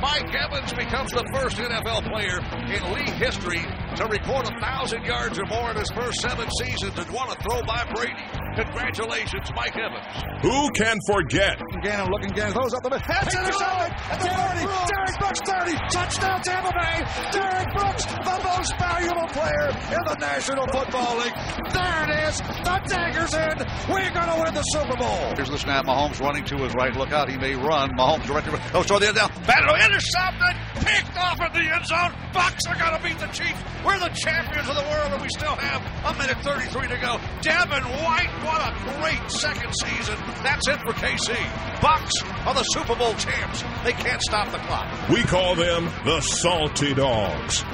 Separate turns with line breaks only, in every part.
Mike Evans becomes the first NFL player in league history to record a 1,000 yards or more in his first seven seasons and what a throw by Brady. Congratulations, Mike Evans.
who can forget?
Gannon looking, Gannon throws up the middle. That's intercepted at the 30. Derek Brooks 30. Touchdown, Tampa Bay. Derek Brooks, the most valuable player in the National Football League. There it is. The dagger's in. We're going to win the Super Bowl. Here's the snap. Mahomes running to his right. Look out. He may run. Mahomes directly. Oh, throw the end down. Battle intercepted. Picked off in the end zone. Bucks are going to beat the Chiefs. We're the champions of the world, and we still have a minute 33 to go. Devin White, what a great second season. That's it for KC. Bucks are the Super Bowl champs. They can't stop the clock.
We call them the Salty Dogs.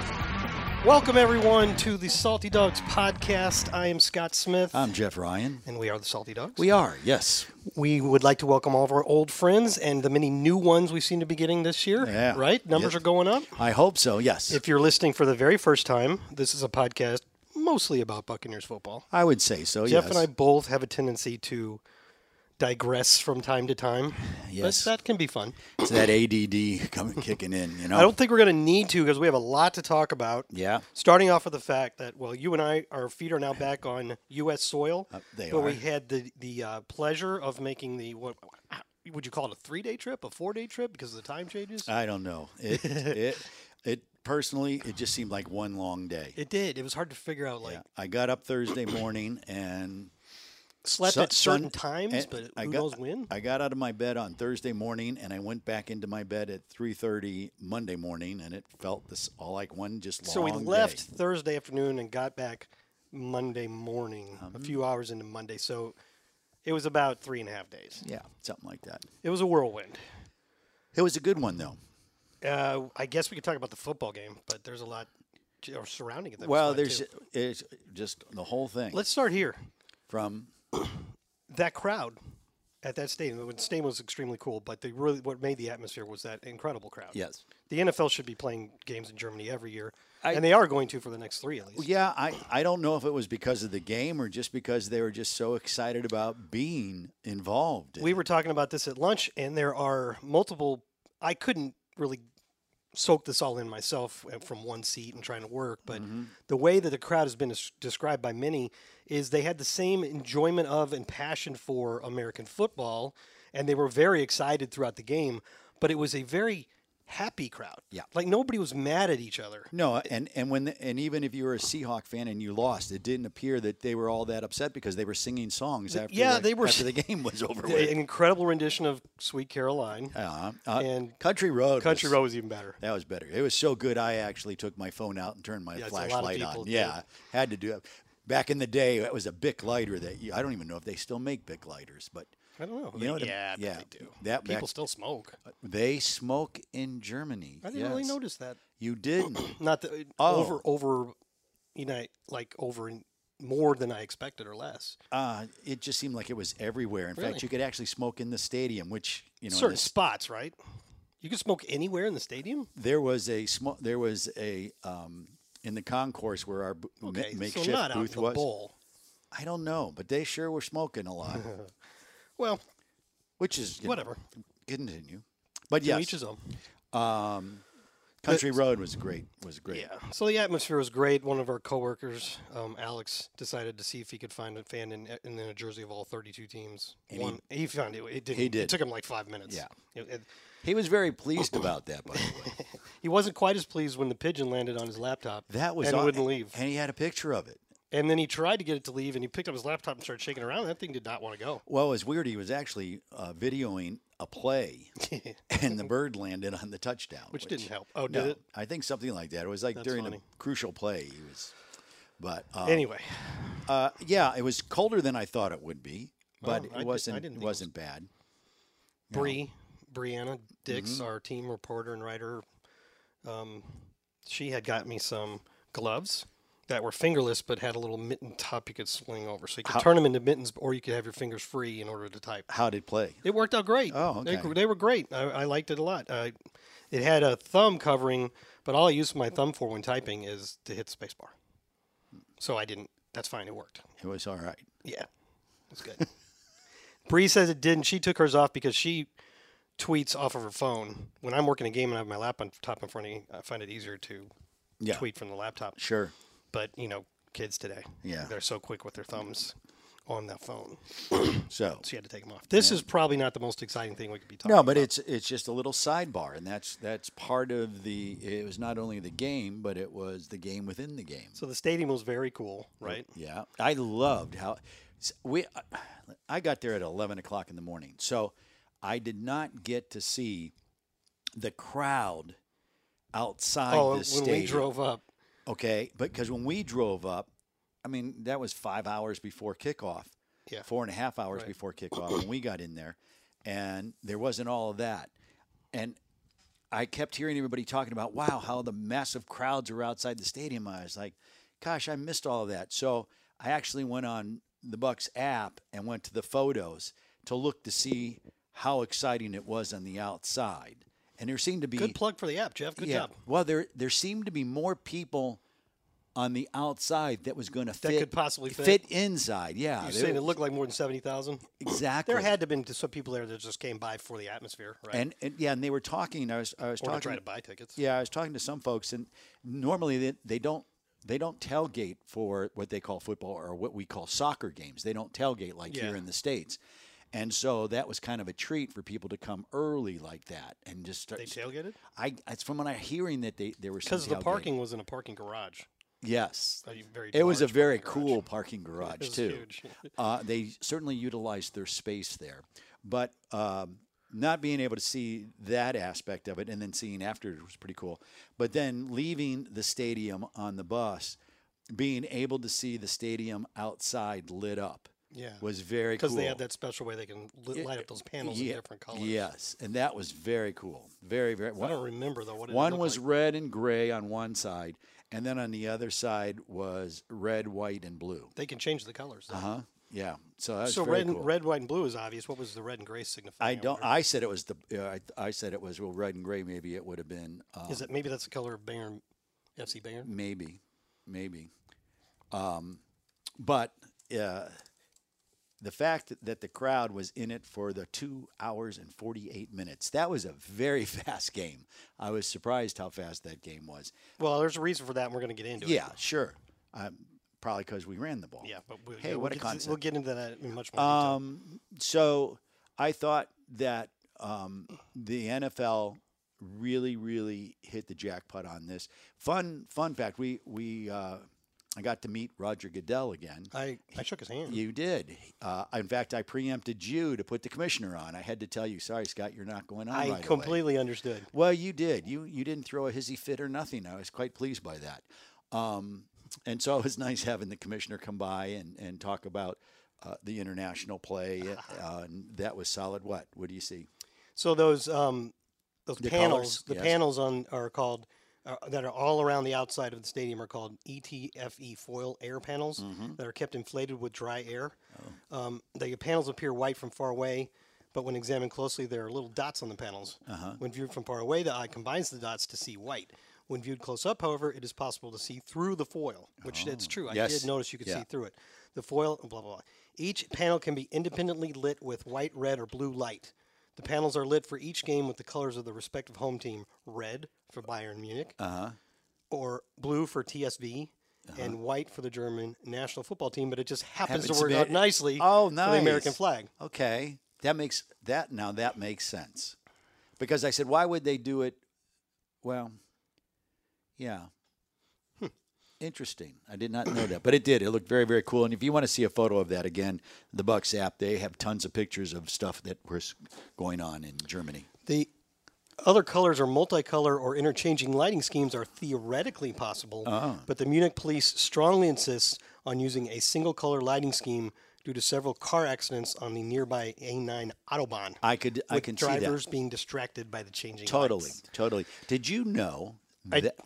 Welcome, everyone, to the Salty Dogs podcast. I am Scott Smith.
I'm Jeff Ryan.
and Uh, we are the Salty Dogs.
We are, yes.
We would like to welcome all of our old friends and the many new ones we seem to be getting this year.
Yeah.
Right? Numbers
Yes.
are going up.
I hope so, yes.
If you're listening for the very first time, this is a podcast mostly about Buccaneers football.
I would say so,
Jeff
yes.
and I both have a tendency to digress from time to time.
Yes.
But that can be fun.
It's that ADD coming kicking in, you know?
I don't think we're going to need to because we have a lot to talk about.
Yeah.
Starting off with the fact that, well, you and I, our feet are now back on U.S. soil.
Uh, they
but we
are.
had the the uh, pleasure of making the what ah, would you call it a three day trip, a four day trip because of the time changes.
I don't know. It, it, it personally, it just seemed like one long day.
it did. It was hard to figure out. Like
Yeah. I got up Thursday morning and
slept
Sun-
at certain
sun-
times,
and
but
I
who
got-
knows when?
I got out of my bed on Thursday morning and I went back into my bed at 3:30 Monday morning and it felt this all like one just long
so we
day.
left Thursday afternoon and got back Monday morning,
Um.
a few hours into Monday. So it was about three and a half days.
Yeah, something like that.
It was a whirlwind.
It was a good one though.
Uh, I guess we could talk about the football game, but there's a lot j- or surrounding it. That was
Well,
fun,
there's
too.
it's just the whole thing
Let's start here.
from
That crowd at that stadium, the stadium was extremely cool, but the really what made the atmosphere was that incredible crowd.
yes.
The NFL should be playing games in Germany every year,
I-
and they are going to for the next three at least.
Yeah, I, I don't know if it was because of the game or just because they were just so excited about being involved. in
We
it.
were talking about this at lunch, and there are multiple. I couldn't really soak this all in myself uh, from one seat and trying to work, but
Mm-hmm.
the way that the crowd has been des- described by many is they had the same enjoyment of and passion for American football, and they were very excited throughout the game, but it was a very happy crowd.
Yeah.
Like nobody was mad at each other.
no, and and when the, and even if you were a Seahawk fan and you lost, it didn't appear that they were all that upset because they were singing songs after
yeah,
the,
they were
after the game was over.
An
With.
incredible rendition of Sweet Caroline.
Uh, uh,
and
Country Road,
Country
was-
Road was even better.
That was better. It was so good. I actually took my phone out and turned my
Yeah, it's a lot of
flashlight on.
people do.
Yeah, had to do it. Back in the day, that was a Bic lighter that you, I don't even know if they still make Bic lighters, but
I don't know.
You
They-
know what I-
yeah,
yeah,
they do.
that-
People
that-
still smoke.
uh, they smoke in Germany.
I didn't really
Yes.
notice that.
You didn't.
Not that uh,
Oh.
over over, you know, like over in- more than I expected or less.
uh, it just seemed like it was everywhere. In
Really?
fact, you could actually smoke in the stadium, which you know in
Certain
this-
spots, right? You can smoke anywhere in the stadium.
there was a smoke. There was a um, in the concourse where our b- ma-
Okay,
makeshift
so not out in
booth
the
was.
bowl.
I don't know, but they sure were smoking a lot,
Well,
which is you know,
whatever.
Continue, but
Yeah,
yes,
each his own.
Country Road was great. Was great.
Yeah. So the atmosphere was great. One of our coworkers, um, Alex, decided to see if he could find a fan in in a jersey of all 32 teams. One, he, found it. It didn't. It
did.
took him like five minutes.
Yeah.
It- it-
He was very pleased about that, by the way.
he wasn't quite as pleased when the pigeon landed on his laptop.
That was
and
aw-
wouldn't leave.
and he had a picture of it.
And then he tried to get it to leave, and he picked up his laptop and started shaking it around. That thing did not want to go.
Well, it was weird. He was actually uh, videoing a play, and the bird landed on the touchdown,
Which didn't help. Oh, did it?
I think something like that. It was like during
funny.
a crucial play. He was, but uh,
Anyway,
uh, yeah, it was colder than I thought it would be,
Well,
but
I did- I
it wasn't.
didn't think
it
it was-
wasn't bad.
Bree, Brianna Dix, our team reporter and writer, um, she had got me some gloves that were fingerless but had a little mitten top you could sling over. So you could turn them into mittens or you could have your fingers free in order to type.
How did it play?
It worked out great.
Oh,
They-
okay.
They, were great. I, I liked it a lot. Uh, it had a thumb covering, but all I use my thumb for when typing is to hit the space bar. So I didn't. That's fine. It worked.
It was all right.
Yeah, it's good. Bree says it didn't. She took hers off because she tweets off of her phone. When I'm working a game and I have my laptop in front of me, I find it easier to
Yeah.
tweet from the laptop.
Sure.
But you know, kids today,
Yeah.
they're so quick with their thumbs on that phone.
So
So you had to take them off. This is probably not the most exciting thing we could be talking.
no,
about.
but it's it's just a little sidebar, and that's that's part of the. It was not only the game, but it was the game within the game.
So the stadium was very cool, right?
Yeah, I loved how s- we. I got there at eleven o'clock in the morning, so I did not get to see the crowd outside
oh,
the
when
stadium.
we drove up,
Okay, but because when we drove up, I mean that was five hours before kickoff.
Yeah.
four and a half hours before kickoff when we got in there, and there wasn't all of that, and I kept hearing everybody talking about wow how the massive crowds are outside the stadium. I was like, gosh, I missed all of that. So I actually went on the Bucks app and went to the photos to look to see how exciting it was on the outside, and there seemed to be
good plug for the app, Jeff. Good job.
well, there there seemed to be more people on the outside that was going to fit
could possibly fit.
inside. Yeah,
You're
there-
saying it looked like more than seventy thousand.
exactly.
There had to have been some people there that just came by for the atmosphere, right?
and, and yeah, and they were talking. I was I was
or to
talking.
try to buy tickets.
Yeah, I was talking to some folks, and normally they, they don't they don't tailgate for what they call football or what we call soccer games. They don't tailgate like here
Yeah.
in the states, and so that was kind of a treat for people to come early like that and just start.
They tailgated
I it's from when I hearing that they there were some
because the
tailgating.
parking was in a parking garage.
Yes,
A very
It was a
large
very
parking garage.
cool parking garage
was
too.
huge.
uh, they certainly utilized their space there, but um, not being able to see that aspect of it, and then seeing after was pretty cool. But then leaving the stadium on the bus, being able to see the stadium outside lit up
Yeah,
was very
because
cool.
they had that special way they can li- light up those panels
Ye-
in different colors.
Yes, and that was very cool. Very very.
I don't remember though what it
One
looked
was
like.
red and gray on one side, and then on the other side was red, white, and blue.
They can change the colors. though.
Uh huh. Yeah. So that's
so
very
red, and
cool.
red, white, and blue is obvious. What was the red and gray signifying?
I don't.
wonder?
I said it was the. Uh, I, I said it was well, red and gray. Maybe it would have been. Uh,
Is it maybe that's the color of Bayern, FC Bayern?
maybe, maybe. Um, but uh, the fact that the crowd was in it for the two hours and forty-eight minutes. That was a very fast game. I was surprised how fast that game was.
Well, there's a reason for that, and we're going to get into it.
Yeah, sure. Um, probably because we ran the ball.
Yeah, but we'll,
hey,
yeah,
what a
we'll, get,
concept.
we'll get into that in much more detail.
Um, so I thought that um, the NFL really, really hit the jackpot on this. Fun, fun fact: we we uh, I got to meet Roger Goodell again.
I, I shook his hand.
You did. Uh, in fact, I preempted you to put the commissioner on. I had to tell you, sorry, Scott, you're not going on.
I
right away."
completely understood.
Well, you did. You you didn't throw a hissy fit or nothing. I was quite pleased by that. Um, and so it was nice having the commissioner come by and, and talk about uh, the international play. Uh, and that was solid. What? What do you see?
So those um, those
The
panels,
colours,
the
yes.
panels on are called uh, that are all around the outside of the stadium are called E ETFE foil air panels
Mm-hmm.
that are kept inflated with dry air.
Oh.
Um, the panels appear white from far away, but when examined closely, there are little dots on the panels.
Uh-huh.
When viewed from far away, the eye combines the dots to see white. When viewed close up, however, it is possible to see through the foil, which that's true. I
Oh. yes.
did notice you could
Yeah.
see through it. The foil, blah, blah, blah. Each panel can be independently lit with white, red, or blue light. The panels are lit for each game with the colors of the respective home team red for Bayern Munich, uh-huh. or blue for TSV, and white for the German national football team. But it just happens,
Uh-huh. Happens
to work
to be-
out nicely
Oh,
for the American
nice.
flag.
Okay, that makes that now that makes sense. Because I said, why would they do it? Well, yeah.
Hmm.
Interesting. I did not know that, but it did. It looked very, very cool. And if you want to see a photo of that again, the Bucks app, they have tons of pictures of stuff that was going on in Germany.
The other colors or multicolor or interchanging lighting schemes are theoretically possible,
Uh-huh.
but the Munich police strongly insists on using a single color lighting scheme due to several car accidents on the nearby A9 Autobahn.
I could, I
with
can see that.
drivers being distracted by the changing
Totally,
lights.
totally. Did you know that?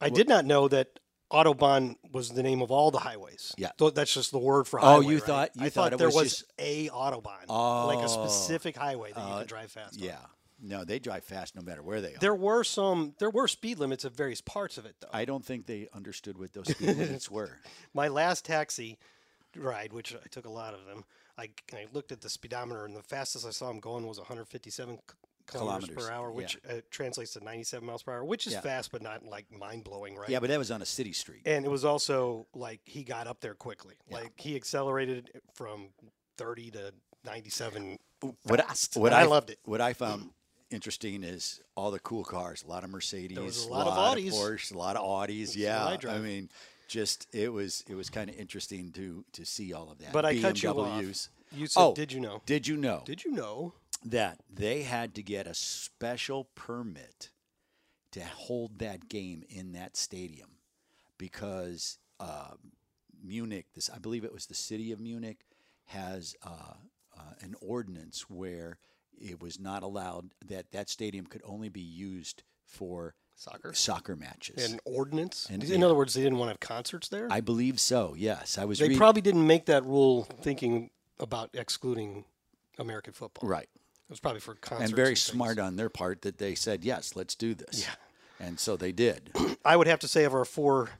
I did not know that Autobahn was the name of all the highways.
Yeah.
Th- that's just the word for
Oh,
highway.
you
right?
thought- you
I
thought it
there
was
was,
just-
a autobahn, like a
Oh.
specific highway that you could drive fast. on.
Yeah. No, they drive fast no matter where they are.
There were some. There were speed limits at various parts of it, though.
I don't think they understood what those speed limits were.
My last taxi ride, which I took a lot of them, I, and I looked at the speedometer, and the fastest I saw him going was 157 k- kilometers,
Kilometers,
per hour,
yeah.
which uh, translates to 97 miles per hour, which is
Yeah.
fast, but not like mind blowing, right?
Yeah, but that was on a city street.
and it was also like he got up there quickly. Like he accelerated from 30 to 97.
What
fast, but I loved it.
What I found interesting is all the cool cars, a lot of Mercedes,
was a lot of Audis.
Porsche, a lot of Audis.
what
yeah,
I
I,
drive.
mean, just it was it was kind of interesting to to see all of that.
But I cut you off.
BMWs.
You said,
Oh.
"Did you know?
Did you know
Did you know?"
that they had to get a special permit to hold that game in that stadium because uh, Munich, this I believe it was the city of Munich, has uh, uh, an ordinance where it was not allowed that that stadium could only be used for
Soccer.
soccer matches.
An ordinance.
And-
In
yeah.
other words, they didn't want to have concerts there.
I believe so. Yes, I was.
they
read-
probably didn't make that rule thinking about excluding American football.
right.
It was probably for concerts.
And very
things.
smart on their part that they said yes, let's do this. Yeah. And so they did.
I would have to say of our four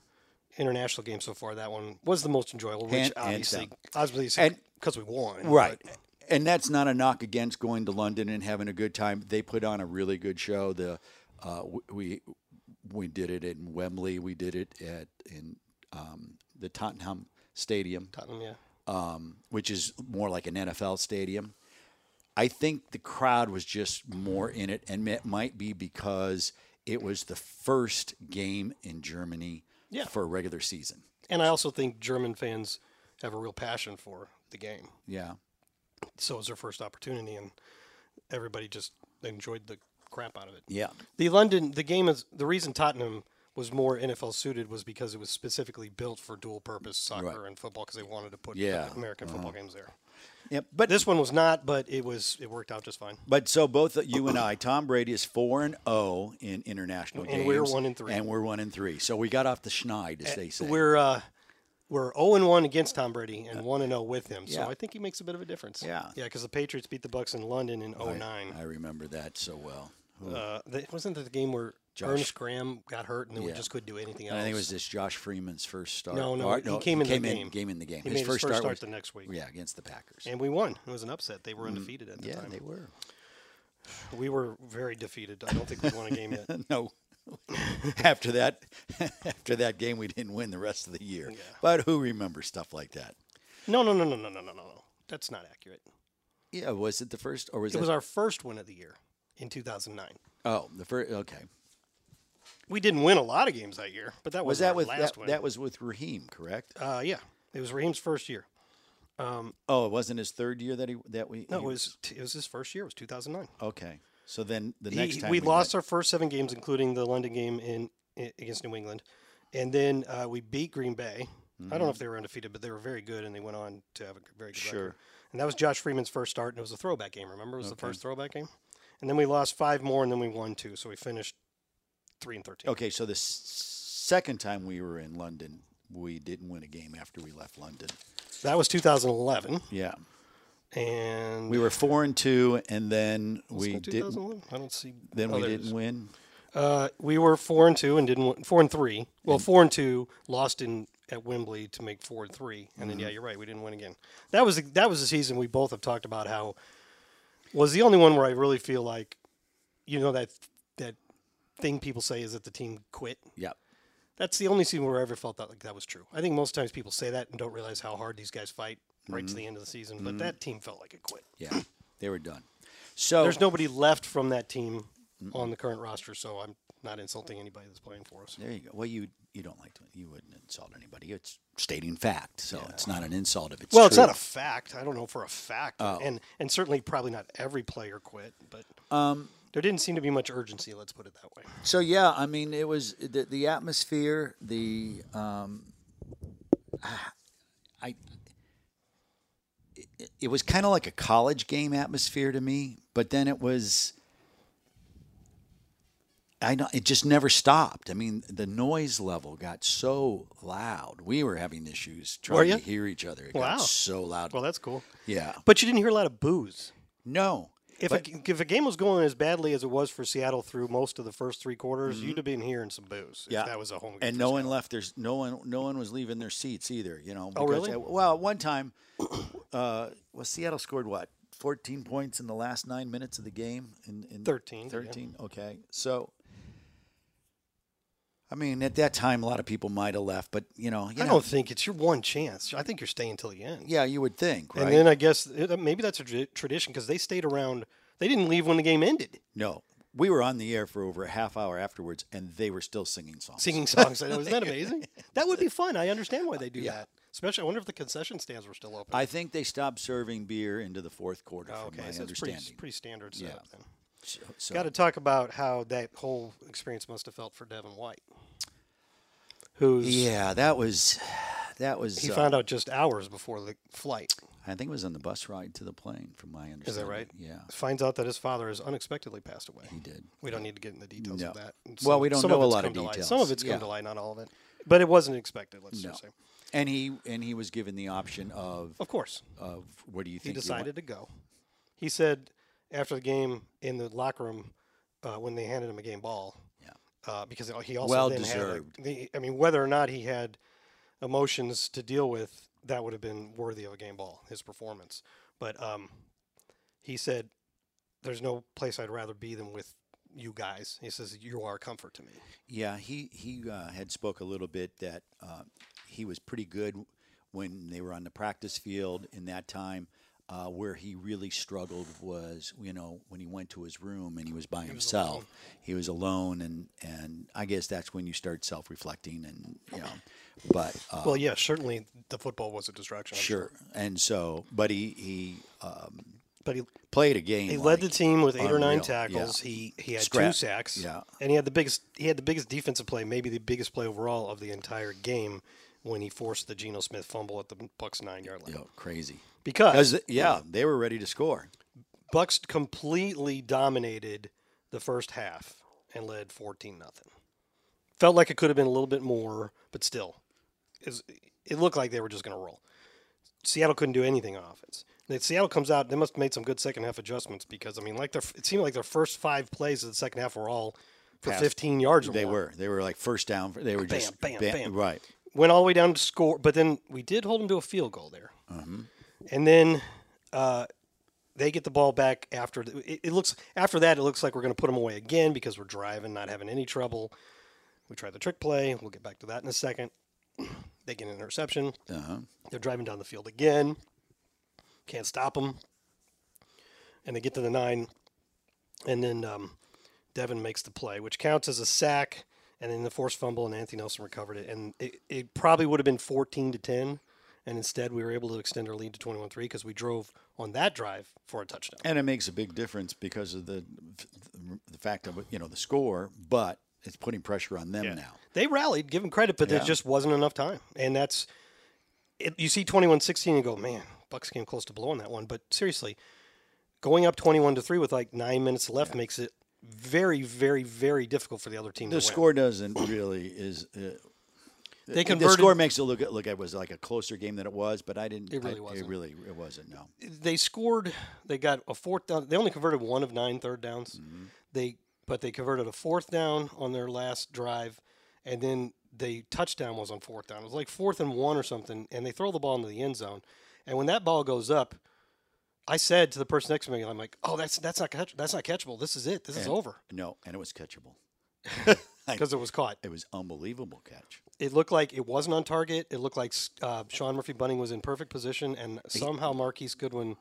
international games so far, that one was the most enjoyable.
Hand-
which
hands
obviously,
down.
obviously,
And-
because we won.
Right. And that's not a knock against going to London and having a good time. They put on a really good show. The uh, w- we we did it in Wembley. We did it at in um, the Tottenham Stadium,
Tottenham, yeah.
um, which is more like an NFL stadium. I think the crowd was just more in it, and it might be because it was the first game in Germany
Yeah.
for a regular season.
And I also think German fans have a real passion for the game.
Yeah.
So it was their first opportunity, and everybody just enjoyed the crap out of it.
Yeah.
The London, the game is the reason Tottenham was more NFL suited was because it was specifically built for dual purpose soccer and football because they wanted to put
Yeah.
American football games there.
Yeah. But
This one was not, but it was it worked out just fine.
But so both you and I, Tom Brady is four and zero in international games,
And we're one and three.
and we're one and three. So we got off the schneid, as they say.
We're uh, we're zero and one against Tom Brady and one and zero with him. So
Uh, Yeah.
I think he makes a bit of a difference.
Yeah.
yeah, because the Patriots beat the Bucks in London in
I-
09.
I remember that so well. Who-
Uh, the, wasn't that the game where
Josh.
Ernest Graham got hurt and then we
Yeah.
just couldn't do anything else?
I think it was uh, this Josh Freeman's first start.
No, no,
Or,
he came in the game.
Game in the game.
He made his first start
was-
the next week.
Yeah, against the Packers.
and we won. It was an upset. They were undefeated at the
yeah,
time.
they were.
We were very defeated. I don't think we won a game yet.
no. after that, after that game, we didn't win the rest of the year. But who remembers stuff like that?
No, no, no, no, no, no, no, no. no. That's not accurate.
Yeah, was it the first or was
It
it?
was our first win of the year in 2009.
oh, the first. Okay,
We didn't win a lot of games that year, but that
was
was,
that
our
with
last
that,
win.
that was with Raheem, correct?
uh, yeah, it was Raheem's first year.
Oh, it wasn't his third year that he that we.
No, it
he-
was it was his first year. It was 2009.
okay. So then the
He-
next
he-
time
we, lost
met-
our first seven games, including the London game in i- against New England, and then uh, we beat Green Bay. I
Mm-hmm.
don't know if they were undefeated, but they were very good, and they went on to have a very good
Sure.
record. And that was Josh Freeman's first start, and it was a throwback game. Remember, it was the first throwback game, and then we lost five more, and then we won two, so we finished three and thirteen.
Okay, so the s- second time we were in London, we didn't win a game after we left London.
That was 2011,
Yeah,
and
we were four and two, and then we
Wasn't it
didn't.
2011? I don't see.
Then
oh,
we
there it
didn't
is.
win.
Uh, we were four and two and didn't win, four and three. Well, four and two lost in at Wembley to make four and three, and then yeah, you're right, we didn't win again. That was the, that was the season we both have talked about how was the only one where I really feel like you know that that thing people say is that the team quit.
Yeah,
That's the only season where I ever felt that like that was true. I think most times people say that and don't realize how hard these guys fight right to the end of the season, but that team felt like it quit.
yeah, they were done. So
There's nobody left from that team on the current roster, so I'm not insulting anybody that's playing for us.
There you go. Well, you you don't like to, you wouldn't insult anybody. It's stating fact, so it's not an insult if it's
Well, it's
true. Oh.
not a fact. I don't know for a fact, and and certainly probably not every player quit, but
Um,
there didn't seem to be much urgency. Let's put it that way.
So yeah, I mean, it was the, the atmosphere, the um, I it, it was kind of like a college game atmosphere to me, but then it was I know it just never stopped. I mean, the noise level got so loud. We were having issues trying
ya?
to hear each other. It
Wow.
got so loud.
Well, that's cool.
yeah.
But you didn't hear a lot of boos.
No.
If a, g- if a game was going as badly as it was for Seattle through most of the first three quarters, you'd have been hearing some boos.
Mm-hmm. Yeah.
if that was a home game.
and
for
no one left there's no one no one was leaving their seats either you know
Oh,
because-
really?
well at one time uh well seattle scored what 14 points in the last nine minutes of the game in, in
13, yeah.
13 okay so i mean at that time a lot of people might have left but you know you
I
know,
don't think it's your one chance. I think you're staying till the end.
yeah you would think right
And then I guess it, maybe that's a tra- tradition because they stayed around. They didn't leave when the game ended,
no we were on the air for over a half hour afterwards and they were still singing songs
singing songs. I know, isn't that amazing? That would be fun. I understand why they do
Yeah.
that. Especially, I wonder if the concession stands were still open.
i think they stopped serving beer into the fourth quarter
Oh,
from
okay,
my
so it's pretty,
understanding
pretty standard
Yeah.
setup then.
So- so-
Got to talk about how that whole experience must have felt for Devin White, who's
Yeah, that was that was.
he
uh,
found out just hours before the flight.
I think it was on the bus ride to the plane, from my understanding.
Is that right?
Yeah,
Finds out that his father has unexpectedly passed away.
he did.
We don't need to get into the details
No.
of that. And
Well, we don't know
of
a
it's
lot of
come to light.
details.
Some of it's come
Yeah.
to light, not all of it. But it wasn't expected, let's
No,
just say.
and he and he was given the option of
Of course.
of what do you
Oh. He
think? you want-
decided to go. He said after the game in the locker room uh, when they handed him a game ball.
Yeah.
Uh, because he also
Well
then
deserved.
Had, like, the, I mean, whether or not he had emotions to deal with, that would have been worthy of a game ball. His performance, but um, he said, "There's no place I'd rather be than with you guys." He says, "You are comfort to me."
Yeah, he he uh, had spoke a little bit that uh, he was pretty good when they were on the practice field in that time. Uh, where he really struggled was, you know, when he went to his room and he was by himself. he was alone, and and I guess that's when you start self reflecting, and you know, but uh,
Well, yeah, certainly the football was a distraction. I'm
Sure. And so, but he he um,
but he
played a game.
He led the
like-
team with eight or nine
unreal. Yeah.
tackles. He he had
Scrap.
two sacks.
Yeah.
And he had the biggest he had the biggest defensive play, maybe the biggest play overall of the entire game when he forced the Geno Smith fumble at the Bucks 9-yard line.
You know, crazy.
Because
'Cause, yeah, they were ready to score.
Bucks completely dominated the first half and led 14 nothing. Felt like it could have been a little bit more, but still. Is it looked like they were just going to roll. Seattle couldn't do anything on offense. Then Seattle comes out, they must have made some good second half adjustments because I mean, like their it seemed like their first 5 plays of the second half were all for
Pass.
15 yards or
They
more.
were. They were like first down. They were
Bam,
just
bam, bam.
Right.
Went all the way down to score, but then we did hold them to a field goal there. And then uh, they get the ball back after the, it, it looks after that it looks like we're going to put them away again because we're driving, not having any trouble. We try the trick play. We'll get back to that in a second. They get an interception.
Uh-huh.
They're driving down the field again. Can't stop them. And they get to the nine. And then um, Devin makes the play, which counts as a sack. And then the forced fumble, and Anthony Nelson recovered it. And it, it probably would have been 14 to 10. And instead, we were able to extend our lead to 21 3 because we drove on that drive for a touchdown.
And it makes a big difference because of the the fact of you know the score, but it's putting pressure on them now.
They rallied, give them credit, but there
Yeah.
just wasn't enough time. And that's it, you see 21-16 and go, "Man, Bucks came close to blowing that one." But seriously, going up 21 to 3 with like 9 minutes left makes it very very very difficult for the other team
The
to win.
score doesn't really is. Uh,
they
the
converted
score makes it look look it was like a closer game than it was, but I didn't.
It really
I-
wasn't.
It really it wasn't. No.
they scored they got a fourth down they only converted one of nine third downs they but they converted a fourth down on their last drive and then the touchdown was on fourth down it was like fourth and one or something and they throw the ball into the end zone and when that ball goes up i said to the person next to me i'm like oh that's that's not catch, that's not catchable this is it this is
And-
over
No, and it was catchable.
because it was caught
It was unbelievable catch.
it looked like it wasn't on target it looked like uh, sean murphy bunting was in perfect position and somehow marquise goodwin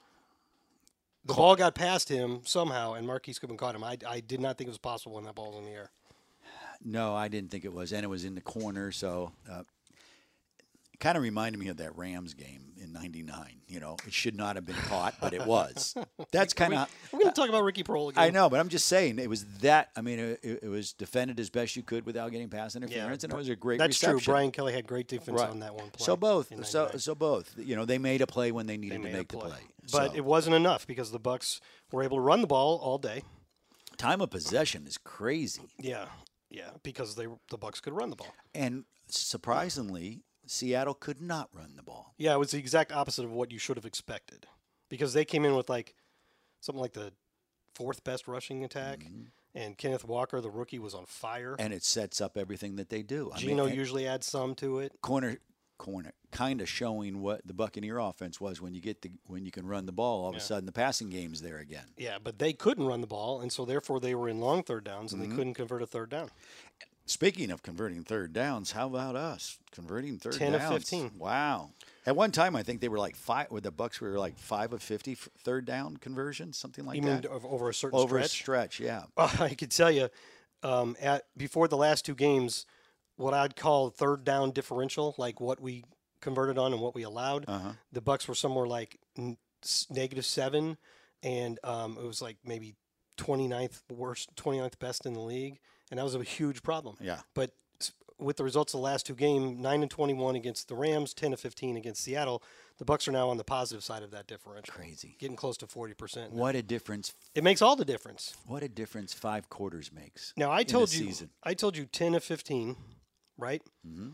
the ball got past him somehow, and Marquise Goodwin caught him. I, I did not think it was possible when that ball was in the air.
No, I didn't think it was, and it was in the corner, so uh, it kind of reminded me of that Rams game in '99. You know, it should not have been caught, but it was. That's kind of.
We're going to talk about Ricky Prohl again.
Uh, I know, but I'm just saying it was that. I mean, it, it was defended as best you could without getting pass interference, and it was a great.
That's true.
reception.
Brian Kelly had great defense on that one play.
So both,
in
so
99.
so both. You know, they made a play when they
They
needed to
made a
make the play,
But
So-
it wasn't enough because the Bucks were able to run the ball all day.
Time of possession is crazy.
Yeah, yeah, because they the Bucks could run the ball.
And surprisingly, Seattle could not run the ball.
Yeah, it was the exact opposite of what you should have expected because they came in with like something like the fourth best rushing attack, and Kenneth Walker, the rookie, was on fire.
Mm-hmm. And it sets up everything that they do. I
Gino
mean, and
usually adds some to it.
corner corner kind of showing what the Buccaneer offense was when you get the when you can run the ball, all of a sudden the passing game's there again.
Yeah, but they couldn't run the ball, and so therefore they were in long third downs and
Mm-hmm.
they couldn't convert a third down.
Speaking of converting third downs, how about us converting third
10 of
downs?
15.
Wow! At one time, I think they were like five. With the Bucks, we were like five of fifty f- third down conversions, something like
You mean
that.
ov- over a certain
Oh Over
stretch?
a stretch, yeah.
I could tell you, um, at before the last two games, what I'd call third down differential, like what we converted on and what we allowed,
Uh-huh.
the Bucks were somewhere like n- s- negative seven, and um, it was like maybe 29th worst, 29th best in the league, and that was a huge problem.
Yeah.
But s- with the results of the last two games, nine and 21 against the Rams, 10 to 15 against Seattle, the Bucks are now on the positive side of that differential.
Crazy.
Getting close to 40%. now.
What a difference!
It makes all the difference.
What a difference five quarters makes.
Now I
in the
told you,
season.
I told you ten to fifteen, right? Mm-hmm.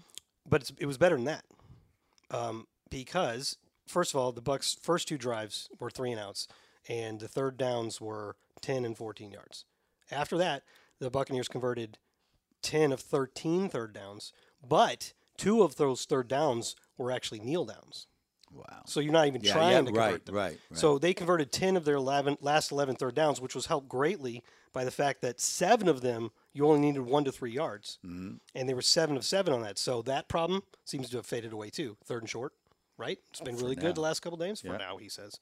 But it's, it was better than that, um, because first of all, the Bucks' first two drives were three and outs, and the third downs were ten and fourteen yards. After that, the Buccaneers converted ten of 13 third downs, but two of those third downs were actually kneel downs.
Wow.
So you're not even
Yeah,
trying
yeah,
to convert
right,
them.
right, right.
So they converted 10 of their 11, last 11 third downs, which was helped greatly by the fact that seven of them, you only needed one to three yards. Mm-hmm. And they were seven of seven on that. So that problem seems to have faded away too. Third and short, right? It's been really good the last couple of games for now, he says.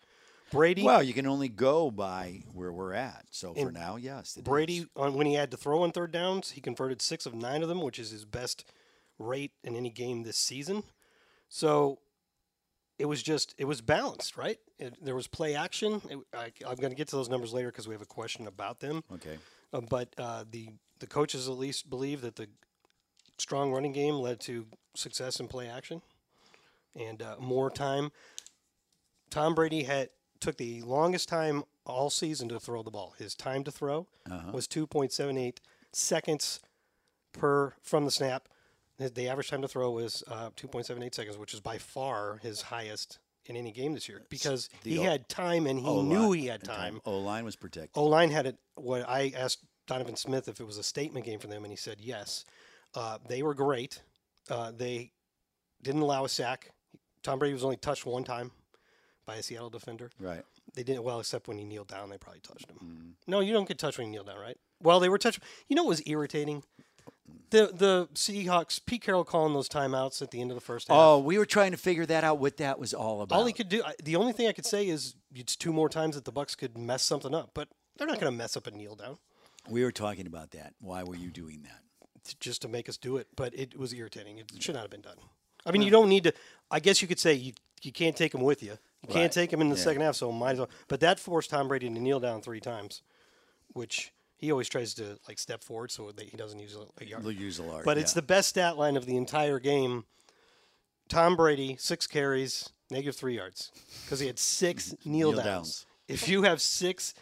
Brady,
Well, you can only go by where we're at. So for now, yes. it
Brady
is.
on, when he had to throw on third downs, he converted six of nine of them, which is his best rate in any game this season. So it was just it was balanced, right? It, there was play action. It, I, I'm going to get to those numbers later because we have a question about them.
Okay.
Uh, but uh, the the coaches at least believe that the strong running game led to success in play action and uh, more time. Tom Brady had took the longest time all season to throw the ball. His time to throw was 2.78 seconds per from the snap. The- The average time to throw was uh, 2.78 seconds, which is by far his highest in any game this year because he
O-
had time and he knew he had time. Oh.
O Oh, line was protected.
O line had it. What I asked Donovan Smith if it was a statement game for them, and he said yes. Uh, they were great. Uh, they didn't allow a sack. Tom Brady was only touched one time by a Seattle defender.
Right.
They didn't well, except when he kneeled down, they probably touched him. No, you don't get touched when you kneel down, right? Well, they were touched. You know what was irritating? The the Seahawks, Pete Carroll calling those timeouts at the end of the first half.
Oh, we were trying to figure that out what that was all about.
All he could do, I- the only thing I could say is it's two more times that the Bucks could mess something up, but they're not going to mess up a kneel down.
we were talking about that. Why were you doing that?
t- just to make us do it, but it was irritating. It should not have been done. I mean, you don't need to. I guess you could say you you can't take them with you. You
Right.
can't take them in the second half, so might as well. But that forced Tom Brady to kneel down three times, which he always tries to like step forward so that he doesn't use a, a yard.
They'll use a large.
But it's the best stat line of the entire game. Tom Brady, six carries, negative three yards, because he had six kneel,
Kneel
downs.
downs.
If you have six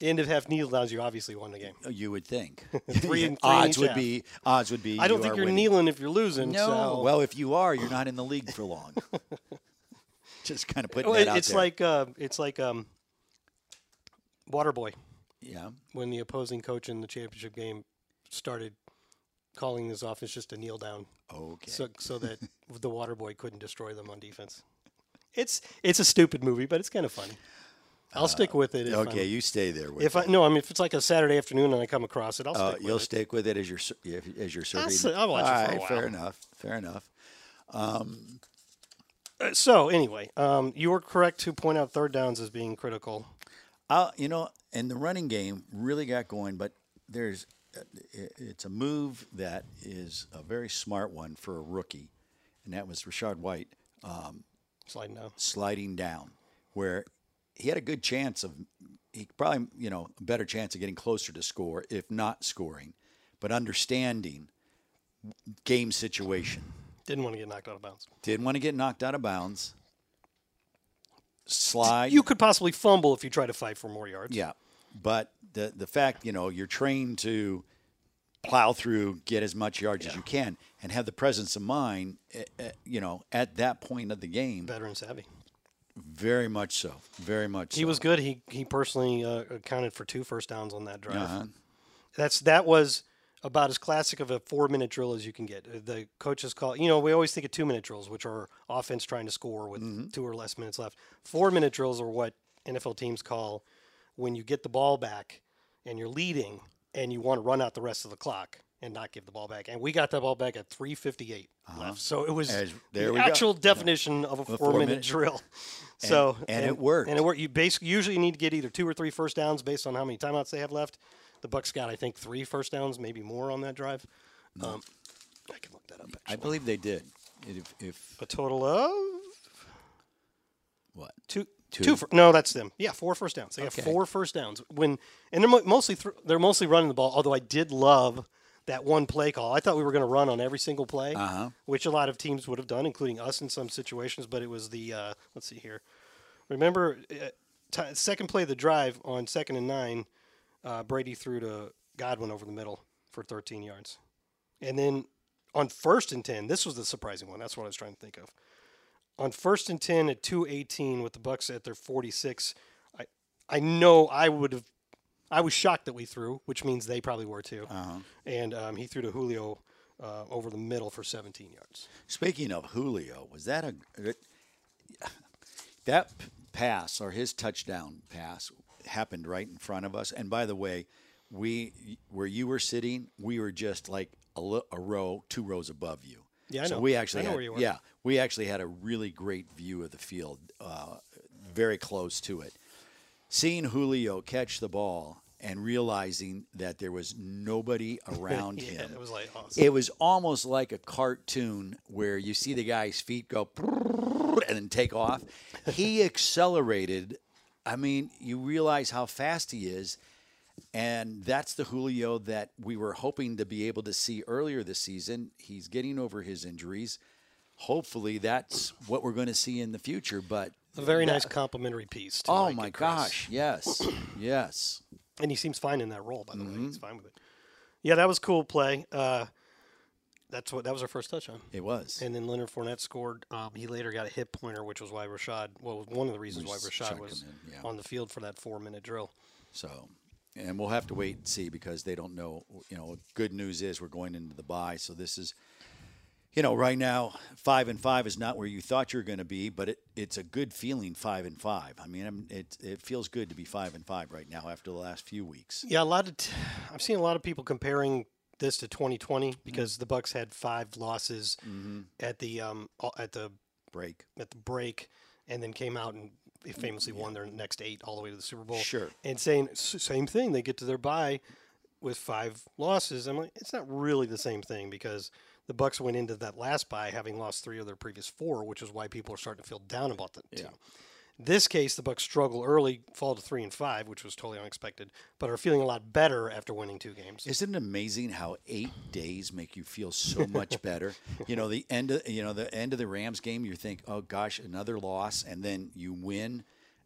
end of half kneel downs, you obviously won the game.
the you would think
Three and- three
odds
each
would
half.
be odds would be.
I don't
you
think
are
you're
winning.
kneeling if you're losing.
No.
so.
Well, if you are, you're not in the league for long. Just kind of putting
Well,
that
it-
out
it's
there.
like uh, it's like um, Waterboy
yeah.
when the opposing coach in the championship game started calling his offense just to kneel down,
Okay.
so so that the Waterboy couldn't destroy them on defense. It's it's a stupid movie, but it's kind of funny. I'll stick with it. If
Uh, okay,
I'm-
you stay there. With
if
it.
I no, I mean if it's like a Saturday afternoon and I come across it, I'll
Uh,
stick with
you'll
it.
stick with it as your sur- if- as your survey.
s- I'll watch it for a
Fair
while.
enough. Fair enough.
Uh, so anyway, um, you were correct to point out third downs as being critical.
i you know, and the running game really got going, but there's it- it's a move that is a very smart one for a rookie, and that was Rashard White
Slide now.
sliding down, where he had a good chance of he probably you know a better chance of getting closer to score if not scoring, but understanding game situation.
Didn't want to get knocked out of bounds.
Didn't want to get knocked out of bounds. Slide.
You could possibly fumble if you try to fight for more yards.
Yeah. But the the fact, you know, you're trained to plow through, get as much yards as you can, and have the presence of mind, eh, eh, you know, at that point of the game.
Veteran savvy.
Very much so. Very much. uh,
He
so.
was good. He he personally uh, accounted for two first downs on that drive.
Uh-huh.
That's that was about as classic of a four minute drill as you can get. Uh, The coaches call you know we always think of two minute drills, which are offense trying to score with
Mm-hmm.
two or less minutes left. Four minute drills are what NFL teams call when you get the ball back and you're leading and you want to run out the rest of the clock and not give the ball back. And we got that ball back at 3:58 left, so it was
Uh-huh. As- there
the
we go.
actual definition of a four, minute,
four-minute-
drill. So
and it worked.
And it worked. You basically usually need to get either two or three first downs based on how many timeouts they have left. The Bucks got, I think, three first downs, maybe more on that drive. Um, I can look that up.
I
Actually.
believe they did. If, if
A total of
what?
two,
Two.
two. fir- no, that's them. Yeah, four first downs. They
Okay.
got four first downs. When and they're mo- mostly thr they're mostly running the ball. Although I did love that one play call. I thought we were going to run on every single play,
Uh-huh.
which a lot of teams would have done, including us in some situations. But it was the uh, let's see here. Remember, uh, ti second play of the drive on second and nine, uh, Brady threw to Godwin over the middle for 13 yards, and then on first and ten, this was the surprising one. That's what I was trying to think of. On first and ten at 218 with the Bucks at their 46, I I know I would have. I was shocked that we threw, which means they probably were too.
Uh-huh.
And um, he threw to Julio uh, over the middle for 17 yards.
Speaking of Julio, was that a that p- pass or his touchdown pass happened right in front of us? And by the way, we where you were sitting, we were just like a, li- a row, two rows above you.
Yeah, I
so
know.
we
I
actually
know
had,
where you were.
yeah, we actually had a really great view of the field, uh, very close to it. Seeing Julio catch the ball and realizing that there was nobody around
Yeah,
him
it was like awesome.
it was almost like a cartoon where you see the guy's feet go and then take off. He accelerated. I mean, you realize how fast he is. And that's the Julio that we were hoping to be able to see earlier this season. He's getting over his injuries. Hopefully, that's what we're going to see in the future. But
a very nice complimentary piece. To
oh
Mike
my
and Chris.
gosh, yes, yes.
and he seems fine in that role. By the way,
Mm-hmm.
he's fine with it. Yeah, that was cool play. Uh, that's what that was our first touchdown.
It was.
And then Leonard Fournette scored. Um, he later got a hit pointer, which was why Rashad. Well, one of the reasons why
just
Rashad
chucked
was
him in, yeah.
on the field for that four-minute drill.
So, and we'll have to wait and see because they don't know. You know, good news is we're going into the bye. So this is, you know, right now five and five is not where you thought you were going to be, but it, it's a good feeling five and five. I mean, I'm, it it feels good to be five and five right now after the last few weeks.
Yeah, a lot of. T- I've seen a lot of people comparing this to 2020 because
Mm-hmm.
the Bucks had five losses at the um au- at the
Break.
at the break, and then came out and they famously won their next eight all the way to the Super Bowl.
Sure.
And saying s- same thing, they get to their bye with five losses. I'm like, it's not really the same thing because the Bucks went into that last bye having lost three of their previous four, which is why people are starting to feel down about the team. This case, the Bucks struggle early, fall to three and five, which was totally unexpected, but are feeling a lot better after winning two games.
Isn't it amazing how eight days make you feel so much better? you know, the end of you know the end of the Rams game, you think, oh gosh, another loss, and then you win,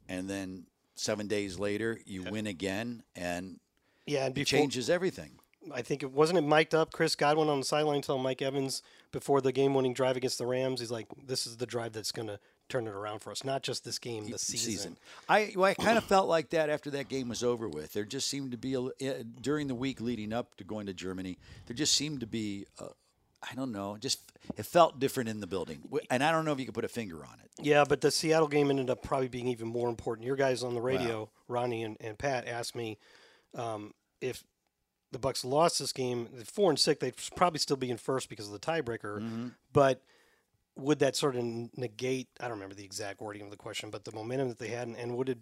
and then seven days later you win again, and
yeah, and
it
before,
changes everything.
I think it wasn't it mic'd up. Chris Godwin on the sideline telling Mike Evans before the game winning drive against the Rams, he's like, "This is the drive that's going to turn it around for us. Not just this game, the season."
I well, I kind of felt like that after that game was over with. There just seemed to be a, eh, during the week leading up to going to Germany, there just seemed to be. I I don't know. Just it felt different in the building, W- and I don't know if you could put a finger on it.
Yeah, but the Seattle game ended up probably being even more important. Your guys on the radio, Ronnie and, and Pat, asked me um, if the Bucks lost this game, the four and six, they'd probably still be in first because of the tiebreaker. But would that sort of negate? I don't remember the exact wording of the question, but the momentum that they had, and, and would it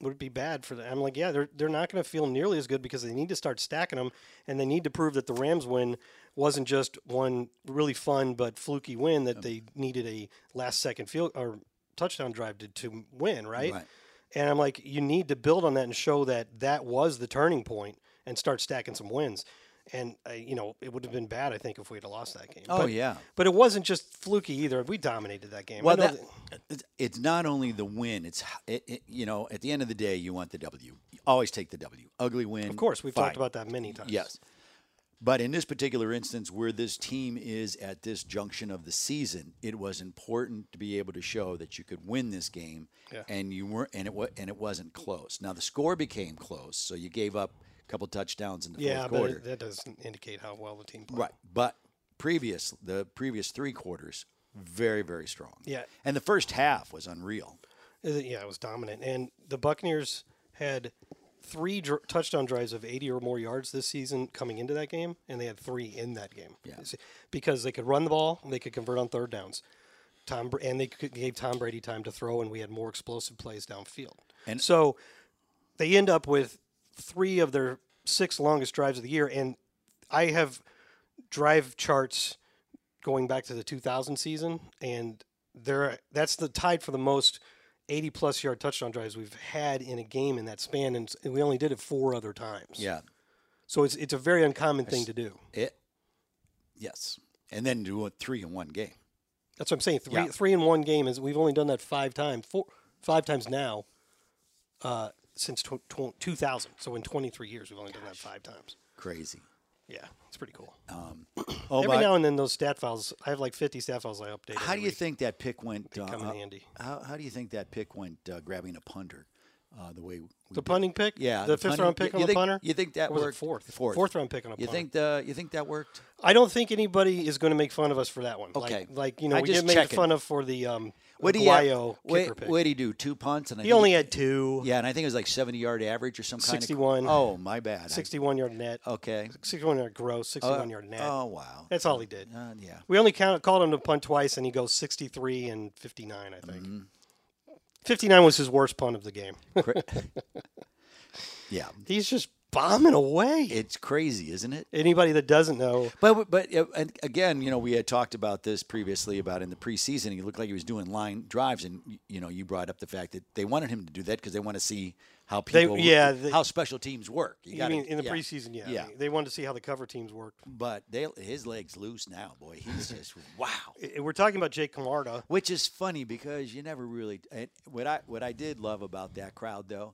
would it be bad for them? I'm like, yeah, they're they're not going to feel nearly as good because they need to start stacking them, and they need to prove that the Rams win wasn't just one really fun but fluky win that they needed a last second field or touchdown drive to, to win, right? And I'm like, you need to build on that and show that that was the turning point and start stacking some wins. And uh, you know, it would have been bad, I think, if we'd have lost that game.
Oh,
But-
yeah.
but it wasn't just fluky either. We dominated that game. I
Well,
know
that, it's- it's not only the win. It's h- it, it, you know, at the end of the day, you want the W. You always take the W. Ugly win.
Of course, we've
fine.
talked about that many times.
Yes. But in this particular instance, where this team is at this junction of the season, it was important to be able to show that you could win this game,
Yeah.
and you were and it was and it wasn't close. Now the score became close, so you gave up a couple touchdowns in the
Yeah,
fourth
but
quarter.
it- that doesn't indicate how well the team played.
Right, but previous the previous three quarters very very strong.
Yeah.
and the first half was unreal.
Is it- Yeah, it was dominant. And the Buccaneers had three dr- touchdown drives of 80 or more yards this season coming into that game, and they had three in that game.
Yeah.
It's- Because they could run the ball, and they could convert on third downs. Tom Br- and they could, gave Tom Brady time to throw, and we had more explosive plays downfield.
And-
so they end up with three of their six longest drives of the year. And I have drive charts going back to the 2000 season, and there that's the tied for the most 80 plus yard touchdown drives we've had in a game in that span, and s- we only did it four other times.
Yeah,
So it's it's a very uncommon thing to do.
it yes, and then do a three in one game.
That's what I'm saying. Three
Yeah.
three in one game is we've only done that five times, four five times now. Uh, since tw- tw- 2000, so in 23 years, we've only done that five times.
Crazy.
Yeah, it's pretty cool.
Oh,
Every
but
now and then, those stat files, I have like 50 stat files I update.
how
every
do you
week.
think that pick went? Uh,
come in
uh,
handy.
How, how do you think that pick went? Uh, grabbing a punter, uh, the way we
The
did?
punting pick?
Yeah,
The, fifth
punter-
round pick
you
on the
think-
punter?
You think that
Or was it
worked?
fourth?
Fourth.
Fourth round pick on a
You
punter.
think the you think that worked?
I don't think anybody is going to make fun of us for that one.
Okay.
Like, like you know,
I
we
just
get made
checking.
fun of for the um,
What do you? have-
Aguayo
what-
kicker pick.
What did he do? Two punts, and I
he
think
only had two.
Yeah, and I think it was like 70 yard average or some kind of
61.
Oh, my bad. I-
61 yard net.
okay.
61 yard gross. 61 yard net.
Oh, wow.
That's all he did.
Uh, yeah.
we only count, called him to punt twice, and he goes 63 and 59, I think.
Mm-hmm.
59 was his worst punt of the game.
Cra- yeah.
He's just bombing away.
It's crazy, isn't it?
Anybody that doesn't know,
But but uh, and again, you know, we had talked about this previously about in the preseason, he looked like he was doing line drives, and y- you know, you brought up the fact that they wanted him to do that because they want to see how
They-
people,
yeah, they-
how special teams work. You,
you
gotta-
mean in the
yeah.
preseason, yeah.
Yeah.
They wanted to see how the cover teams worked.
But they, his legs loose now, boy. He's just wow.
I- We're talking about Jake Camarda.
which is funny because you never really and what I what I did love about that crowd though,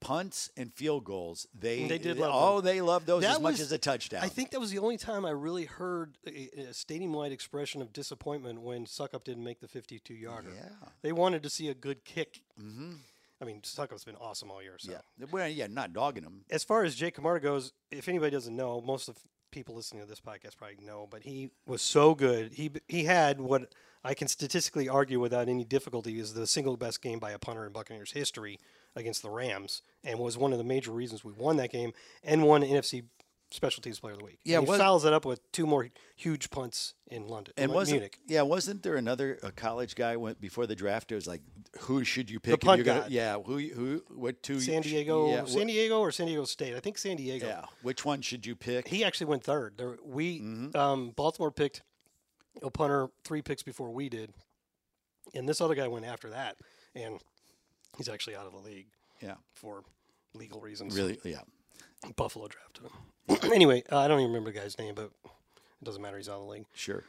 punts and field goals they
They did love
oh they loved those
That
as much
was-
as a touchdown.
I think that was the only time I really heard a, a stadium-wide expression of disappointment when Suckup didn't make the 52-yarder.
Yeah.
They wanted to see a good kick. Mm-hmm. I mean, Suckup's been awesome all year. So.
yeah, well, yeah, not dogging them.
As far as Jake Camarda goes, if anybody doesn't know, most of people listening to this podcast probably know, but he was so good. He he had what I can statistically argue without any difficulty is the single best game by a punter in Buccaneers history against the Rams, and was one of the major reasons we won that game and won NFC Special Teams Player of the Week.
Yeah,
And he
was-
fouls it up with two more huge punts in London
And
in
wasn't
Munich.
yeah wasn't there another a college guy went before the draft? It was like who should you pick? if
punt
you're gonna-
god.
yeah, who you- who what two?
San Diego,
Yeah, wh-
San Diego, or San Diego State? I think San Diego.
yeah, which one should you pick?
he actually went third. There, we
Mm-hmm.
um, Baltimore picked a punter three picks before we did, and this other guy went after that, and he's actually out of the league
yeah,
for legal reasons.
really yeah.
Buffalo drafted him. anyway, uh, I don't even remember the guy's name, but it doesn't matter. He's out of the league.
Sure.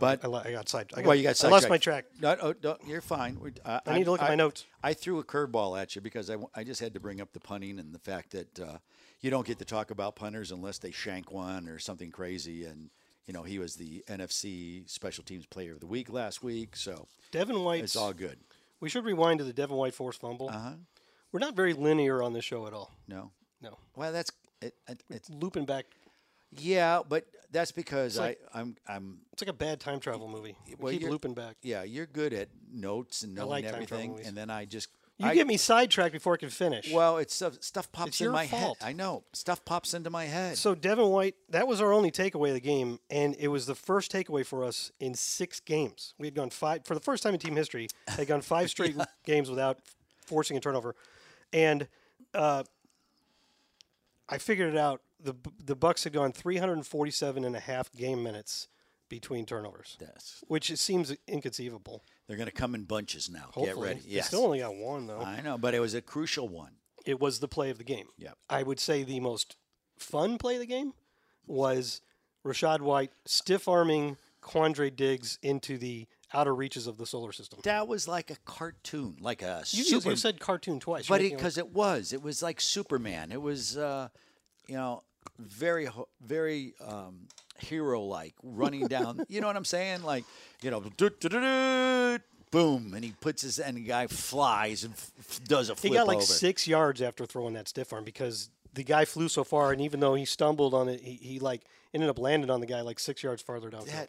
But
I, li- I got sidetracked. I got,
well, you got
I lost
sidetracked.
my track.
No, no, no, you're fine. We're, I,
I need to look at my notes.
I threw a curveball at you because I, w- I just had to bring up the punting and the fact that uh, you don't get to talk about punters unless they shank one or something crazy. And you know he was the NFC Special Teams Player of the Week last week, so
Devin White's.
it's all good.
We should rewind to the Devin White forced fumble. Uh-huh. We're not very linear on this show at all.
No,
No,
well that's it, it, it's
looping back.
yeah, but that's because
like-
I I'm I'm
It's like a bad time travel movie. We
Well,
keep
you're-
looping back.
yeah you're good at notes and knowing
like time travel
everything,
movies.
and then I just
You
I-
get me sidetracked before I can finish.
Well, it's stuff, stuff pops in
your
my
fault.
head. I know stuff pops into my head.
So Devin White, that was our only takeaway of the game, and it was the first takeaway for us in six games. We had gone five for the first time in team history. Had gone five straight games without forcing a turnover, and uh, I figured it out. the The Bucks had gone 347 and a half game minutes between turnovers,
Yes.
which it seems inconceivable.
They're going to come in bunches now.
Hopefully,
Get ready.
They
Yes.
still only got one though.
I know, but it was a crucial one.
It was the play of the game.
Yep.
I would say the most fun play of the game was Rashad White stiff arming Quandre Diggs into the outer reaches of the solar system.
That was like a cartoon, like a
You, you
super.
said cartoon twice, You're
but
making
because it, was, it was like Superman. It was, uh, you know, very, ho- very um, hero-like, running down. you know what I'm saying? Like, you know, do-do-do-do, boom, and he puts his and the guy flies and f- f- does a
He
flip
got like
over.
six yards after throwing that stiff arm because the guy flew so far, and even though he stumbled on it, he, he like ended up landing on the guy like six yards farther down.
That-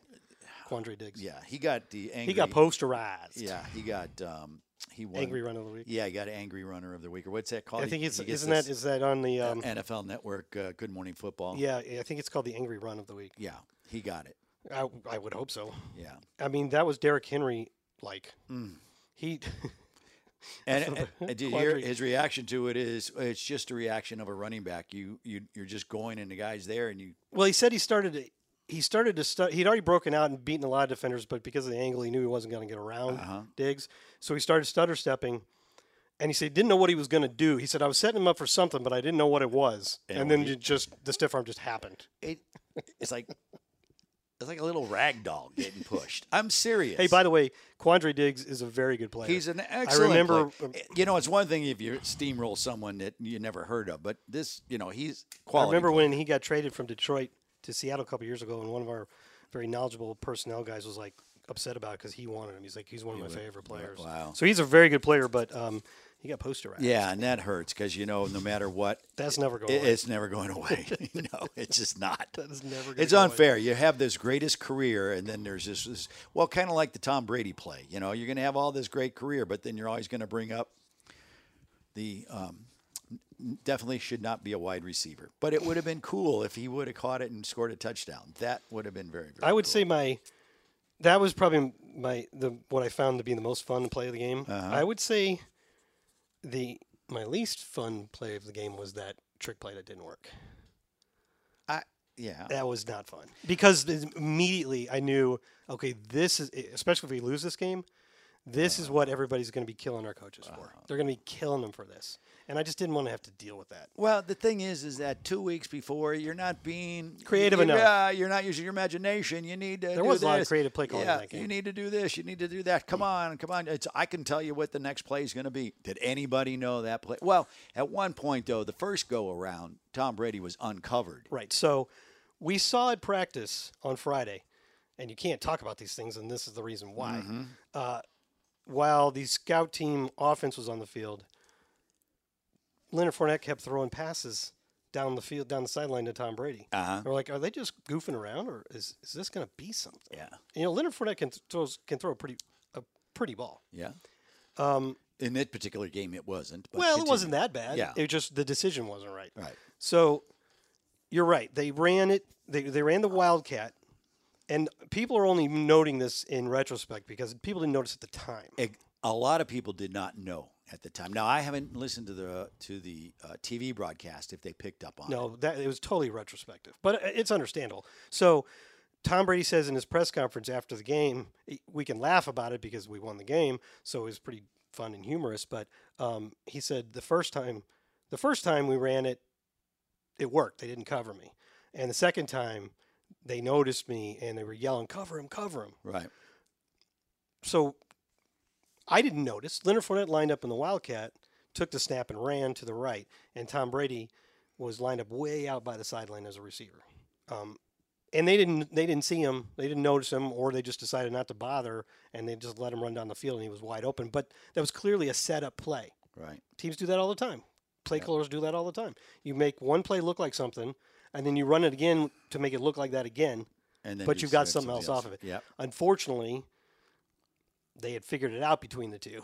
Quandre Diggs.
Yeah, he got the
He
angry.
got posterized.
Yeah, he got um, he won.
Angry runner of the week.
Yeah, he got angry runner of the week or what's that called?
I think it's
he gets
isn't that
this
is that on the um,
NFL Network uh, Good Morning Football.
yeah I think it's called the angry run of the week.
yeah, he got it.
I, I would hope so.
Yeah,
I mean that was Derrick Henry like
Mm.
he
and, and did you hear
Quadri-
his reaction to it? Is it's just a reaction of a running back. You you you're just going and the guy's there and you
well he said he started to, he started to stu- he'd already broken out and beaten a lot of defenders but because of the angle he knew he wasn't going to get around
Uh-huh.
Diggs so he started stutter stepping and he said he didn't know what he was going to do he said I was setting him up for something but I didn't know what it was and, then it just the stiff arm just happened
it it's like it's like a little rag doll getting pushed. I'm serious.
hey by the way Quandre Diggs is a very good player
He's an
I
excellent.
remember um,
player. You know, it's one thing if you steamroll someone that you never heard of, but this, you know, he's
I
quality.
remember when he got traded from Detroit to Seattle a couple years ago, and one of our very knowledgeable personnel guys was like upset about it because he wanted him. He's like, he's one of my favorite players.
wow.
So he's a very good player, but um, he got posterized.
Yeah, and that hurts because you know, no matter what,
That's never going.
it-
away.
it's never going away. no, it's just not.
is never gonna
It's
go away.
unfair. You have this greatest career, and then there's this, this well, kind of like the Tom Brady play. You know, you're going to have all this great career, but then you're always going to bring up the um, definitely should not be a wide receiver. But it would have been cool if he would have caught it and scored a touchdown. That would have been very. very
I would say my that was probably my the what I found to be the most fun play of the game.
Uh-huh.
I would say the my least fun play of the game was that trick play that didn't work.
I yeah.
That was not fun because th- immediately I knew, okay, this is e, especially if we lose this game, this is what everybody's going to be killing our coaches for. They're going to be killing them for this, and I just didn't want to have to deal with that.
Well, the thing is, is that two weeks before, you're not being
Creative
you,
enough.
Yeah, you're not using your imagination. You need to. There
was a lot of creative play calling in
Yeah,
that game.
you need to do this. You need to do that. Come on, come on. It's, I can tell you what the next play is going to be. Did anybody know that play? Well, at one point though, the first go around, Tom Brady was uncovered.
Right. So we saw at practice on Friday, and you can't talk about these things, and this is the reason why.
Mm-hmm.
Uh, while the scout team offense was on the field, Leonard Fournette kept throwing passes down the field, down the sideline to Tom Brady.
Uh-huh.
We're like, are they just goofing around, or is, is this going to be something?
Yeah,
You know, Leonard Fournette can th- throws can throw a pretty a pretty ball.
yeah. Um, in that particular game, it wasn't. But
Well, it
continue.
wasn't that bad.
Yeah.
It just the decision wasn't right.
Right.
So you're right. They ran it. They they ran the wildcat, and people are only noting this in retrospect because people didn't notice at the time.
Eg- a lot of people did not know at the time. Now, I haven't listened to the to the uh, TV broadcast if they picked up on it.
No, that it was totally retrospective, but i- it's understandable. So Tom Brady says in his press conference after the game, i- we can laugh about it because we won the game, so it was pretty fun and humorous. But um, he said the first time, the first time we ran it, it worked. They didn't cover me, and the second time, they noticed me and they were yelling, "Cover him! Cover him!"
Right.
so I didn't notice. Leonard Fournette lined up in the Wildcat, took the snap and ran to the right, and Tom Brady was lined up way out by the sideline as a receiver. Um, and they didn't they didn't see him, they didn't notice him, or they just decided not to bother and they just let him run down the field and he was wide open. But that was clearly a setup play.
Right.
Teams do that all the time. Play callers do that all the time. You make one play look like something, and then you run it again to make it look like that again
And then
but
you
you've got
expect
something else, off of it.
Yeah.
Unfortunately, they had figured it out between the two.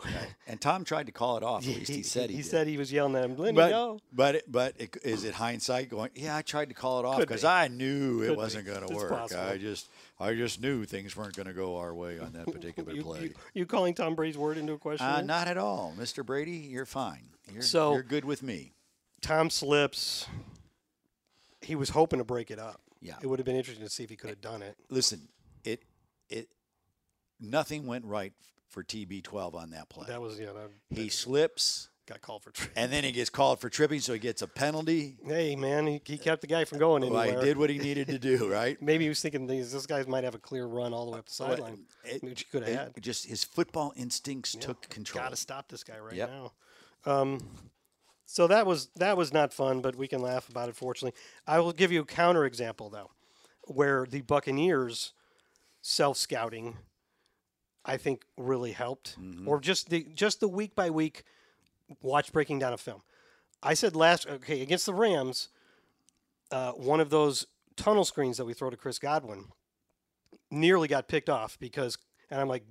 And Tom tried to call it off. At least he, said he, did.
said he was yelling at him, Lenny,
But
no.
but it, but it, is it hindsight going? Yeah, I tried to call it off
Could
because
be.
I knew it
be.
wasn't going
It's
to work.
possible.
I just I just knew things weren't going to go our way on that particular
You,
play.
you, you calling Tom Brady's word into a question?
uh,
there?
not at all, Mr. Brady. You're fine. You're,
So-
you're good with me.
Tom slips. He was hoping to break it up.
Yeah.
It would have been interesting to see if he could have done it.
listen, it it nothing went right for TB12 on that play.
That was, yeah, that
he slips.
got called for. Tri-
and then he gets called for tripping, so he gets a penalty.
hey man, he, he kept the guy from going
Well,
anywhere.
he did what he needed to do, right?
Maybe he was thinking these this guy might have a clear run all the way up the sideline,
it-
which he could have
It-
had.
Just his football instincts took control.
Got to stop this guy right
Yep.
now. Um, so that was that was not fun, but we can laugh about it. Fortunately, I will give you a counter example though, where the Buccaneers self scouting, I think, really helped,
Mm-hmm.
or just the just the week by week watch breaking down a film. I said last okay against the Rams, uh, one of those tunnel screens that we throw to Chris Godwin nearly got picked off because, and I'm like,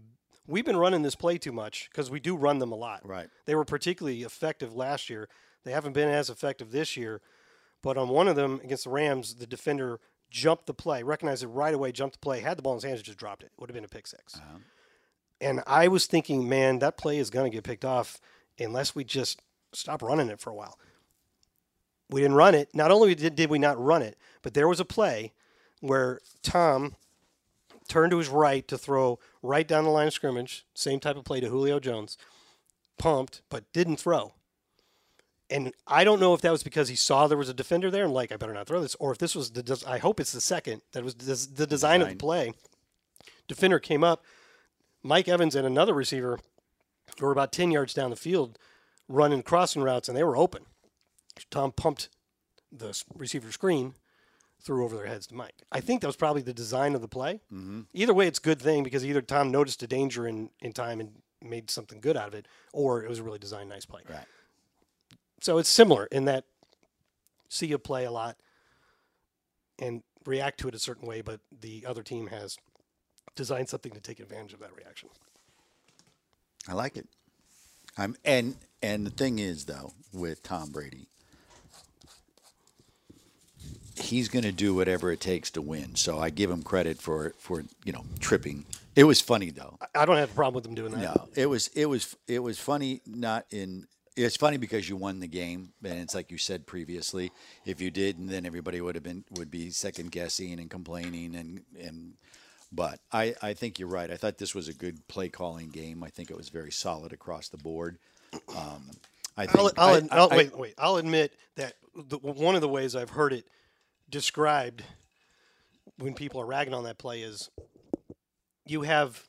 we've been running this play too much because we do run them a lot.
Right.
They were particularly effective last year. They haven't been as effective this year. But on one of them against the Rams, the defender jumped the play, recognized it right away, jumped the play, had the ball in his hands, and just dropped it. It would have been a pick 6 And I was thinking, man, that play is going to get picked off unless we just stop running it for a while. We didn't run it. Not only did, did we not run it, but there was a play where Tom turned to his right to throw right down the line of scrimmage, same type of play to Julio Jones, pumped, but didn't throw. And I don't know if that was because he saw there was a defender there and like I better not throw this, or if this was the des- I hope it's the second that was des- the design of the
Design.
play. Defender came up, Mike Evans and another receiver were about ten yards down the field, running crossing routes, and they were open. Tom pumped the s- receiver screen, threw over their heads to Mike. I think that was probably the design of the play. Mm-hmm. Either way, it's a good thing because either Tom noticed a danger in, in time and made something good out of it, or it was a really designed nice play.
Right.
So it's similar in that see a play a lot and react to it a certain way, but the other team has designed something to take advantage of that reaction.
I like it. I'm and and the thing is though with Tom Brady, he's going to do whatever it takes to win. So I give him credit for for you know tripping. It was funny though.
I don't have a problem with them doing that.
No, it was it was it was funny. Not in it's funny because you won the game, and it's like you said previously. If you didn't, then everybody would have been would be second guessing and complaining and and. But I I think you're right. I thought this was a good play calling game. I think it was very solid across the board. Um, I think
I'll, I'll,
I-
I'll-
I-
wait, wait. I'll admit that the, one of the ways I've heard it described when people are ragging on that play is you have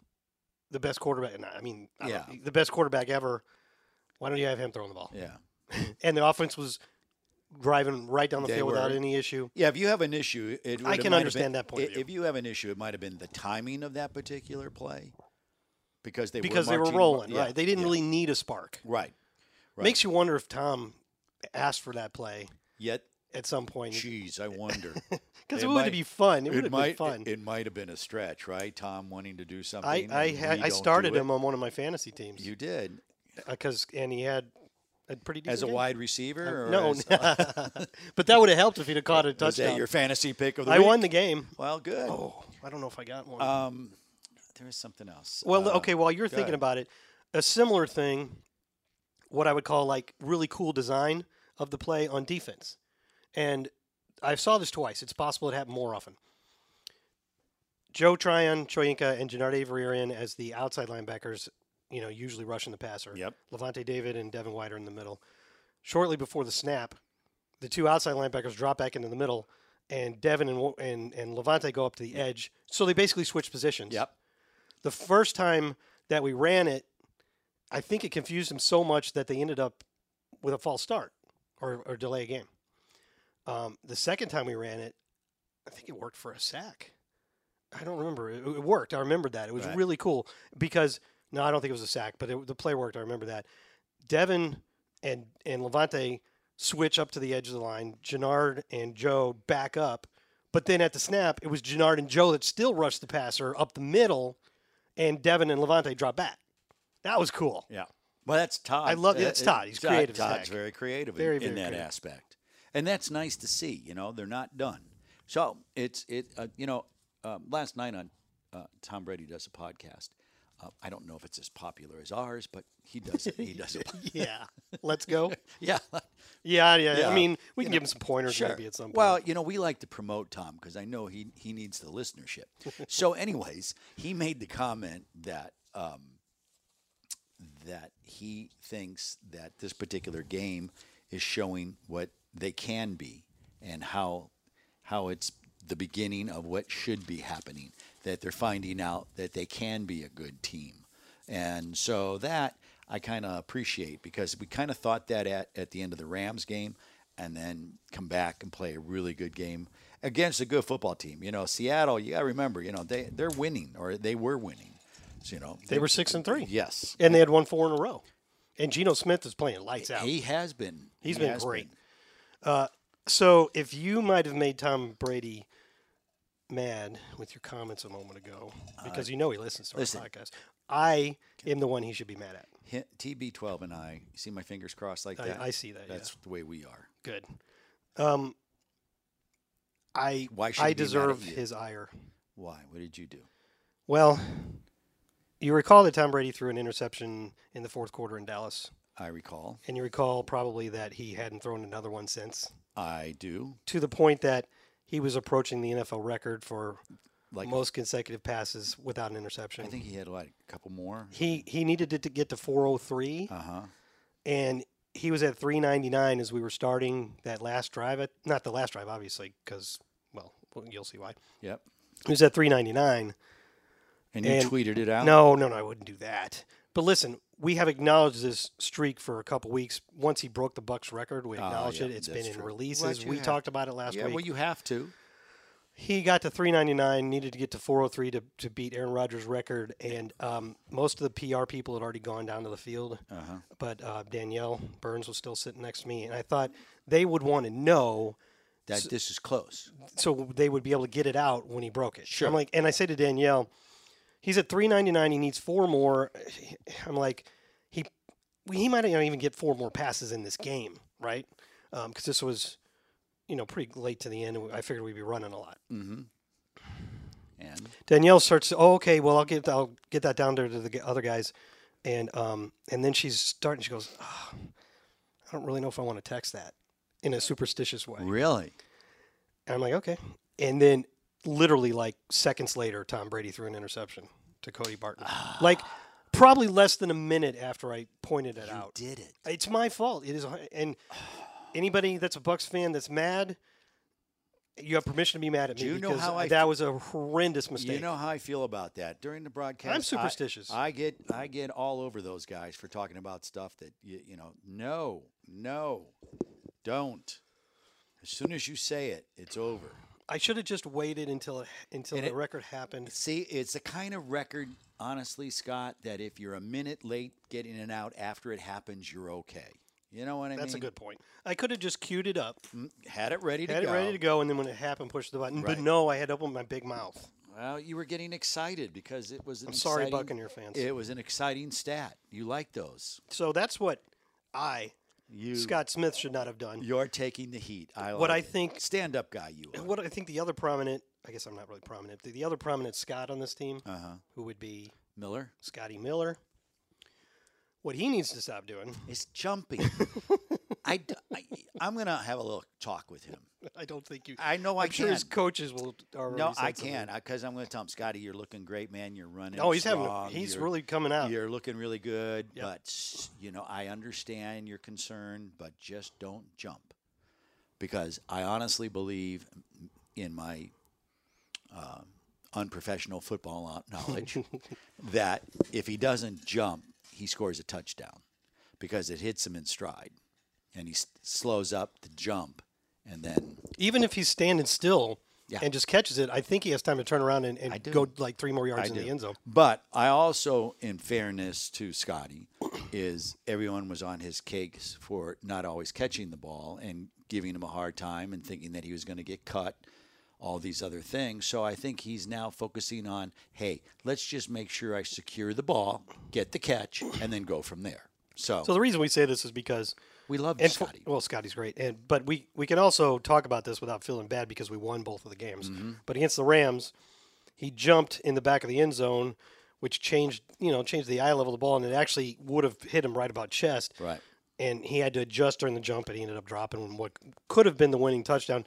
the best quarterback. and I I mean, I don't-
Yeah.
the best quarterback ever. Why don't you have him throwing the ball?
yeah.
And the offense was driving right down the
They
field without
were.
any issue.
Yeah, if you have an issue, it would
I
have-
can
might have
understand
been-
that point of
i-
view.
If you have an issue, it might have been the timing of that particular play because they
Because
were
they were
marching-
rolling,
yeah,
right? They didn't
yeah.
really need a spark.
right. Right.
Makes you wonder if Tom asked for that play
Yet,
at some point
geez, I wonder.
because
it
it, would
might-
have been fun. It, would
it
have been
might
fun.
It, it might have been a stretch, right? Tom wanting to do something.
I
and
I,
we
had, I
don't
started
do it.
him on one of my fantasy teams
You did
because and he had a pretty decent
as a
game. Uh,
wide receiver. Or
Oh, No,
as-
but that would have helped if he'd have caught a
was that
touchdown.
your fantasy pick of the
I
week?
won the game.
Well, good.
Oh, I don't know if I got one.
Um, there was something else.
well,
Uh,
okay. While you're
go
thinking
ahead.
about it, a similar thing, what I would call like really cool design of the play on defense, and I saw this twice. It's possible it happened more often. Joe Tryon, Choyinka, and Gennard Avery as the outside linebackers. You know, usually rushing the passer.
Yep.
Levante David and Devin White are in the middle. Shortly before the snap, the two outside linebackers drop back into the middle, and Devin and Wo- and, and Levante go up to the edge. So they basically switch positions.
Yep.
The first time that we ran it, I think it confused them so much that they ended up with a false start or, or delay a game. Um, the second time we ran it, I think it worked for a sack. I don't remember. It, it worked. I remembered that. It was
Right.
really cool because no, I don't think it was a sack, but it, the play worked. I remember that. Devin and and Levante switch up to the edge of the line. Gennard and Joe back up, but then at the snap, it was Gennard and Joe that still rushed the passer up the middle, and Devin and Levante drop back. That was cool.
Yeah. Well, that's Todd.
I love-
Uh,
that's Todd. He's creative as heck.
Todd's very creative
Very,
in, in
very
that
creative.
aspect, and that's nice to see. You know, they're not done. So it's it. Uh, you know, um, last night on uh, Tom Brady does a podcast. Uh, I don't know if it's as popular as ours, but he does it. He does it.
Yeah, let's go.
Yeah.
Yeah, yeah.
Yeah.
I mean, we can give him some pointers maybe at some point.
Well, you know, we like to promote Tom because I know he he needs the listenership. so, anyways, he made the comment that um, that he thinks that this particular game is showing what they can be and how how it's the beginning of what should be happening that they're finding out that they can be a good team and so that I kind of appreciate because we kind of thought that at, at the end of the Rams game and then come back and play a really good game against a good football team. You know, Seattle, you got to remember, you know, they, they're winning or they were winning. So, you know,
They were six and three.
Yes.
and they had won four in a row. And Geno Smith is playing lights out.
He has been.
He's
he
been
has
great. So if you might have made Tom Brady mad with your comments a moment ago, because you know he listens to
Uh, listen.
our podcast, I am the one he should be mad at.
Hi- TB12 and I, you see my fingers crossed like
I-
that?
I see that, yeah.
That's the way we are.
Good. Um, I
Why should
I
he be mad at
deserve
you?
his ire.
Why? What did you do?
Well, you recall that Tom Brady threw an interception in the fourth quarter in Dallas,
I recall.
and you recall probably that he hadn't thrown another one since.
I do.
To the point that he was approaching the NFL record for
Like,
most consecutive passes without an interception.
I think he had like a couple more.
he he needed it to get to 403
Uh huh.
and he was at 399 as we were starting that last drive at, not the last drive obviously because well you'll see why
Yep.
he was at 399
And you
And-
tweeted it out?
no no no i wouldn't do that but listen we have acknowledged this streak for a couple weeks once he broke the bucks record we acknowledged
Ah, yeah,
it it's been
that's
in
true. What
releases
you
we
have-
talked about it last
Yeah,
week
well, you have to.
he got to 399 needed to get to 403 to, to beat aaron rodgers record and um, most of the pr people had already gone down to the field
Uh-huh.
but uh, danielle burns was still sitting next to me and i thought they would want to know
That this is close.
so they would be able to get it out when he broke it
Sure.
i'm like and i say to danielle he's at 399 he needs four more i'm like he he might not even get four more passes in this game right because this was you know pretty late to the end and i figured we'd be running a lot
And
Danielle starts. Oh, okay. Well, I'll get I'll get that down there to the g- other guys, and um and then she's starting. She goes, oh, I don't really know if I want to text that in a superstitious way.
really,
And I'm like, okay. And then literally like seconds later, Tom Brady threw an interception to Cody Barton.
Ah.
like probably less than a minute after I pointed it out.
did it?
It's my fault. It is, and anybody that's a Bucks fan that's mad, you have permission to be mad at me
Do you know
because
how I
that was a horrendous mistake.
You know how I feel about that. During the broadcast, I-
superstitious.
I, get I get all over those guys for talking about stuff that you you know. No, no, don't. As soon as you say it, it's over.
I should have just waited until it, until
And
the
it-
record happened.
See, it's the kind of record, honestly, Scott, that if you're a minute late getting it out after it happens, you're okay. You know what I
That's a
mean?
good point. I could have just queued it up,
Had it ready to
had
go.
it ready to go, and then when it happened, pushed the button.
Right.
But no, I had to open my big mouth.
Well, you were getting excited because it was. An
I'm sorry,
exciting-
Buccaneer fans.
It was an exciting stat. You like those.
So that's what I,
You,
Scott Smith, should not have done.
you're taking the heat. I
What
like
I
it.
think-
stand-up guy, you are.
What I think the other prominent, I guess I'm not really prominent, the, the other prominent Scott on this team,
Uh-huh.
who would be
Miller
Scotty Miller, what he needs to stop doing,
is jumping. I, d- I, am gonna have a little talk with him.
I don't think you.
I know I
I'm sure his
can.
coaches will. already
No,
said
I
something.
can because I'm gonna tell him, Scotty, you're looking great, man. You're running.
No, he's having.
strong,
He's
you're-
really coming out.
You're looking really good,
Yep.
but you know I understand your concern, but just don't jump, because I honestly believe in my uh, unprofessional football kno- knowledge that if he doesn't jump, he scores a touchdown because it hits him in stride, and he s- slows up the jump, and then
even if he's standing still
Yeah.
and just catches it, I think he has time to turn around and, and
do.
go like three more yards in
do.
the end zone.
But I also, in fairness to Scotty, is everyone was on his cakes for not always catching the ball and giving him a hard time and thinking that he was going to get cut, all these other things. So I think he's now focusing on, hey, let's just make sure I secure the ball, get the catch, and then go from there. So,
So the reason we say this is because
we love
and for-
Scotty.
well, Scotty's great, and but we we can also talk about this without feeling bad because we won both of the games.
Mm-hmm.
But against the Rams, he jumped in the back of the end zone, which changed you know changed the eye level of the ball, and it actually would have hit him right about chest.
Right.
And he had to adjust during the jump, and he ended up dropping what could have been the winning touchdown.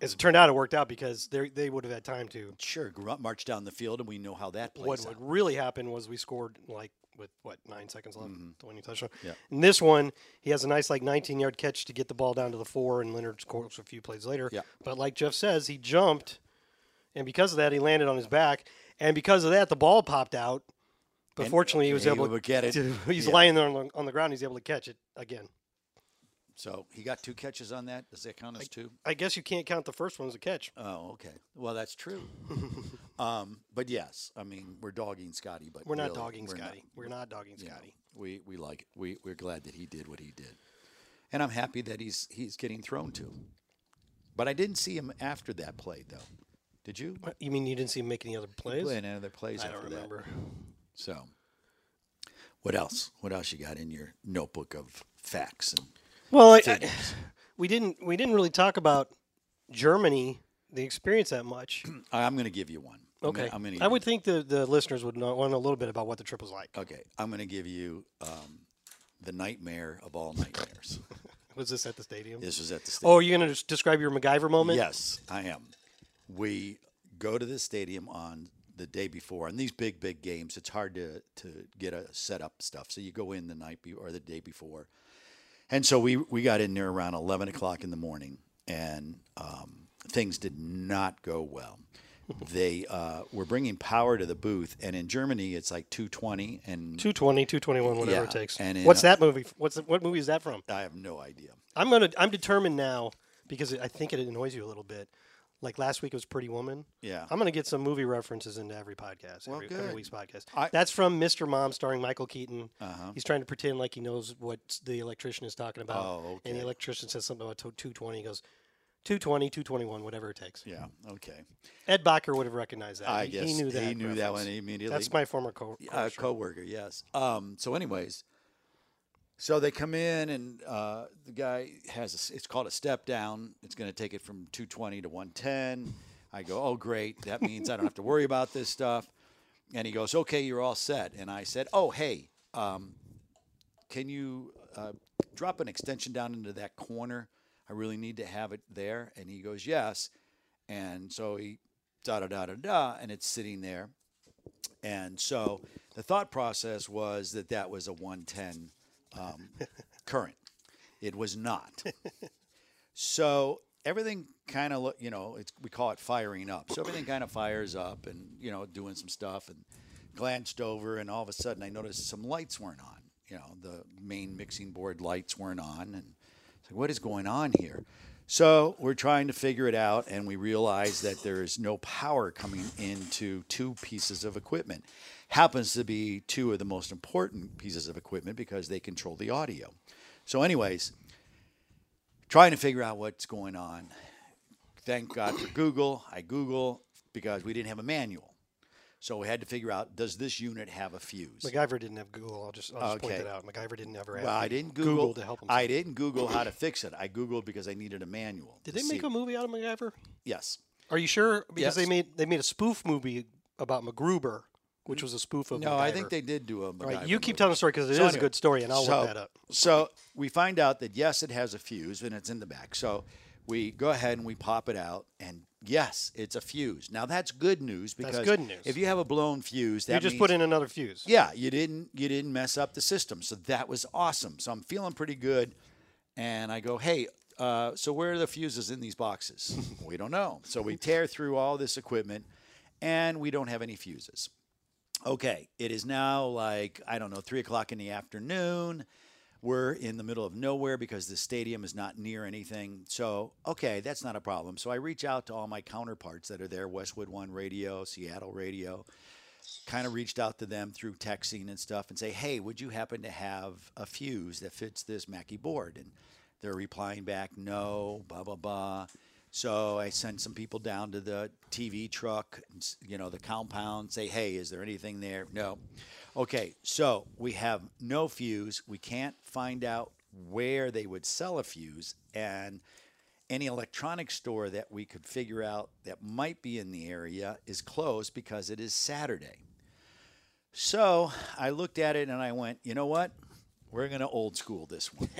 As it turned out, it worked out because they they would have had time to
Sure, gr- march down the field, and we know how that plays
what
out.
would really happen was we scored like with what nine seconds left to win you touchdown.
Mm-hmm. Yeah.
In this one, he has a nice like 19 yard catch to get the ball down to the four, and Leonard scores a few plays later.
Yeah.
But like Jeff says, he jumped, and because of that, he landed on his back, and because of that, the ball popped out. But
And
fortunately, he was
he
able
would get it.
to- he's
Yeah.
lying there on the, on the ground. He's able to catch it again.
So he got two catches on that. Does that count as two?
I guess you can't count the first one as a catch.
Oh, okay. Well, that's true. um, but yes, I mean we're dogging Scotty, but
We're not
really,
dogging
we're not-
Scotty. we're not dogging
you know,
Scotty.
we we like it. We we're glad that he did what he did, and I'm happy that he's he's getting thrown to. But I didn't see him after that play though. Did you?
You mean you didn't see him make any other plays?
Play another plays
I
after
don't
that.
remember.
So, what else? What else you got in your notebook of facts? And
Well, I, I- we didn't we didn't really talk about Germany the experience that much.
I- I'm going to give you one. I'm gonna-
Okay,
I'm going to.
I would think the the listeners would know, want to know a little bit about what the trip was like.
Okay, I'm going to give you um, the nightmare of all nightmares.
Was this at the stadium?
this was at the stadium.
Oh, are you going to describe your MacGyver moment?
Yes, I am. We go to the stadium on the day before, and these big, big games, it's hard to to get a setup stuff. So you go in the night be- or the day before, and so we we got in there around eleven o'clock in the morning, and um, things did not go well. they uh, were bringing power to the booth, and in Germany it's like two twenty, and
220, 221, whatever
Yeah,
it takes.
and in- uh,
What's that movie? What's what movie is that from?
I have no idea.
I'm gonna I'm determined now because I think it annoys you a little bit. Like last week was Pretty Woman.
Yeah.
I'm gonna get some movie references into every podcast, every,
good.
every week's podcast.
I- Uh-huh.
That's from Mr. Mom, starring Michael Keaton. He's trying to pretend like he knows what the electrician is talking about.
Oh,
And the
okay.
electrician says something about 220. He goes, 220, 221, whatever it takes.
Yeah. Okay.
Ed Bacher would have recognized that.
I
he,
guess
he knew that.
He knew that one
reference.
immediately.
That's my former co.
uh,
coach.
coworker, yes. Um, so, anyways, so they come in and uh, the guy has a s it's called a step down. It's going to take it from 220 to 110. I go, oh great, that means I don't have to worry about this stuff. And he goes, okay, you're all set. And I said, oh hey, um, can you uh, drop an extension down into that corner? I really need to have it there. And he goes, yes. And so he da da da da da, and it's sitting there. And so the thought process was that that was a 110 um, current. It was not. so everything kind of look, you know, it's, we call it firing up. So everything kind of fires up and, you know, doing some stuff and glanced over and all of a sudden I noticed some lights weren't on. You know, the main mixing board lights weren't on and it's like, what is going on here? So we're trying to figure it out, and we realize that there is no power coming into two pieces of equipment. Happens to be two of the most important pieces of equipment because they control the audio. So, anyways, trying to figure out what's going on. Thank God for Google. I Google because we didn't have a manual. So we had to figure out does this unit have a fuse?
MacGyver didn't have Google. I'll just, I'll just point
Okay.
that out. MacGyver didn't ever have
Well, I didn't Google,
to help him.
I didn't Google how to fix it. I Googled because I needed a manual.
Did
to
they make
see-
a movie out of MacGyver?
Yes.
Are you sure? Because they
Yes.
made they made a spoof movie about MacGruber, which was a spoof of.
No, I think
MacGyver.
they did do a.
All right,
MacGyver
you keep
movie.
telling the story because it is
So
a
anyway,
good story, and I'll
so,
look that up.
So we find out that yes, it has a fuse and it's in the back. So we go ahead and we pop it out, and yes, it's a fuse. Now that's good news because
good news.
If you have a blown fuse, that
you just
means
put in another fuse.
yeah, you didn't you didn't mess up the system, so that was awesome. So I'm feeling pretty good, and I go, hey, uh, so where are the fuses in these boxes? we don't know. So we tear through all this equipment, and we don't have any fuses. Okay, it is now like I don't know three o'clock in the afternoon. We're in the middle of nowhere because the stadium is not near anything. So, okay, that's not a problem. So I reach out to all my counterparts that are there Westwood One Radio, Seattle Radio, kind of reached out to them through texting and stuff and say, "Hey, would you happen to have a fuse that fits this Mackie board?" And they're replying back, "No, blah blah blah." So I send some people down to the TV truck, and s- you know, the compound, say, "Hey, is there anything there?" No. Okay, so we have no fuse. We can't find out where they would sell a fuse and any electronics store that we could figure out that might be in the area is closed because it is Saturday. So I looked at it and I went, you know what? We're going to old school this one.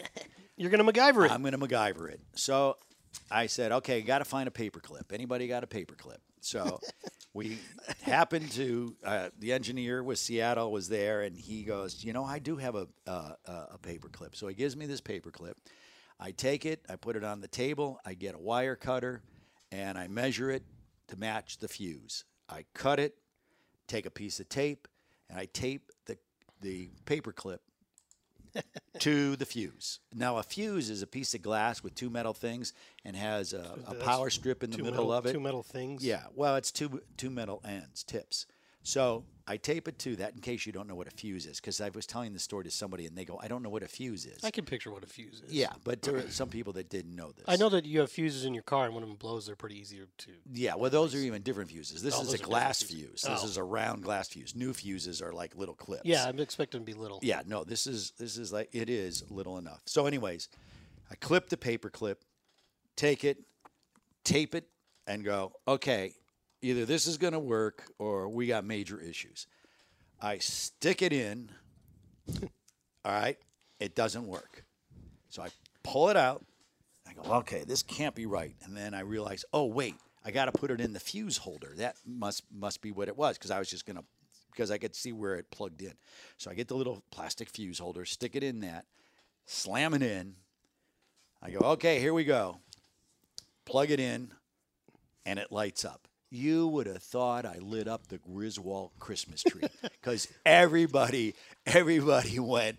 You're gonna MacGyver it.
I'm going to MacGyver it. So I said, okay, got to find a paperclip. Anybody got a paperclip? So we happened to uh, the engineer with Seattle was there, and he goes, "You know, I do have a uh, a a paperclip." So he gives me this paperclip. I take it, I put it on the table, I get a wire cutter, and I measure it to match the fuse. I cut it, take a piece of tape, and I tape the the paperclip to the fuse. Now, a fuse is a piece of glass with two metal things and has a, a power strip in the
Two
middle
metal,
of it.
two metal things.
Yeah, well, it's two two metal ends, tips. So I tape it to that in case you don't know what a fuse is, because I was telling the story to somebody and they go, "I don't know what a fuse is."
I can picture what a fuse is.
yeah, but there are some people that didn't know this.
I know that you have fuses in your car, and when them blows, they're pretty easy to.
Yeah, well, those are even different fuses. This
Oh, those
is
are
a
different
glass
fuses.
fuse. This
Oh.
is a round glass fuse. New fuses are like little clips.
Yeah, I'm expecting to be little.
Yeah, no, this is this is like it is little enough. So, anyways, I clip the paper clip, take it, tape it, and go, okay, either this is gonna work or we got major issues. I stick it in, all right, it doesn't work. So I pull it out, I go, okay, this can't be right. And then I realize, oh wait, I got to put it in the fuse holder. That must must be what it was because I was just gonna because I could see where it plugged in. So I get the little plastic fuse holder, stick it in that, slam it in. I go, okay, here we go. Plug it in, and it lights up. You would have thought I lit up the Griswold Christmas tree because everybody, everybody went,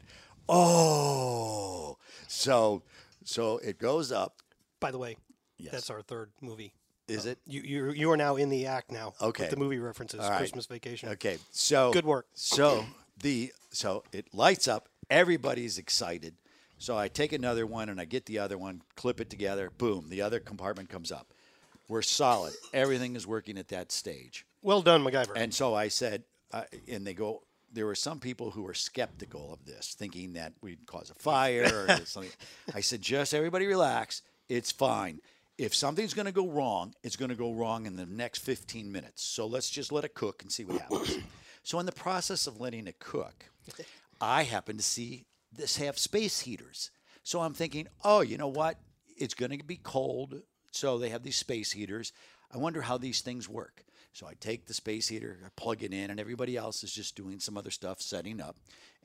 oh. So, so it goes up.
By the way,
Yes.
that's our third movie.
Is it?
You you you are now in the act now. with
Okay.
the movie references.
right.
Christmas Vacation.
Okay. So
Good work.
So the so it lights up. Everybody's excited. So I take another one and I get the other one, clip it together. Boom. The other compartment comes up. We're solid. Everything is working at that stage.
Well done, MacGyver.
And so I said, uh, and they go, there were some people who were skeptical of this, thinking that we'd cause a fire or something. I said, just everybody relax. It's fine. If something's going to go wrong, it's going to go wrong in the next 15 minutes. So let's just let it cook and see what happens. so, in the process of letting it cook, I happen to see this have space heaters. So I'm thinking, oh, you know what? It's going to be cold. So they have these space heaters. I wonder how these things work. So I take the space heater, I plug it in, and everybody else is just doing some other stuff, setting up.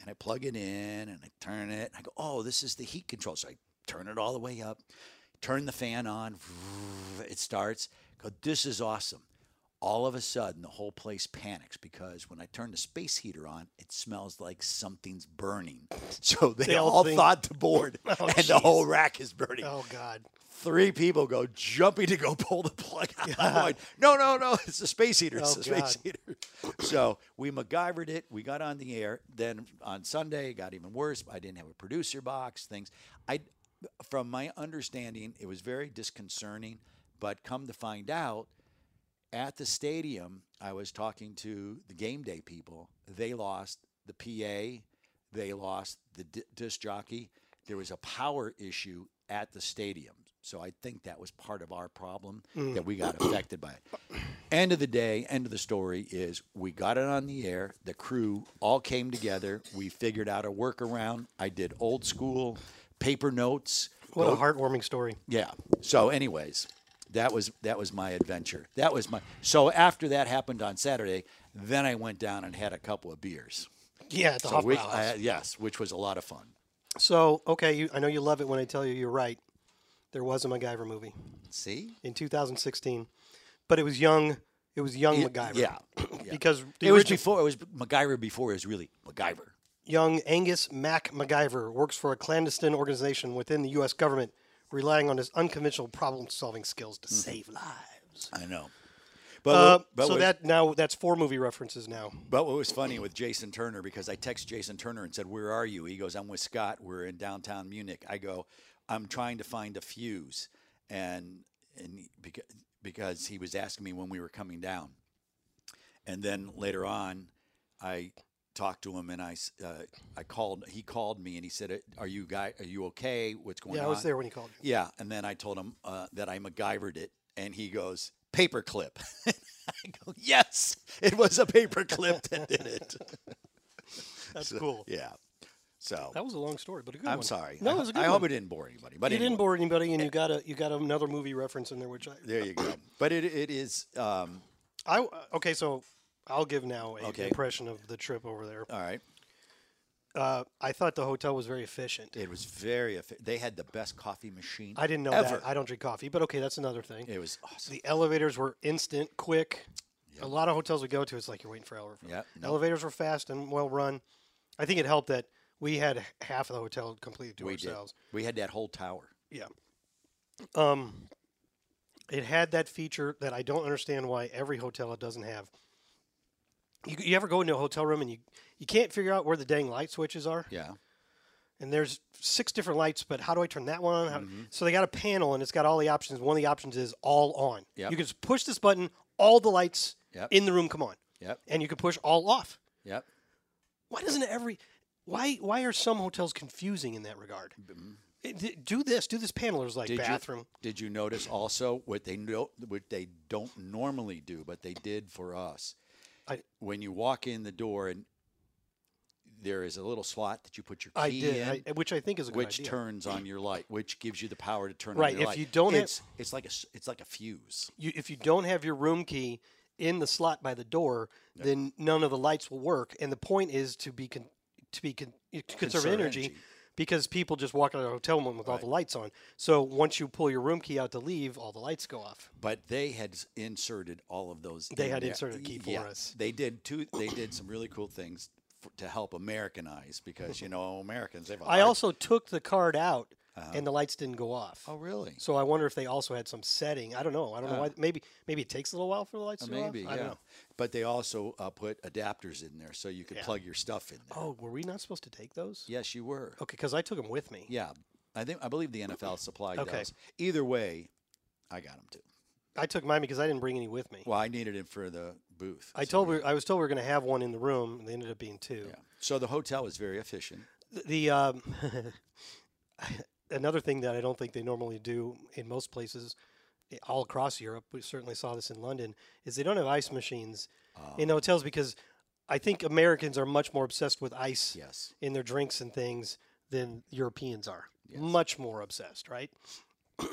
And I plug it in and I turn it. I go, oh, this is the heat control. So I turn it all the way up, turn the fan on. It starts. Go, this is awesome. All of a sudden, the whole place panics because when I turn the space heater on, it smells like something's burning. So they,
all
all,
think-
thought the board and the whole rack is burning.
oh God.
Three people go jumping to go pull the plug out. I'm going, no, no, no, it's the space heater. It's
Oh,
the
God.
space heater. So we MacGyvered it. We got on the air. Then on Sunday, it got even worse. I didn't have a producer box, things. I, From my understanding, it was very disconcerting. But come to find out, at the stadium, I was talking to the game day people. They lost the PA, they lost the di- disc jockey. There was a power issue at the stadium. So I think that was part of our problem that we got affected by it. End of the day, end of the story is we got it on the air. The crew all came together. We figured out a workaround. I did old school paper notes.
What a heartwarming story.
Yeah. So, anyways, that was that was my adventure. That was my. So after that happened on Saturday, then I went down and had a couple of beers.
Yeah, at the
So
Hoffman
which,
House.
I, yes, which was a lot of fun.
So okay, you, I know you love it when I tell you you're right. There was a MacGyver movie
See.
in 2016, but it was young. It was young MacGyver.
Yeah. yeah.
Because the
it was
origi-
before it was MacGyver. Before it was really MacGyver.
young Angus Mac MacGyver works for a clandestine organization within the U.S. government, relying on his unconventional problem-solving skills to save lives.
I know. Mm-hmm. But
Uh,
what- but
so
what-
that now that's four movie references now.
But what was funny with Jason Turner because I text Jason Turner and said, "Where are you?" He goes, "I'm with Scott. We're in downtown Munich." I go, "I'm trying to find a fuse," and and because because he was asking me when we were coming down, and then later on, I talked to him and I s- uh, I called. He called me and he said, "Are you guy? Are you okay? What's going
Yeah,
on?"
I was there when he called you.
Yeah, and then I told him uh, that I MacGyvered it, and he goes, "Paperclip." I go, "Yes, it was a paperclip that did it."
That's cool.
yeah, so
That was a long story, but a good one.
I'm sorry.
No,
I,
it was a good
I
one.
hope it didn't bore anybody. But
you
anyway, Eh
didn't bore anybody, and you got a you got another movie reference in there, which I
There you go. But it it is um,
I uh, okay, so I'll give now an
Okay.
impression of the trip over there.
All right.
Uh, I thought the hotel was very efficient.
It was very. effi- They had the best coffee machine.
I didn't know
ever.
that. I don't drink coffee, but okay, that's another thing.
It was awesome.
The elevators were instant, quick. A lot of hotels we go to, it's like you're waiting for an hour.
Yep, no.
Elevators were fast and well run. I think it helped that we had h- half of the hotel completely to
We did.
ourselves.
We had that whole tower.
Yeah. Um, it had that feature that I don't understand why every hotel it doesn't have. You, you ever go into a hotel room and you you can't figure out where the dang light switches are?
Yeah.
and there's six different lights, but how do I turn that one on? How,
Mm-hmm.
So they got a panel and it's got all the options. One of the options is all on.
Yep.
You can just push this button, all the lights
Yep.
in the room come on.
Yep.
And you can push all off.
Yep.
Why doesn't every why why are some hotels confusing in that regard? It- Do this, do this panel. There's like
Mm-hmm. Did
bathroom.
You, did you notice also what they know, what they don't normally do, but they did for us?
I-
when you walk in the door and there is a little slot that you put your key
I did,
in,
I, which I think is a good
which
idea.
turns on your light, which gives you the power to turn
Right,
on your
if
light.
you don't have-
it's it's like a s- it's like a fuse.
you, if you don't have your room key in the slot by the door, then none of the lights will work. And the point is to be con- to be con- to conserve
Conserve
energy,
energy.
because people just walk out of the hotel room with all the lights on. So once you pull your room key out to leave, all the lights go off.
But they had s- inserted all of those.
They
in
had
there.
inserted a key for
Yeah,
us.
They did two. They did some really cool things f to help Americanize because you know Americans. They have a
I
hard-
also took the card out, and the lights didn't go off.
Uh-huh. Oh really?
So I wonder if they also had some setting. I don't know. I don't know why. Maybe maybe it takes a little while for the lights to go off.
Uh, Maybe,
I
yeah.
don't know.
But they also uh, put adapters in there so you could plug your stuff in there.
Oh, were we not supposed to take those?
Yes, you were.
Okay, because I took them with me.
Yeah, I think I believe the NFL supplied
Okay.
those. Either way, I got them too.
I took mine because I didn't bring any with me.
Well, I needed it for the booth.
I
so-
told uh, we I was told we were going to have one in the room, and they ended up being two.
Yeah. So the hotel was very efficient.
Th- The um, another thing that I don't think they normally do in most places, i- all across Europe, we certainly saw this in London, is they don't have ice machines
Um,
in
Oh.
hotels because I think Americans are much more obsessed with ice
Yes.
in their drinks and things than Europeans are. Much more obsessed, right?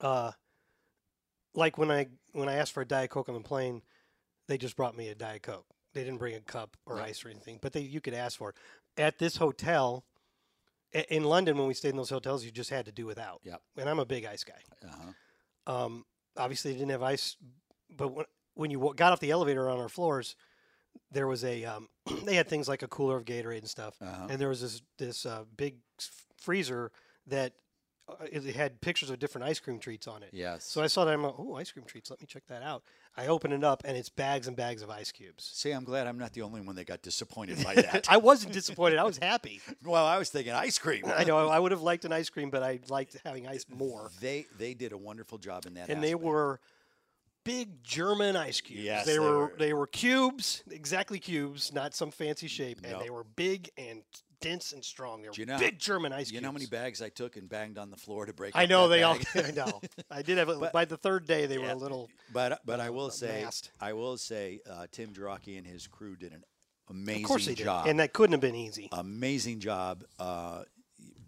uh, like when I when I asked for a diet coke on the plane, they just brought me a diet coke. They didn't bring a cup or ice or anything, but they you could ask for it. At this hotel i- in London, when we stayed in those hotels, you just had to do without.
Yep.
And I'm a big ice guy.
Uh-huh.
Um, obviously, they didn't have ice, but when, when you w- got off the elevator on our floors, there was a um, they had things like a cooler of Gatorade and stuff,
Uh-huh.
and there was this this uh, big s- freezer that uh, it it had pictures of different ice cream treats on it.
Yes.
So I saw that I'm like, oh, ice cream treats. Let me check that out. I open it up, and it's bags and bags of ice cubes.
See, I'm glad I'm not the only one that got disappointed by that.
I wasn't disappointed. I was happy.
well, I was thinking ice cream.
I know I would have liked an ice cream, but I liked having ice more.
They they did a wonderful job in that.
and they
aspect.
were big German ice cubes.
Yes,
they,
they
were,
were.
they were cubes, exactly cubes, not some fancy shape, and they were big and dense and strong. They were
Do you know-
big German ice
You
cubes.
know how many bags I took and banged on the floor to break.
I
up
know
that
they all.
bag?
I know. I did have. A, by the third day, they were
Yeah.
a little.
But but I will say
masked.
I will say uh, Tim Jarocki and his crew did an amazing
Of course, they did,
job.
and that couldn't have been easy.
amazing job uh,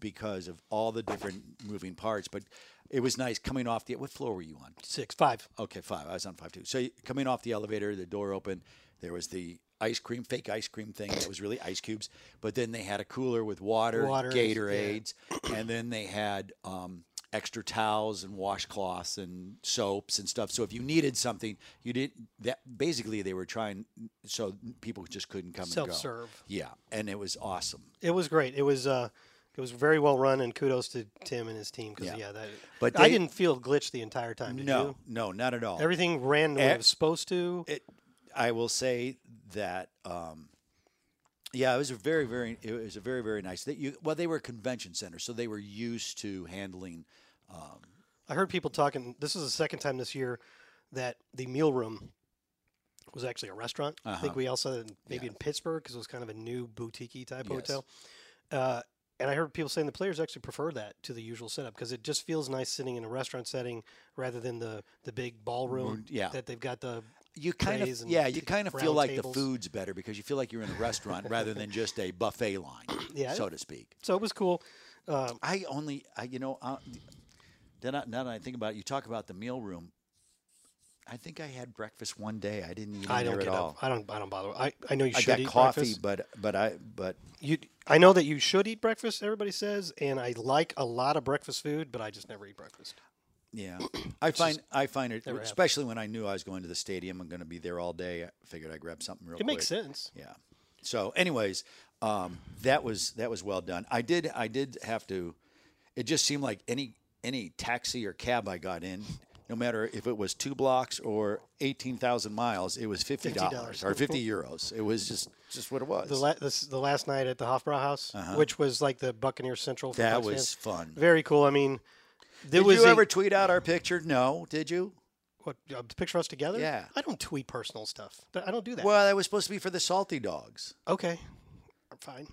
because of all the different moving parts. But it was nice coming off the. What floor were you on?
Six five.
Okay, five. I was on five two. So you- coming off the elevator, the door opened. There was the ice cream, fake ice cream thing that was really ice cubes. But then they had a cooler with water,
Waters, yeah.
Gatorades, and then they had um, extra towels and washcloths and soaps and stuff. So if you needed something, you didn't. That basically they were trying so people just couldn't come and
Self-serve.
go. Yeah, and it was awesome.
It was great. It was. uh it was very well run, and kudos to Tim and his team. Because
Yeah.
yeah. that.
But
I
they-
didn't feel glitched the entire time. Did
No,
you?
no, not at all.
Everything ran the way
Eh,
it was supposed to.
it I will say that um, yeah, it was a very very it was a very very nice that you well they were a convention center so they were used to handling
I heard people talking. This is the second time this year that the meal room was actually a restaurant. I
Uh-huh.
think we also had it in- maybe in Pittsburgh because it was kind of a new boutique type
Yes.
hotel. Uh, and I heard people saying the players actually prefer that to the usual setup because it just feels nice sitting in a restaurant setting rather than the the big ballroom
Mm, yeah.
that they've got the
you kind
Trays
of
and
yeah you
t-
kind of feel
round
like
tables.
the food's better because you feel like you're in a restaurant rather than just a buffet line
Yeah.
so to speak.
so it was cool. Uh,
I uh, only I you know I, then I, now that I think about it, you talk about the meal room. I think I had breakfast one day. I didn't eat in
I don't
there
get
at all.
up. I don't. I don't bother. I, I know you
I
should
got
eat
coffee,
breakfast.
but but I but
You, I know that you should eat breakfast. Everybody says, and I like a lot of breakfast food, but I just never eat breakfast.
yeah, I find I find it
never happened.
especially when I knew I was going to the stadium. I'm going to be there all day. I figured I'd grab something real
It
quick.
makes sense.
Yeah. So, anyways, um, that was that was well done. I did I did have to. It just seemed like any any taxi or cab I got in, no matter if it was two blocks or eighteen thousand miles, it was fifty dollars
$50.
or fifty euros. It was just just what it was.
The, la- this, the last night at the Hofbrauhaus, which was like the Buccaneer Central. For
Uh-huh. that
Bucks
was
fans.
fun.
very cool. I mean, there
Did
was
you
a-
ever tweet out our picture? No, did you?
what uh, picture us together.
Yeah.
I don't tweet personal stuff. Th- I don't do that.
Well, that was supposed to be for the salty dogs.
Okay, I'm fine.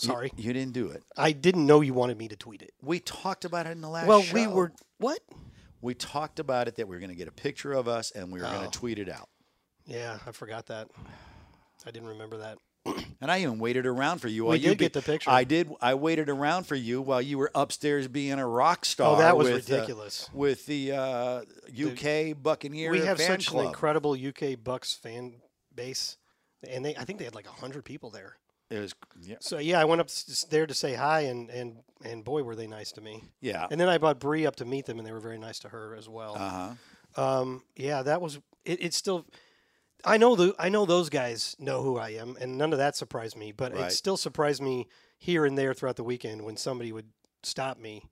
Sorry,
You didn't do it.
I didn't know you wanted me to tweet it.
We talked about it in the last.
Well, we
show.
were what?
We talked about it that we were going to get a picture of us and we were
Oh.
going to tweet it out.
Yeah, I forgot that. I didn't remember that.
And I even waited around for you. While
We
you
did get the picture.
I did. I waited around for you while you were upstairs being a rock star.
Oh, that was
with, uh,
ridiculous.
with the uh, UK Buccaneer
we have
fan
such
club.
an incredible UK Bucks fan base, and they I think they had like hundred people there.
It was yeah,
So yeah, I went up s- there to say hi, and and and boy, were they nice to me.
yeah.
And then I brought Bree up to meet them, and they were very nice to her as well.
uh-huh.
Um, yeah, that was it. It's still, I know the I know those guys know who I am, and none of that surprised me. But
Right.
it still surprised me here and there throughout the weekend when somebody would stop me.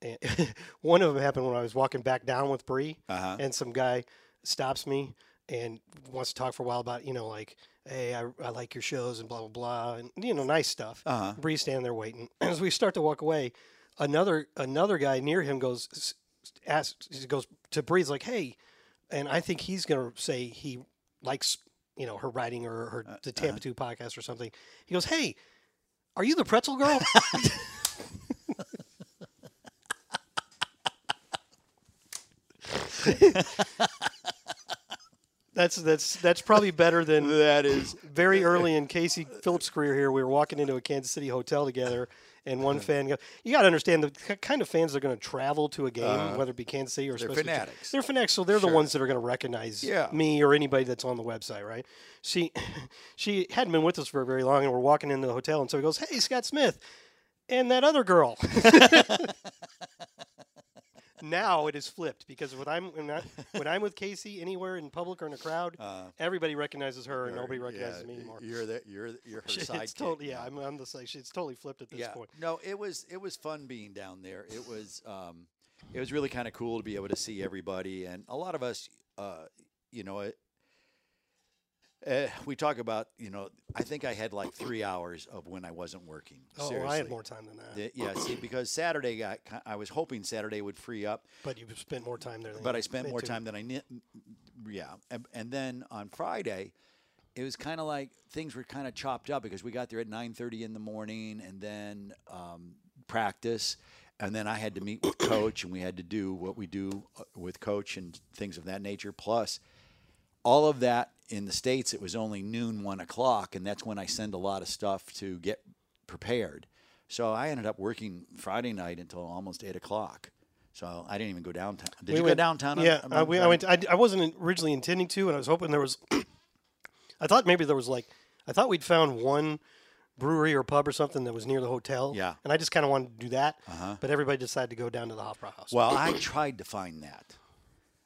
And one of them happened when I was walking back down with Bree,
Uh-huh.
and some guy stops me and wants to talk for a while about you know like hey I, I like your shows and blah blah blah and you know nice stuff.
Uh-huh.
Bree's standing there waiting. As we start to walk away, another another guy near him goes s- asks he goes to Bree's like, "Hey," and I think he's gonna say he likes you know her writing or her
Uh, uh-huh.
the Tampa Two podcast or something. He goes, "Hey, are you the pretzel girl?" That's that's that's probably better than
That is
very early in Casey Phillips' career here, we were walking into a Kansas City hotel together, and
Uh-huh.
one fan goes, "You got to understand the k- kind of fans that are going to travel to a game, whether it be Kansas City or they're
Uh-huh. fanatics.
they're fanatics, so they're the ones that are going to recognize
Yeah.
me or anybody that's on the website, right?" She she hadn't been with us for very long, and we're walking into the hotel, and so he goes, "Hey, Scott Smith." And that other girl. now it is flipped because when I'm when, I, when I'm with Casey anywhere in public or in a crowd, everybody recognizes her and nobody recognizes
Uh, yeah,
me anymore.
You're the, you're the- you're her
It's
sidekick.
totally yeah.
now.
I'm, I'm the same. It's totally flipped at this
yeah.
point.
No, it was it was fun being down there. It was um, it was really kind of cool to be able to see everybody, and a lot of us, uh, you know, it, uh, we talk about you know. I think I had like three hours of when I wasn't working.
Oh,
Seriously.
I had more time than that.
The- yeah, see, because Saturday got, ki- I was hoping Saturday would free up,
but you spent more time there. Than
but
you
I spent
meant
more
to.
time than I knew. Yeah, and, and then on Friday, it was kind of like things were kind of chopped up because we got there at nine thirty in the morning, and then um, practice, and then I had to meet with coach, and we had to do what we do uh, with coach and things of that nature. Plus, all of that in the states, it was only noon, one o'clock, and that's when I send a lot of stuff to get prepared. So I ended up working Friday night until almost eight o'clock. So I didn't even go downtown. Did you go
went-
downtown? on-
Yeah,
on
uh, we, I went.
Friday?
I, I wasn't in- originally intending to, and I was hoping there was. I thought maybe there was like, I thought we'd found one brewery or pub or something that was near the hotel.
Yeah. Uh-huh.
and I just kind of wanted to do that, but everybody decided to go down to the Hofbrauhaus. House.
Well, I tried to find that,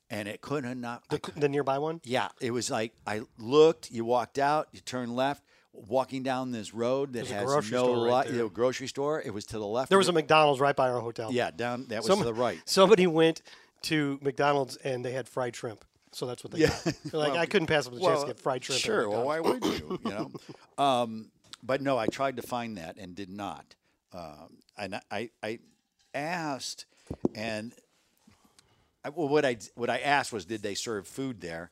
and it could have not. I
the,
cou-
the nearby one.
yeah, it was like I looked. You walked out. You turned left. Walking down this road that
There's a
has
grocery
no
store right
light,
there.
you know, grocery store. It was to the left.
There was a McDonald's right by our hotel.
yeah down that was
Some-
to the right.
Somebody went to McDonald's and they had fried shrimp. So that's what they got. They're like, I couldn't pass up the chance to get fried shrimp. at
Sure. Well,
McDonald's."
why would you? You know. um, but no, I tried to find that and did not. Um, and I- I, I asked, and I, well, what I what I asked was, did they serve food there?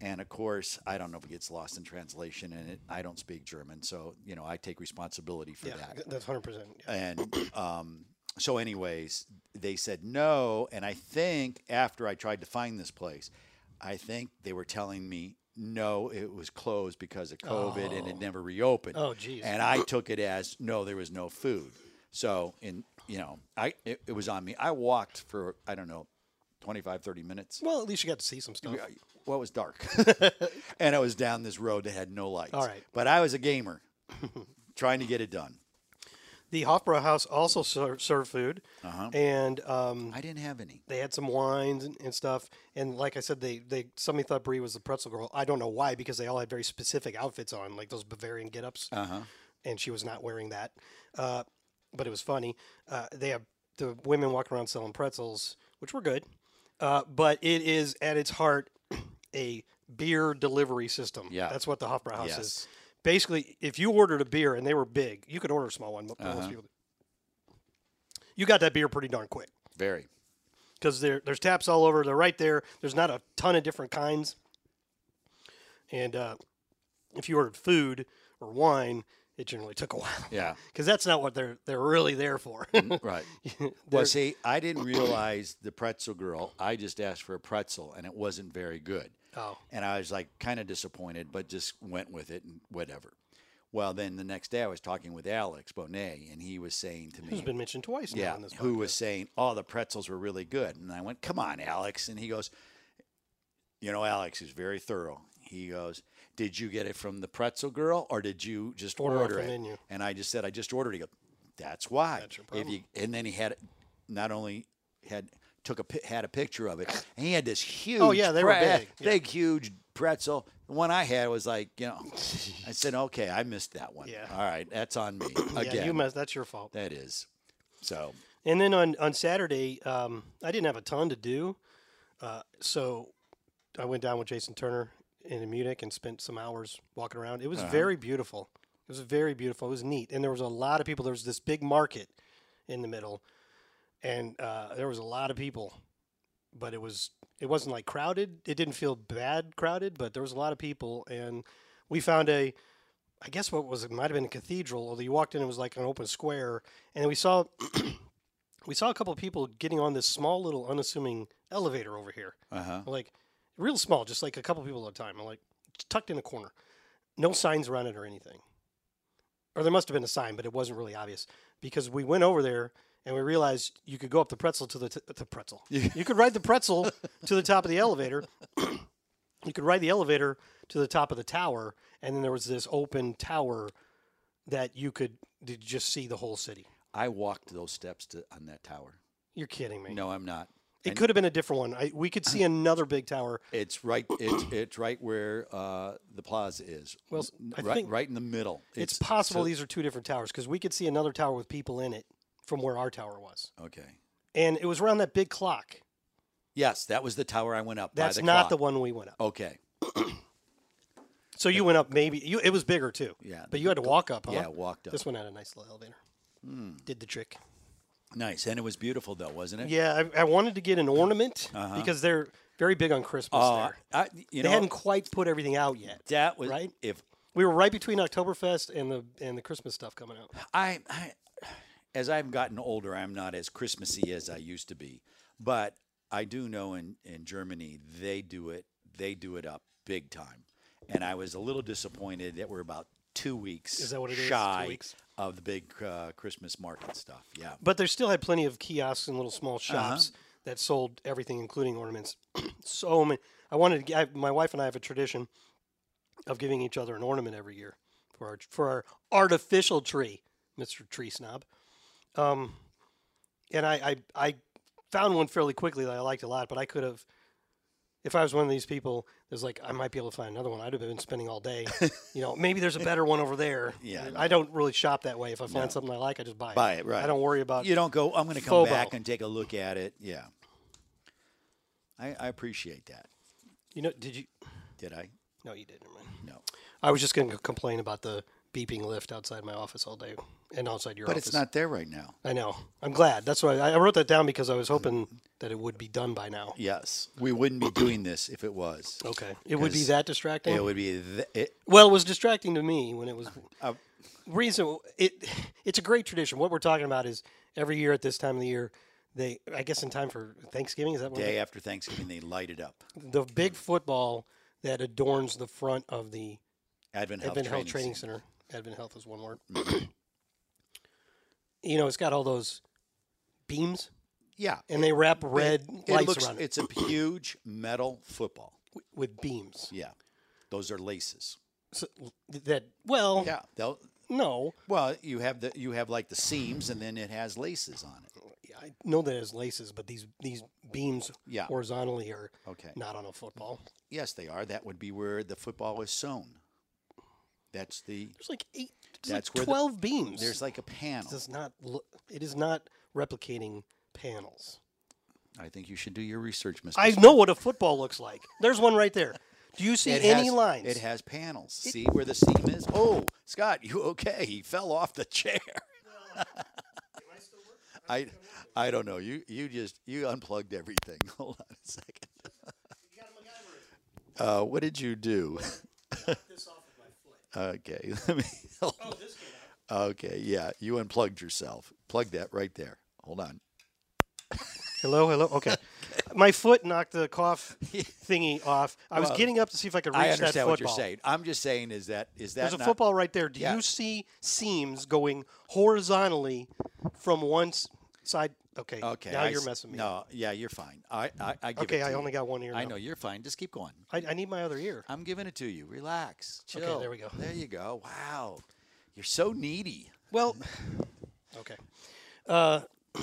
And of course, I don't know if it gets lost in translation, and it, I don't speak German, so you know I take responsibility for
yeah,
that
th- that's 100%. Yeah.
and um, so anyways they said no and i think after i tried to find this place i think they were telling me no it was closed because of covid and it never reopened
Oh, geez.
and i took it as no there was no food so in you know i it, it was on me i walked for i don't know 25, 30 minutes.
Well, at least you got to see some
uh,
stuff.
Well, it was dark. and I was down this road that had no lights.
All right.
But I was a gamer trying to get it done.
The Hofbrauhaus House also served, served food, and um,
I didn't have any.
they had some wines and, and stuff. And like I said, they they somebody thought Brie was the pretzel girl. I don't know why because they all had very specific outfits on, like those Bavarian get-ups,
Uh-huh.
and she was not wearing that. Uh, but it was funny. Uh, they have the women walking around selling pretzels, which were good. Uh, but it is at its heart a beer delivery system.
Yeah.
that's what the Hofbrauhaus House is.
Yes.
Basically, if you ordered a beer and they were big, you could order a small one, but
Uh-huh.
most people. You got that beer pretty darn quick
Very.
because there, there's taps all over. They're right there. There's not a ton of different kinds. And uh, if you ordered food or wine, it generally took a while.
Yeah.
Because that's not what they're they're really there for.
Right.
They're-
Well, see, I didn't realize the pretzel girl. I just asked for a pretzel, and it wasn't very good.
Oh.
And I was like kind of disappointed, but just went with it and whatever. Well, then the next day I was talking with Alex Bonet, and he was saying to me,
Who's been mentioned twice now
yeah,
in this
who
podcast.
was saying, "Oh, the pretzels were really good," and I went, "Come on, Alex," and he goes, "You know, Alex is very thorough." He goes, "Did you get it from the pretzel girl, or did you just
Order
order,
off the
it?"
menu.
And I just said, "I just ordered." it." He goes, "That's why."
That's your
If you, and then he had not only had took a pi- had a picture of it, and he had this huge,
Oh, yeah, they were
pre-
big, yeah.
big, huge pretzel. The one I had was like, you know, I said, "Okay, I missed that one."
Yeah.
All right, that's on me
yeah,
again.
you must. That's your fault.
that is. So
And then on on Saturday, um, I didn't have a ton to do, uh, so I went down with Jason Turner in Munich and spent some hours walking around. It was very beautiful. It was very beautiful. It was neat, and there was a lot of people. There was this big market in the middle, and uh, there was a lot of people, but it was it wasn't like crowded. It didn't feel bad crowded, but there was a lot of people, and we found a I guess what was it might have been a cathedral, although you walked in, it was like an open square, and then we saw we saw a couple of people getting on this small little unassuming elevator over here.
Uh-huh.
Like real small, just like a couple people at a time. I'm like it's tucked in a corner. No signs around it or anything. Or there must have been a sign, but it wasn't really obvious because we went over there and we realized you could go up the pretzel to the t- the pretzel. you could ride the pretzel to the top of the elevator. you could ride the elevator to the top of the tower and then there was this open tower that you could did just see the whole city.
I walked those steps to on that tower.
You're kidding me.
No, I'm not.
It could have been a different one. I, we could see another big tower.
It's right. It's it's right where uh, the plaza is.
Well, s-
N-
I
right,
think-
right in the middle.
It's, possible
so-
these are two different towers because we could see another tower with people in it from where our tower was,
okay.
and it was around that big clock.
Yes, that was the tower I went up.
That's
by the
not
clock. Oh,
the one we went up.
Okay.
So you went up maybe you. It was bigger too.
Yeah,
but you had to walk up. Huh?
Yeah, walked up. Hmm.
This one had a nice little elevator. Did the trick.
Nice, and it was beautiful though, wasn't it?
Yeah, I, I wanted to get an ornament because they're very big on Christmas.
Uh,
there.
I, Uh-huh.
They
you know
hadn't quite put everything out yet.
that was
right?
If
We were right between Oktoberfest and the and the Christmas stuff coming out.
I, I as I've gotten older, I'm not as Christmassy as I used to be, but I do know in in Germany they do it they do it up big time, and I was a little disappointed that we're about two weeks
Is that what it is? Two
shy
weeks?
of the big uh, Christmas market stuff. Yeah,
But they still had plenty of kiosks and little small shops that sold everything, including ornaments. so many. I wanted to. g I my wife and I have a tradition of giving each other an ornament every year for our for our artificial tree, Mister Tree Snob. Um, and I, I I found one fairly quickly that I liked a lot, but I could have. If I was one of these people, there's like I might be able to find another one. I'd have been spending all day, you know. Maybe there's a better one over there.
Yeah,
I don't really shop that way. If I find something I like, I just buy it.
Buy it, right.
I don't worry about
you don't go. I'm going to come
Fobo.
back and take a look at it. Yeah, I, I appreciate that.
You know, did you?
Did I?
No, you didn't. Never mind.
No,
I was just going to complain about the beeping lift outside my office all day and outside your
but
office.
it's not there right now.
I know. I'm glad. That's why I, I wrote that down because I was hoping that it would be done by now.
Yes, we wouldn't be doing this if it was.
Okay. It would be
'Cause
that distracting.
It would be. Th- it,
well, it was distracting to me when it was.
Uh,
reason it it's a great tradition. What we're talking about is every year at this time of the year, they I guess in time for Thanksgiving is that what it
day after Thanksgiving, they light it up.
is? the big football that adorns the front of the
Advent Health
Advent
Training
Health Training
Center.
Center. Advent Health is one word. you know, it's got all those beams.
yeah,
and they wrap red
it
lights
looks,
around it
It's a huge metal football.
with beams.
Yeah, those are laces.
So that well,
Yeah, they'll,
no,
well, you have the you have like the seams, and then it has laces on it.
I know that as laces, but these these beams
Yeah.
horizontally are
Okay.
not on a football.
Yes, they are. That would be where the football is sewn. That's the.
There's like eight, there's
That's where
like
the-
twelve beams.
There's like a panel.
It does not look. It is not replicating panels.
I think you should do your research, Mr.
I
Smith.
know what a football looks like. There's one right there. Do you see
It
any
has-
lines?
It has panels. See where the seam is? Oh, Scott, you okay? He fell off the chair. I, I don't know. You you just you unplugged everything. Hold on a second. Uh, what did you do? Okay, let me. Okay, yeah, you unplugged yourself. Plug that right there. Hold on.
Hello, hello. Okay, my foot knocked the cough thingy off. I was getting up to see if I could reach
I
that
understand
football.
what you're saying. I'm just saying is that is that
There's a
not-
football right there. Do
Yeah.
you see seams going horizontally from one s- side? Okay.
Okay.
Now
I
you're
s-
messing me.
No,
up.
yeah, you're fine. I I, I give
Okay.
it to
I
you.
only got one ear.
I
now.
know you're fine. Just keep going.
I, I need my other ear.
I'm giving it to you. Relax. Chill.
there we go.
There you go. Wow. You're so needy.
Well. Okay. Uh,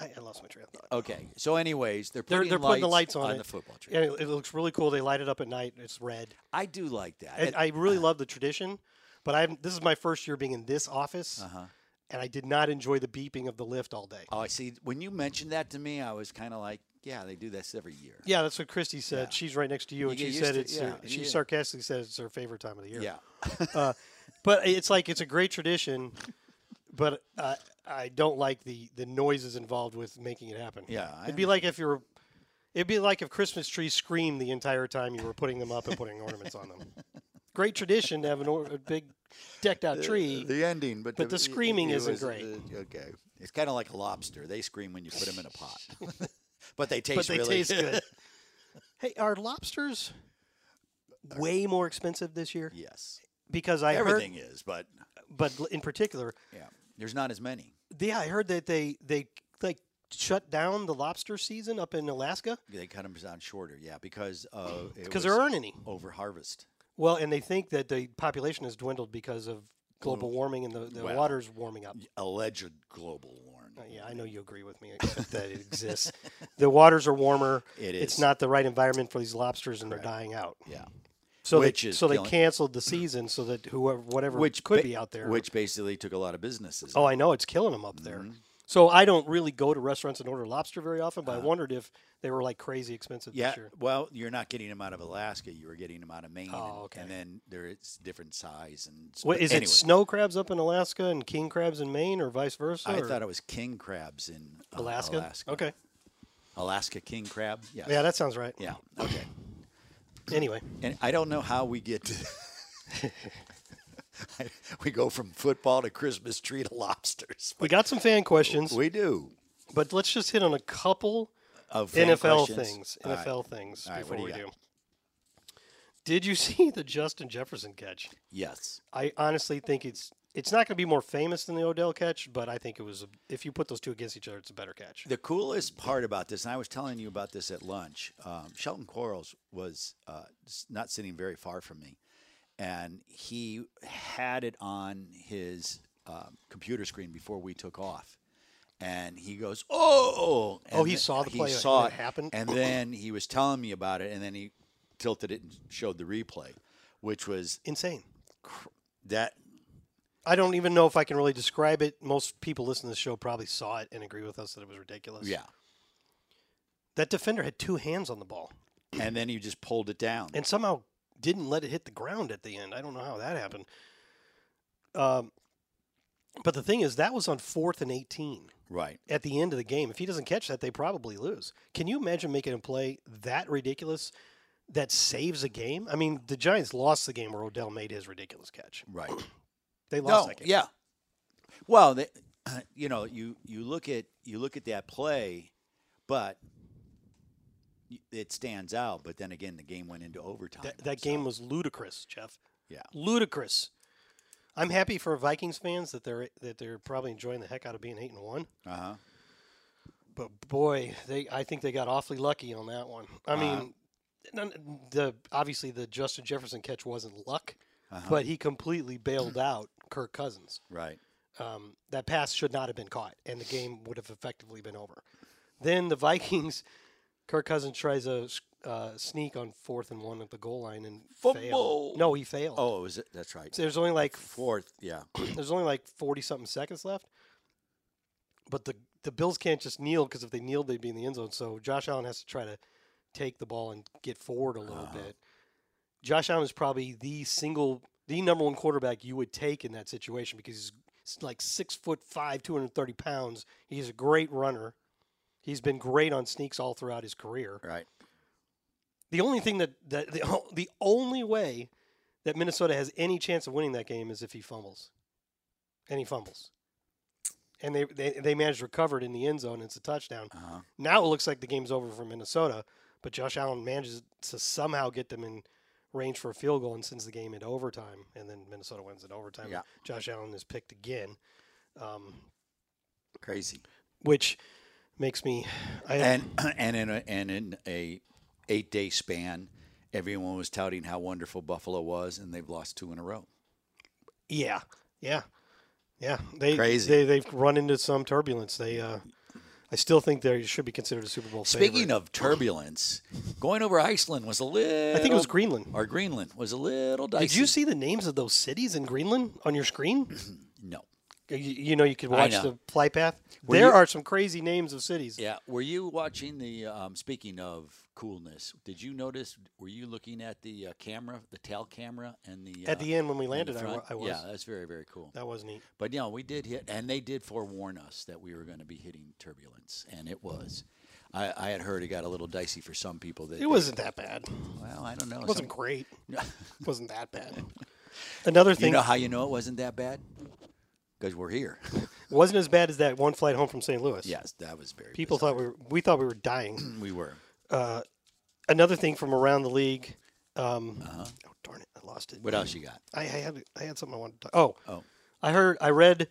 I, I lost my trail of thought.
Okay. So anyways, they're
They're,
putting,
they're putting the lights on,
on
it.
the football tree.
Yeah, it looks really cool. They light it up at night. It's red.
I do like that.
I,
And-
I really love the tradition, but I'm this is my first year being in this office, and I did not enjoy the beeping of the lift all day.
Uh-huh. oh, I see. When you mentioned that to me, I was kind of like, yeah, they do this every year.
Yeah, that's what Christy said. She's right next to you, and
get
she
used
said
to-
it's her-
yeah,
she
yeah.
sarcastically said it's her favorite time of the year.
Yeah.
uh, but it's like it's a great tradition, but uh, I don't like the the noises involved with making it happen.
Yeah, I
it'd be like if you were. It'd be like if Christmas trees screamed the entire time you were putting them up and putting ornaments on them. Great tradition to have an or- a big decked out tree.
The ending, but
But the screaming isn't great.
uh, okay. It's kind of like a lobster. They scream when you put them in a pot, but they taste
but they
really
taste good. hey, are lobsters way more expensive this year?
yes,
Because I
everything is, but
heard, but l- in particular,
yeah, there's not as many.
yeah, I heard that they they like shut down the lobster season up in Alaska
They cut them down shorter, yeah, because uh, it
because
was
there aren't any.
over harvest.
Well, and they think that the population has dwindled because of global warming and the, the
Well,
water's warming up.
alleged global warming.
Uh, Yeah, I know you agree with me that it exists. the waters are warmer.
It
It's
is.
not the right environment for these lobsters, and they're dying out.
Yeah.
So
Which
they,
is
so they
killing-
canceled the season so that whoever whatever
Which
could
ba-
be out there.
Which basically took a lot of businesses.
oh, I know it's killing them up
Mm-hmm.
there. So I don't really go to restaurants and order lobster very often, but I wondered if they were like crazy expensive
Uh-huh. yeah.
this year.
Well, you're not getting them out of Alaska. You were getting them out of Maine.
Oh,
and- And
okay.
then there it's different size and. s-
What,
but
is
anyway,
it snow crabs up in Alaska and king crabs in Maine, or vice versa?
I
or
thought it was king crabs in uh,
Alaska?
Alaska.
Okay,
Alaska king crab. Yeah.
yeah, that sounds right.
Yeah. Okay.
Anyway,
And I don't know how we get to. we go from football to Christmas tree to lobsters.
we got some fan questions,
We do.
but let's just hit on a couple
Of fan
NFL
questions. Uh,
things.
All right.
NFL things
All right, what
before
do
we
you
do.
got?
Did you see the Justin Jefferson catch?
Yes.
I honestly think it's it's not going to be more famous than the Odell catch, but I think it was a, if you put those two against each other, it's a better catch.
The coolest part about this, and I was telling you about this at lunch, um, Shelton Quarles was uh, s- not sitting very far from me, and he had it on his um computer screen before we took off. And he goes, "Oh!"
Oh,
and
he
th-
saw the
he
play, like,
saw
when
it
it happened?
and then he was telling me about it, and then he tilted it and showed the replay, which was
Insane.
that
I don't even know if I can really describe it. Most people listening to the show probably saw it and agree with us that it was ridiculous.
yeah.
That defender had two hands on the ball
And then he just pulled it down.
and somehow didn't let it hit the ground at the end. I don't know how that happened. Um, but the thing is, that was on fourth and 18
right.
at the end of the game. If he doesn't catch that, they probably lose. Can you imagine making a play that ridiculous that saves a game? I mean, the Giants lost the game where Odell made his ridiculous catch.
Right.
They lost
no,
that game.
yeah. Well, they, you know, you you look at you look at that play, but y- it stands out. But then again, the game went into overtime.
That, that
so-
game was ludicrous, Jeff.
Yeah.
ludicrous. I'm happy
Uh-huh,
for Vikings fans that they're that they're probably enjoying the heck out of being eight and one.
Uh huh.
but boy, they I think they got awfully lucky on that one. I mean, none, the obviously the Justin Jefferson catch wasn't luck, but he completely bailed out Kirk Cousins.
Right.
um, that pass should not have been caught, and the game would have effectively been over. Then the Vikings, Kirk Cousins tries a s- uh, sneak on fourth and one at the goal line and
Fumble.
failed. No, he failed.
Oh, is it? That's right.
So there's only like
Fourth. Yeah.
there's only like forty something seconds left. But the the Bills can't just kneel because if they kneeled, they'd be in the end zone. So Josh Allen has to try to take the ball and get forward a little bit. Josh Allen is probably the single, the number one quarterback you would take in that situation because he's s- like six foot five, two hundred thirty pounds. He's a great runner. He's been great on sneaks all throughout his career.
Right.
The only thing that, that the, o- the only way that Minnesota has any chance of winning that game is if he fumbles. And he fumbles. And they, they, they managed recovered in the end zone. It's a touchdown.
Uh-huh.
Now it looks like the game's over for Minnesota, but Josh Allen manages to somehow get them in range for a field goal and sends the game into overtime. And then Minnesota wins in overtime.
Yeah.
Josh Allen is picked again, um,
Crazy.
which makes me. I,
And and in a, and in a eight day span, everyone was touting how wonderful Buffalo was, and they've lost two in a row.
Yeah, yeah, yeah. They
Crazy.
They they've run into some turbulence. They, uh, I still think they should be considered a Super Bowl.
Speaking of turbulence, going over Iceland was a little.
I think it was Greenland.
Or Greenland was a little dicey.
Did you see the names of those cities in Greenland on your screen?
No.
you, you know, you could
I
watch
know.
the flight path.
Were
there
you-
are some crazy names of cities.
Yeah. Were you watching the? Um, speaking of coolness, did you notice? Were you looking at the uh, camera, the tail camera, and the
At
uh,
the end when we
and the
landed, I, wa-
front?
I was.
Yeah, that's very very cool.
That was neat.
But yeah, we did hit, and they did forewarn us that we were going to be hitting turbulence, and it was. I, I had heard it got a little dicey for some people. That
It wasn't that bad. It
Well, I don't know.
wasn't
some-
great. it wasn't that bad. Another
you
thing
know how you know it wasn't that bad? Because we're here.
wasn't as bad as that one flight home from St. Louis.
yes, that was very.
People thought we were, we thought we were dying.
bizarre. we were.
another thing from around the league. Um, Oh darn it! I lost it.
What else you got?
I, I had I had something I wanted to. Talk. Oh,
Oh,
I heard I read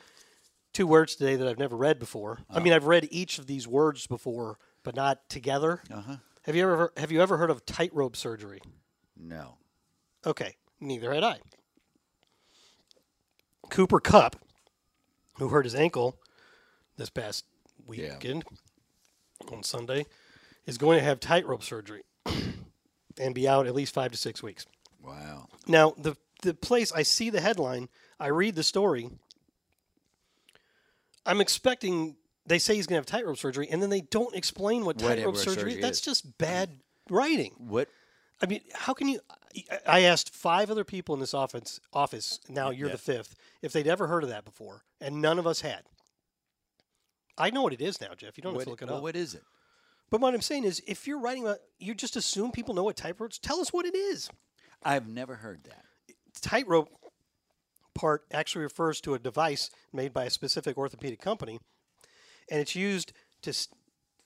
two words today that I've never read before. I mean, I've read each of these words before, but not together. Uh-huh. Have you ever have you ever heard of tightrope surgery?
no.
Okay, neither had I. Cooper Cup, who hurt his ankle this past weekend on Sunday, is going to have tightrope surgery and be out at least five to six weeks.
Wow.
Now, the the place I see the headline, I read the story. I'm expecting they say he's going to have tightrope surgery, and then they don't explain what
Whatever
tightrope surgery.
surgery
That's
is.
just bad writing.
What?
I mean, how can you? I- I asked five other people in this office. Office now you're the fifth. If they'd ever heard of that before, and none of us had. I know what it is now, Jeff. You don't have
What,
to look it
well,
up.
what is it?
but what I'm saying is, if you're writing about, you just assume people know what tightrope. Tell us what it is.
I've never heard that.
tightrope part actually refers to a device made by a specific orthopedic company, and it's used to, s-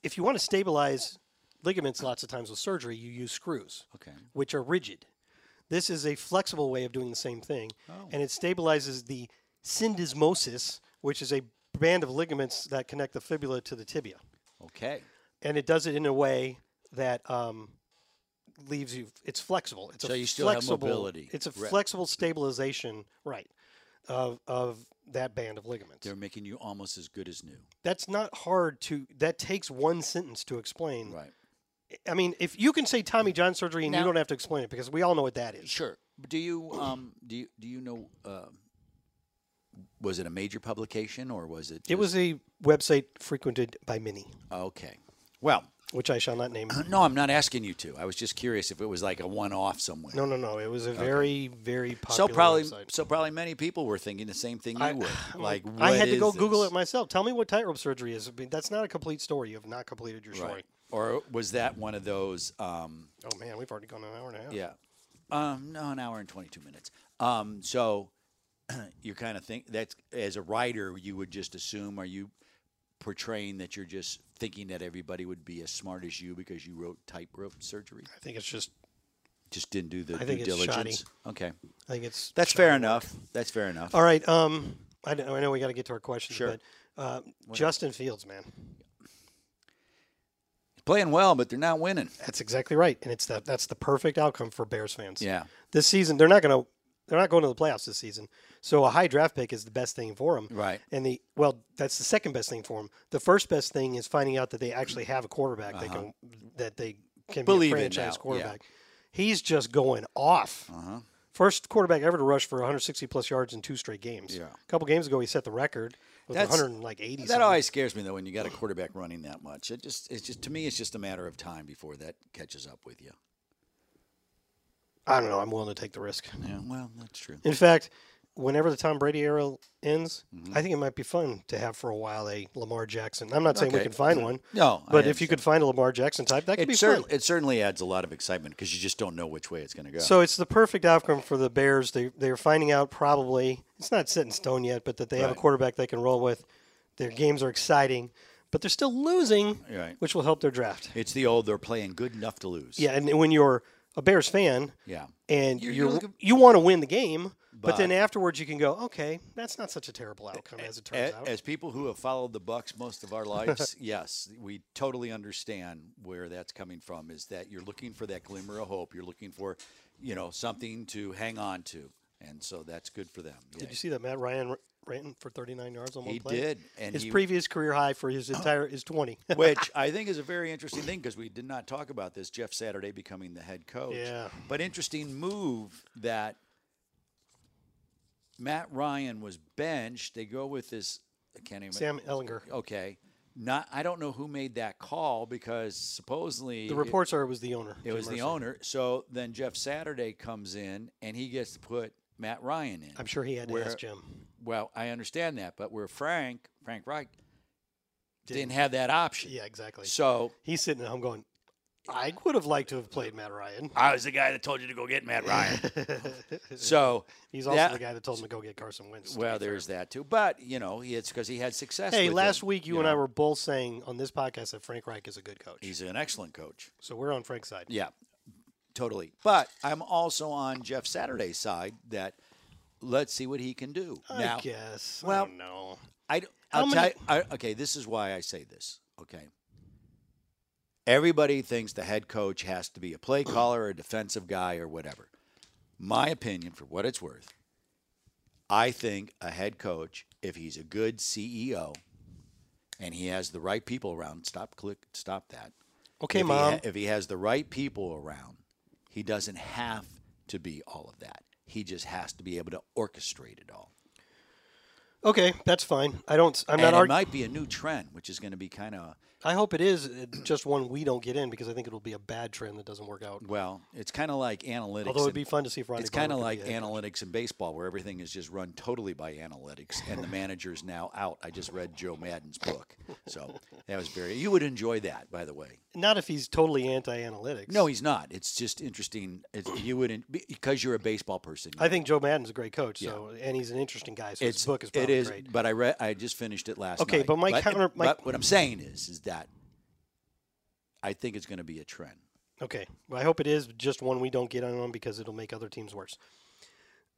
if you want to stabilize ligaments, lots of times with surgery, you use screws,
Okay.
which are rigid. This is a flexible way of doing the same thing, and it stabilizes the syndesmosis, which is a band of ligaments that connect the fibula to the tibia
Okay.
and it does it in a way that um, leaves you. It's flexible. It's
So
a
you still have
flexible,
mobility.
It's a
Right.
flexible stabilization, right, of of that band of ligaments.
They're making you almost as good as new.
That's not hard to. That takes one sentence to explain.
Right. Mm.
I mean, if you can say Tommy John surgery and you
Now-
don't have to explain it because we all know what that is.
Sure. But Do you um do you, do you know um was it a major publication or was it?
It
just-
was a website frequented by many,
okay. Well,
which I shall not name.
no, I'm not asking you to. I was just curious if it was like a one-off somewhere.
No, no, no. It was a very, very
so
popular
probably
website.
so probably many people were thinking the same thing you
I-
would. Like
I
what
had to
is
go Google
this?
it myself. Tell me what tightrope surgery is. I mean, that's not a complete story. You have not completed your story.
Right. Or was that one of those? Um,
Oh man, we've already gone an hour and a half.
yeah. Um, no, an hour and twenty-two minutes. Um, so you kind of think that's as a writer, you would just assume are you portraying that you're just thinking that everybody would be as smart as you because you wrote tightrope surgery?
I think it's just.
Just didn't do the
I think
due
it's shoddy.
diligence. Okay,
I think it's.
that's fair enough. That's fair enough.
All right. Um, I know, I know we got to get to our questions,
Sure.
but uh, Justin Fields, man,
Playing well, but they're not winning.
That's exactly right, and it's the, that's the perfect outcome for Bears fans.
Yeah.
this season they're not going to they're not going to the playoffs this season. So a high draft pick is the best thing for them.
Right.
And the well, that's the second best thing for them. The first best thing is finding out that they actually have a quarterback that can that they can
Uh-huh. Believe
be
in
a franchise
now,
quarterback. He's just going off.
Uh-huh.
First quarterback ever to rush for 160 plus yards in two straight games.
Yeah.
A couple games ago, he set the record with
That's-
180.
That
something.
always scares me though when you got a quarterback running that much. It just it's just to me it's just a matter of time before that catches up with you.
I don't know. I'm willing to take the risk.
Yeah, well, that's true.
In fact, whenever the Tom Brady era ends,
Mm-hmm.
I think it might be fun to have for a while a Lamar Jackson. I'm not saying we
Okay.
can find one.
No, I
but if you could find a Lamar Jackson type, that could be
It, cer-
fun.
it certainly adds a lot of excitement because you just don't know which way it's going to go.
So it's the perfect outcome for the Bears. They they're finding out probably it's not set in stone yet, but that they have a
Right.
quarterback they can roll with. Their games are exciting, but they're still losing,
Right.
which will help their draft.
it's the old they're playing good enough to lose.
Yeah, and when you're a Bears fan,
Yeah.
and you
You're-
you
you're looking-
want to win the game, but,
But-
then afterwards you can go, okay, that's not such a terrible outcome as it turns
A-
out.
As people who have followed the Bucks most of our lives, yes, we totally understand where that's coming from. Is that you're looking for that glimmer of hope? You're looking for, you know, something to hang on to, and so that's good for them. Yeah.
Did you see that Matt Ryan r- ran for 39 yards on one
He
play?
did, and
his
he-
previous career high for his entire is 20.
Which I think is a very interesting thing because we did not talk about this. Jeff Saturday becoming the head coach.
Yeah.
But interesting move that Matt Ryan was benched. They go with this. I can't even.
Sam Ellinger.
okay. Not. I don't know who made that call because supposedly
The reports are it was the owner.
It, it was the owner. So then Jeff Saturday comes in and he gets to put Matt Ryan in.
I'm sure he had to
Where-
ask Jim.
Well, I understand that, but where Frank Frank Reich didn't, have that option.
Yeah, exactly.
So
He's sitting at home going, I would have liked to have played Matt Ryan.
I was the guy that told you to go get Matt Ryan. so
He's also
that-
the guy that told him to go get Carson Wentz. to
Well,
be fair.
there's that too, but you know, he- it's because he had success.
Hey,
with
last
him,
week you, and I were both saying on this podcast that Frank Reich is a good coach.
He's an excellent coach.
so we're on Frank's side.
Yeah, totally. But I'm also on Jeff Saturday's side that let's see what he can do.
I
now,
guess.
well,
I don't know.
I d-
How
I'll
many-
tell you, I, okay, this is why I say this. Okay. Everybody thinks the head coach has to be a play caller, a defensive guy, or whatever. My opinion, for what it's worth, I think a head coach, if he's a good CEO and he has the right people around, stop, click, stop that.
Okay,
if
mom.
He ha- if he has the right people around, he doesn't have to be all of that. He just has to be able to orchestrate it all.
okay, that's fine. I don't. I'm not
and it
arguing.
might be a new trend, which is going to be kind of
I hope it is uh, just one we don't get in because I think it'll be a bad trend that doesn't work out.
well. It's kind of like analytics.
Although it'd
in-
be fun to see if Ronnie.
it's kind of
Bowman could
like
be a-
analytics in baseball, where everything is just run totally by analytics, and the manager is now out. I just read Joe Madden's book, so that was very. You would enjoy that, by the way.
not if he's totally anti-analytics.
No, he's not. It's just interesting. It's, you would en- because you're a baseball person.
I think Joe Madden's a great coach. So and he's an interesting guy. So his book is
it
probably
is,
great.
but I read. I just finished it last
Okay,
night.
but my counter- my-
but what I'm saying is, is that I think it's going to be a trend.
Okay, well, I hope it is just one we don't get in on because it'll make other teams worse.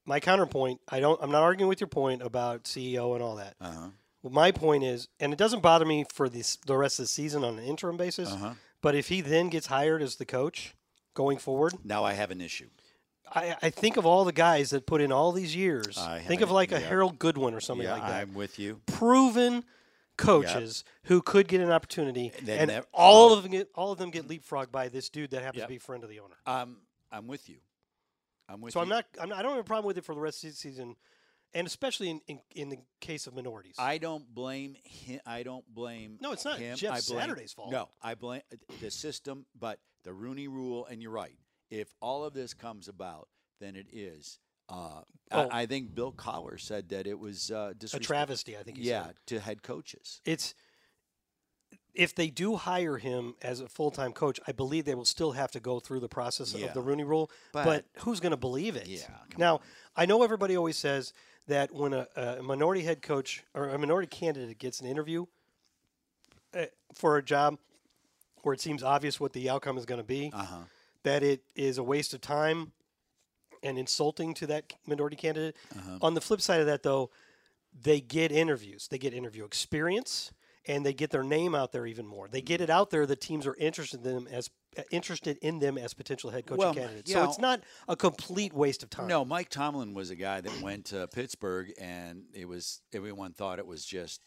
My counterpoint, I don't. I'm not arguing with your point about CEO and all that.
Uh-huh.
Well, my point is, and it doesn't bother me for this, the rest of the season on an interim basis.
Uh-huh.
But if he then gets hired as the coach going forward,
Now I have an issue.
I, I think of all the guys that put in all these years.
I
think of
haven't-
like a
yeah.
Harold Goodwin or something
yeah,
like that.
I'm with you.
Proven coaches who could get an opportunity,
They
and
nev-
all of them get all of them get leapfrogged by this dude that happens
Yep.
to be a friend of the owner.
Um, I'm with you. I'm with
So
you.
I'm not, I'm not. I don't have a problem with it for the rest of the season, and especially in in, in the case of minorities.
I don't blame him. I don't blame.
No, it's not
him.
Jeff
I blame-
Saturday's fault.
No, I blame the system, but the Rooney Rule. And you're right. If all of this comes about, then it is. Uh,
Oh.
I, I think Bill Collar said that it was uh,
a
disrespect-
travesty, I think. He
Yeah,
said.
to head coaches.
it's if they do hire him as a full time coach, I believe they will still have to go through the process
Yeah.
of the Rooney Rule. But,
But-
who's going to believe it?
Yeah, come
Now I know everybody always says that when a, a minority head coach or a minority candidate gets an interview uh, for a job where it seems obvious what the outcome is going to be,
Uh-huh.
that it is a waste of time and insulting to that minority
Uh-huh.
candidate. On the flip side of that, though, they get interviews, they get interview experience, and they get their name out there even more. They get
Mm-hmm.
it out there that teams are interested in them as interested in them as potential head coaching
Well,
candidates.
you
So
know-
it's not a complete waste of time.
No, Mike Tomlin was a guy that went to Pittsburgh, and it was everyone thought it was just,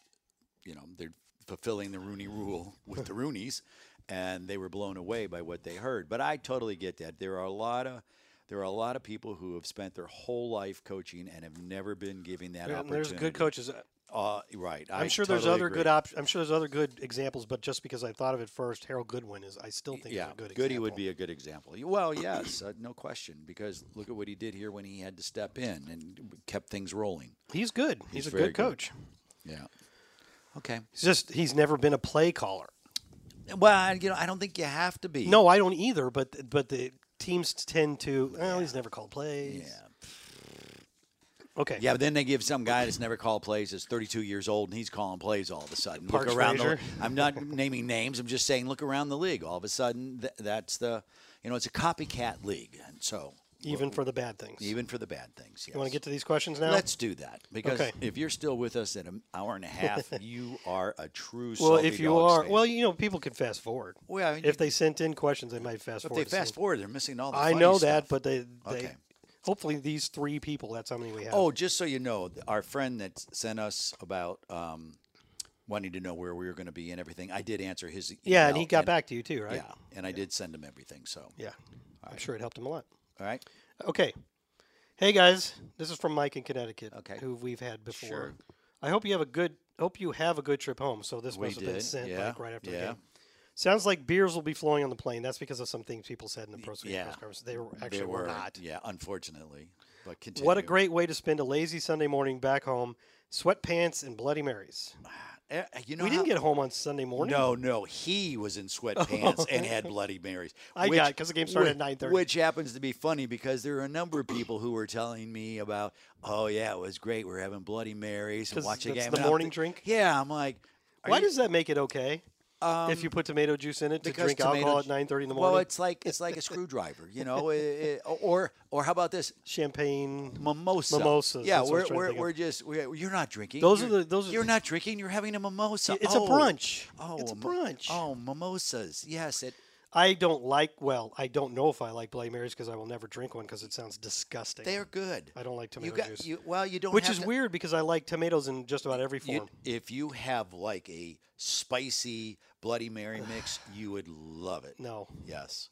you know, they're fulfilling the Rooney Rule with the Rooneys, and they were blown away by what they heard. But I totally get that. There are a lot of there are a lot of people who have spent their whole life coaching and have never been giving that
And
opportunity.
there's good coaches.
Uh, right.
I'm sure there's other good op- I'm sure there's other good examples, but just because I thought of it first, Harold Goodwin is. I still think
yeah,
is a good.
Goody
example.
would be a good example. Y- Well, yes, uh, no question, because look at what he did here when he had to step in and kept things rolling.
He's good. He's,
He's
a
very
good
good.
coach.
Yeah. Okay.
He's just he's never been a play caller.
Well, I- you know, I don't think you have to be.
No, I don't either. But but the teams tend to. Well, he's never called plays.
Yeah.
Okay.
Yeah, but then they give some guy that's never called plays that's 32 years old and he's calling plays all of a sudden.
Parks
look around
Frazier.
the. I'm not naming names. I'm just saying, look around the league. All of a sudden, th- that's the. You know, it's a copycat league, and so
Even for the bad things.
even for the bad things. Yes.
you want to get to these questions now?
Let's do that because
Okay.
if you're still with us at an hour and a half, you are a true.
well,
Salty
if you
Dogs
are,
fan.
well, you know, people could fast forward.
Well, I mean,
if they sent in questions, they might fast
if
forward.
they
to some-
fast forward, they're missing all the.
I
funny
know
stuff.
that, but they, they
Okay.
hopefully these three people. That's how many we have.
Oh, just so you know, th- our friend that s- sent us about um, wanting to know where we were going to be and everything, I did answer his. e-, Email
yeah, and he got back to you too, right?
Yeah, and I did send him everything. So,
Yeah. I'm sure it helped him a lot.
all right,
Okay. Hey guys, this is from Mike in Connecticut,
Okay.
who we've had before.
Sure.
I hope you have a good hope you have a good trip home. So this
We
must have been
did,
sent
yeah,
like right after the
yeah.
game. Sounds like beers will be flowing on the plane. That's because of some things people said in the press
yeah.
press conference. They were actually
they were
not.
Yeah, unfortunately, but continue.
What a great way to spend a lazy Sunday morning back home. Sweatpants and Bloody Marys.
Eh, eh, you know,
We didn't
how-
get home on Sunday morning.
No, no, he was in sweatpants and had Bloody Marys.
Oh. I
which-
got it, 'cause the game started at
whi-
9:30.
Which happens to be funny because there are a number of people who were telling me about, oh yeah, it was great. We're having Bloody Marys and
'Cause
watching
that's
game.
the
And I'm
morning
thi-
drink?
Yeah, I'm like, are
Why
you-
does that make it okay?
um,
if you put tomato juice in it to
because
drink
tomato
alcohol at
ju-
9:30 in the morning,
well, it's like it's like a screwdriver, you know, eh, eh, or or how about this
champagne.
mimosa?
Mimosas,
Yeah,
that's what I
we're
was trying to
we're,
think of.
we're just we're, you're not drinking.
Those are
You're-
the- those are-
You're not drinking. You're having a mimosa.
It's a
Oh.
brunch.
Oh,
it's a
mi-
brunch.
Oh, mimosas. Yes, it
I don't like. Well, I don't know if I like Bloody Marys because I will never drink one because it sounds disgusting.
They are good.
I don't like tomato
you got,
juice,
You, well, you don't.
which
have
is
to-
weird because I like tomatoes in just about every
you-
form.
if you have like a spicy Bloody Mary mix, you would love it.
no,
Yes.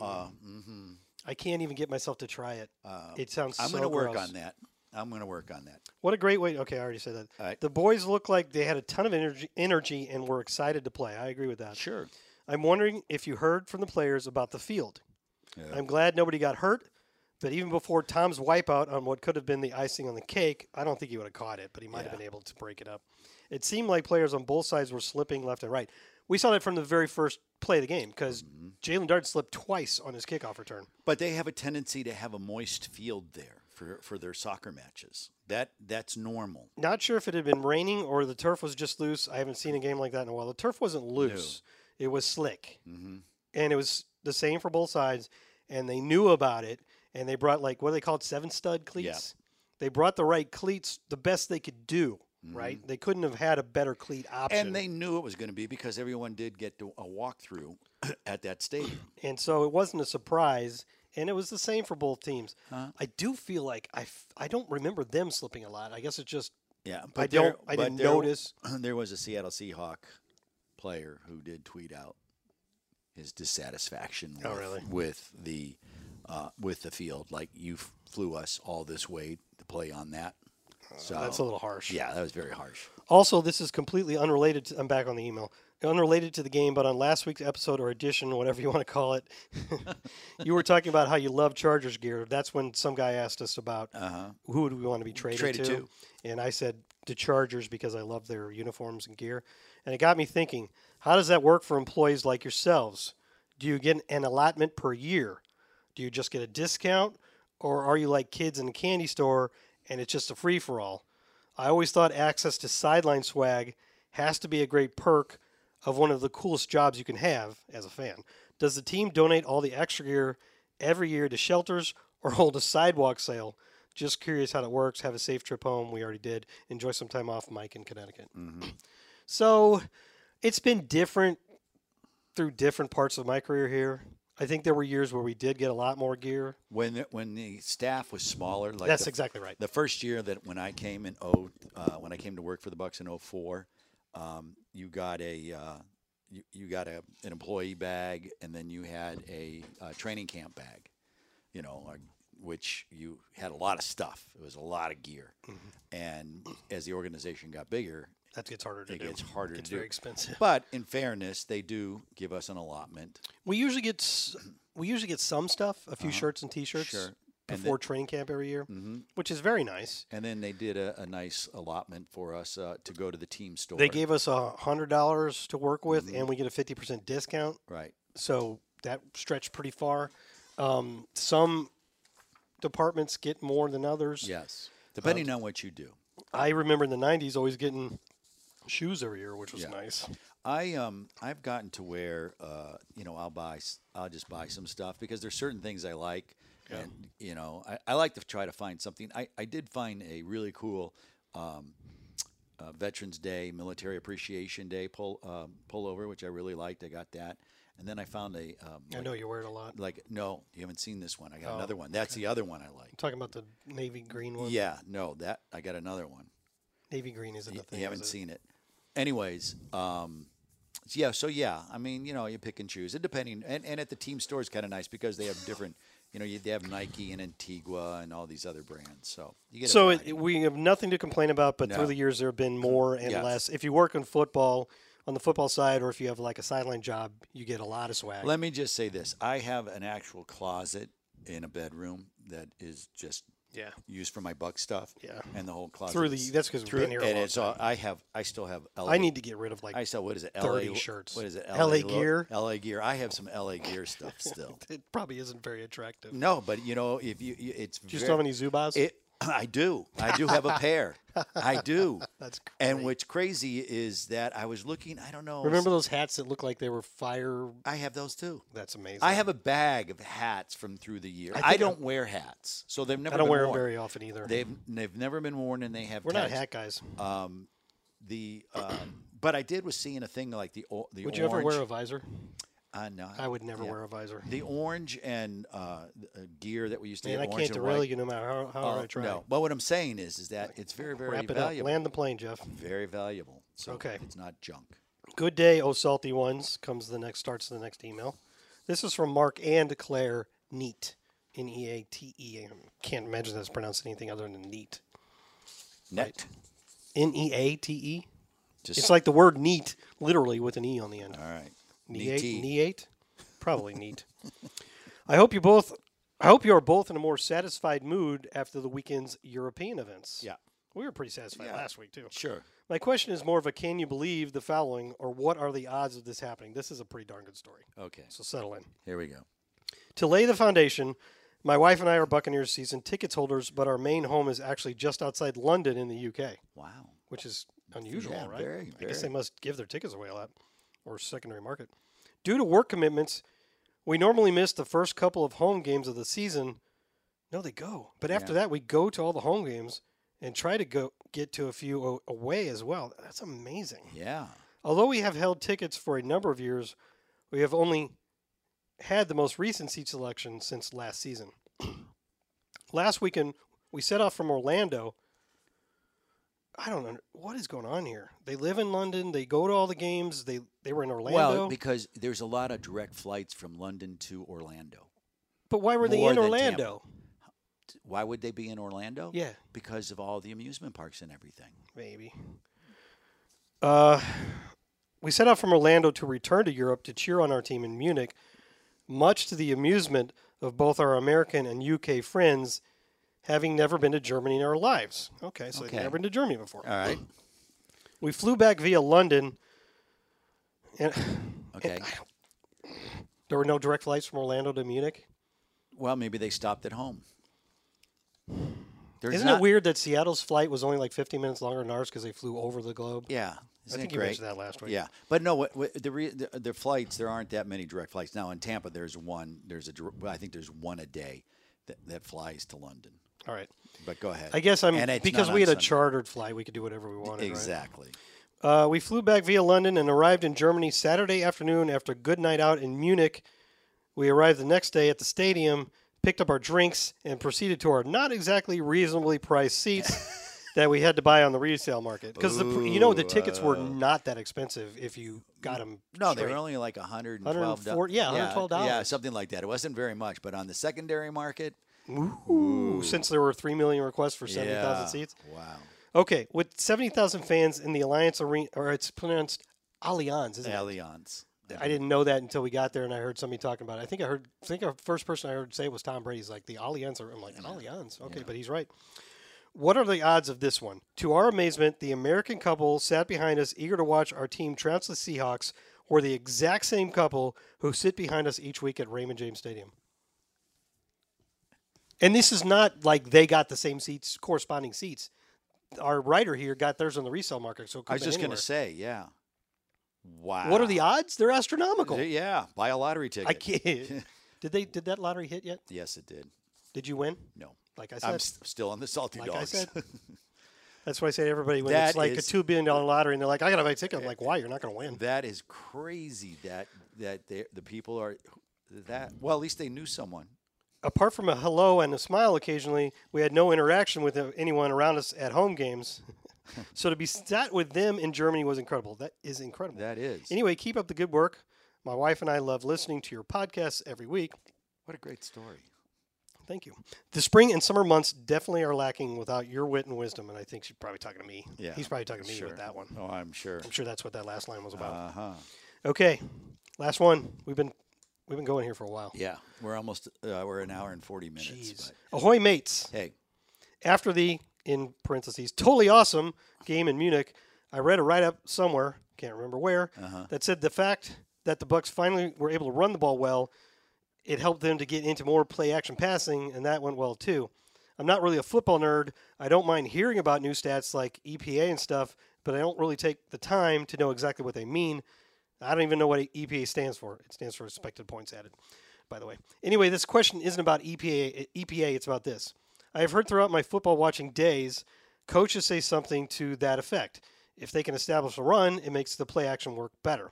Uh, hmm
I can't even get myself to try it.
Uh,
it sounds.
I'm
so
going to work
gross.
on that. I'm going to work on that.
What a great way. Okay, I already said that.
All right.
The boys look like they had a ton of energy, energy, and were excited to play. I agree with that.
Sure.
I'm wondering if you heard from the players about the field.
Yeah.
I'm glad nobody got hurt, but even before Tom's wipeout on what could have been the icing on the cake, I don't think he would have caught it, but he might have
Yeah.
been able to break it up. It seemed like players on both sides were slipping left and right. We saw that from the very first play of the game because
Mm-hmm.
Jalen Dart slipped twice on his kickoff return.
But they have a tendency to have a moist field there for for their soccer matches. That that's normal.
Not sure if it had been raining or the turf was just loose. I haven't seen a game like that in a while. The turf wasn't loose, it was slick.
Mm-hmm.
and it was the same for both sides and they knew about it and they brought like what are they called seven stud cleats they brought the right cleats the best they could do right they couldn't have had a better cleat option
Mm-hmm. And they knew it was going to be because everyone did get to a walkthrough at that stadium.
and so it wasn't a surprise and it was the same for both teams
Huh.
i do feel like I, f- I don't remember them slipping a lot i guess it's just
Yeah,
i
but there-
don't i
but
didn't
there-
notice
there was a Seattle Seahawk player who did tweet out his dissatisfaction
Oh,
with,
really?
with the uh, with the field. Like you f- flew us all this way to play on that. So
Uh, that's a little harsh
yeah, that was very harsh.
Also, this is completely unrelated. To, I'm back on the email. Unrelated to the game, but on last week's episode or edition, whatever you want to call it, you were talking about how you love Chargers gear. That's when some guy asked us about
Uh-huh.
who would we want to be traded,
Traded
to?
to.
and I said the Chargers because I love their uniforms and gear. And it got me thinking: How does that work for employees like yourselves? Do you get an allotment per year? Do you just get a discount, or are you like kids in a candy store and it's just a free for all? I always thought access to sideline swag has to be a great perk of one of the coolest jobs you can have as a fan. Does the team donate all the extra gear every year to shelters or hold a sidewalk sale?
Mm-hmm.
Just curious how it works. Have a safe trip home. We already did. Enjoy some time off, Mike, in Connecticut. So it's been different through different parts of my career here. I think there were years where we did get a lot more gear.
when the, when the staff was smaller like
That's
the,
exactly right.
the first year that when i came in oh uh, when i came to work for the bucks in 04 um, you got a uh, you, you got a, an employee bag and then you had a, uh training camp bag you know like, which you had a lot of stuff it was a lot of gear
Mm-hmm.
and as the organization got bigger
That gets harder to
it
do.
gets harder
It's
to do
very expensive.
but in fairness they do give us an allotment
We usually get s- we usually get some stuff, a few shirts and T-shirts
Uh-huh. Sure. And Mm-hmm.
before training camp every year, which is very nice.
and then they did a, a nice allotment for us uh, to go Mm-hmm. to the team store
They gave us a hundred dollars to work with, and we get a fifty percent discount.
right
So that stretched pretty far. Um, some departments get more than others.
Yes. Depending on what you do.
I remember in the '90s always getting shoes every year, which was nice.
I um I've gotten to where uh you know I'll buy s- I'll just buy some stuff because there's certain things I like and you know I, I like to try to find something I, I did find a really cool um, uh, Veterans Day Military Appreciation Day pull um, pullover which I really liked I got that and then I found a um,
I know you wear it a lot.
like no you haven't seen this one I got another one that's the other one I like
talking about the navy green one.
yeah no that I got another one
Navy green isn't a thing.
you
is
haven't
it?
seen it. Anyways, um, so yeah, so yeah, I mean, you know, you pick and choose, and depending, and, and at the team store is kind of nice because they have different, you know, you, they have Nike and Antigua and all these other brands, so you get. a
So
variety.
it, we have nothing to complain about, but
No.
through the years there have been more and
Yes.
less. If you work in football, on the football side, or if you have like a sideline job, you get a lot of swag.
let me just say this: I have an actual closet in a bedroom that is just
yeah,
used for my buck stuff.
Yeah.
and the whole closet
through the
is-
that's because we've been here. A
and
long
it's
time.
all, I have. I still have. LA,
I need to get rid of like
I still what is it?
30
LA,
shirts.
What is it?
LA
lo-
gear.
LA gear. I have some LA gear stuff still.
it probably isn't very attractive. Do
No, but you know, if you, you it's
you
just
still have any Zubas?
Mm, It, I do. I do have a pair. I do.
That's
And
great.
what's crazy is that I was looking. I don't know.
Remember those hats that look like they were fire?
I have those too.
That's amazing.
I have a bag of hats from through the year. I,
think
don't wear hats, so they've never.
I don't
been
wear them
worn.
very often either.
They've they've never been worn, and they have.
we're not
tags.
hat guys.
The um, but I did was seeing a thing like the o- the.
Would you ever
orange-
wear a visor?
Uh, no,
I would never
yeah.
wear a visor.
The orange and uh, th- uh, gear that we used to
And
get.
I
orange
can't
and
derail
white.
you no matter how, how hard
Uh,
I try.
No, but what I'm saying is, is that it's very, very
Wrap it
valuable.
up. Land the plane, Jeff.
very valuable. So
Okay.
it's not junk.
Good day, oh salty ones. Comes the next starts the next email. This is from Mark and Claire Neat. N E A T E. I can't imagine that's pronounced anything other than neat.
Net.
N E A T E.
Just
It's like the word neat, literally with an E on the end.
all right.
Neat.
Neaty.
Neat. Probably neat. I hope you both. I hope you are both in a more satisfied mood after the weekend's European events.
Yeah.
We were pretty satisfied last week too.
Sure.
My question is more of a can you believe the following or what are the odds of this happening? This is a pretty darn good story.
Okay.
So settle in.
Here we go.
To lay the foundation, my wife and I are Buccaneers season tickets holders, but our main home is actually just outside London in the UK,
Wow.
which is unusual,
Yeah,
right?
very,
I guess
very.
they must give their tickets away a lot or secondary market. Due to work commitments, we normally miss the first couple of home games of the season. No, they go. But after that, we go to all the home games and try to go get to a few o- away as well. That's amazing.
Yeah.
Although we have held tickets for a number of years, we have only had the most recent seat selection since last season. last weekend, we set off from Orlando. I don't know what is going on here. They live in London. They go to all the games. They they were in Orlando.
Well, because there's a lot of direct flights from London to Orlando.
but why were they
more
in
than
Orlando?
Why would they be in Orlando?
Yeah.
Because of all the amusement parks and everything.
Maybe. Uh, we set out from Orlando to return to Europe to cheer on our team in Munich, much to the amusement of both our American and UK friends, having never been to Germany in our lives. Okay, so
Okay. Uh.
they've never been to Germany before.
All right.
We flew back via London, and
Okay.
there were no direct flights from Orlando to Munich.
Well, maybe they stopped at home. There's
Isn't
not-
it weird that Seattle's flight was only like 15 minutes longer than ours because they flew over the globe?
Yeah. Isn't
I think
it
you
great?
mentioned that last week.
Yeah, but no, what, what, the, re, the the flights there aren't that many direct flights now in Tampa. There's one. There's a. dir- well, I think there's one a day that, that flies to London.
All right.
But go ahead.
I guess I'm
And it's
because
not
we had
on
a
Sunday.
chartered flight. We could do whatever we wanted. right?
Exactly.
Uh, we flew back via London and arrived in Germany Saturday afternoon after a good night out in Munich. We arrived the next day at the stadium, picked up our drinks, and proceeded to our not exactly reasonably priced seats that we had to buy on the resale market because you know the tickets were not that expensive if you got them.
No, they were only like 112
104 yeah, $112.
Yeah, something like that. It wasn't very much, but on the secondary market,
since there were three million requests for seventy thousand
yeah.
seats.
Wow.
Okay, with seventy thousand fans in the Alliance Arena, or it's pronounced Allianz, isn't it?
Allianz.
I didn't know that until we got there, and I heard somebody talking about it. I think I heard. I think our first person I heard say it was Tom Brady's like the Allianz. Are-" I'm like Allianz, okay, but he's right. What are the odds of this one? To our amazement, the American couple sat behind us, eager to watch our team trounce the Seahawks, or the exact same couple who sit behind us each week at Raymond James Stadium. And this is not like they got the same seats, corresponding seats. Our writer here got theirs on the resale market, so it could
I was
have
just
been
going to
anywhere.
say, uh, yeah. Wow.
What are the odds? They're astronomical.
Yeah, buy a lottery ticket.
I can't. did they? Did that lottery hit yet?
Yes, it did.
Did you win?
No.
Like I
I'm
said,
s- still on the salty
Like I
dogs.
said. that's why I say to everybody when
That
it's like
is-
a two billion dollar lottery and they're like, "I gotta buy a ticket." I'm like, "Why? You're not gonna win."
that is crazy that that they, the people are that well at least they knew someone.
Apart from a hello and a smile occasionally, we had no interaction with uh, anyone around us at home games. so to be sat with them in Germany was incredible. That is incredible.
That is.
Anyway, keep up the good work. My wife and I love listening to your podcasts every week.
What a great story.
Thank you. The spring and summer months definitely are lacking without your wit and wisdom, and I think she's probably talking to me.
Yeah,
he's probably talking to me
sure.
with that one.
Oh, I'm sure.
I'm sure that's what that last line was about.
Uh-huh.
Okay, last one. We've been we've been going here for a while.
Yeah, we're almost uh, we're an hour and 40 minutes.
Jeez. Ahoy, mates!
But hey,
After the in parentheses totally awesome game in Munich, I read a write up somewhere can't remember where that said the fact that the Bucks finally were able to run the ball well, it helped them to get into more play action passing, and that went well too. I'm not really a football nerd. I don't mind hearing about new stats like EPA and stuff, but I don't really take the time to know exactly what they mean. I don't even know what EPA stands for. It stands for expected points added, by the way. Anyway, this question isn't about E EPA. EPA, it's about this. I have heard throughout my football watching days, coaches say something to that effect. If they can establish a run, it makes the play action work better.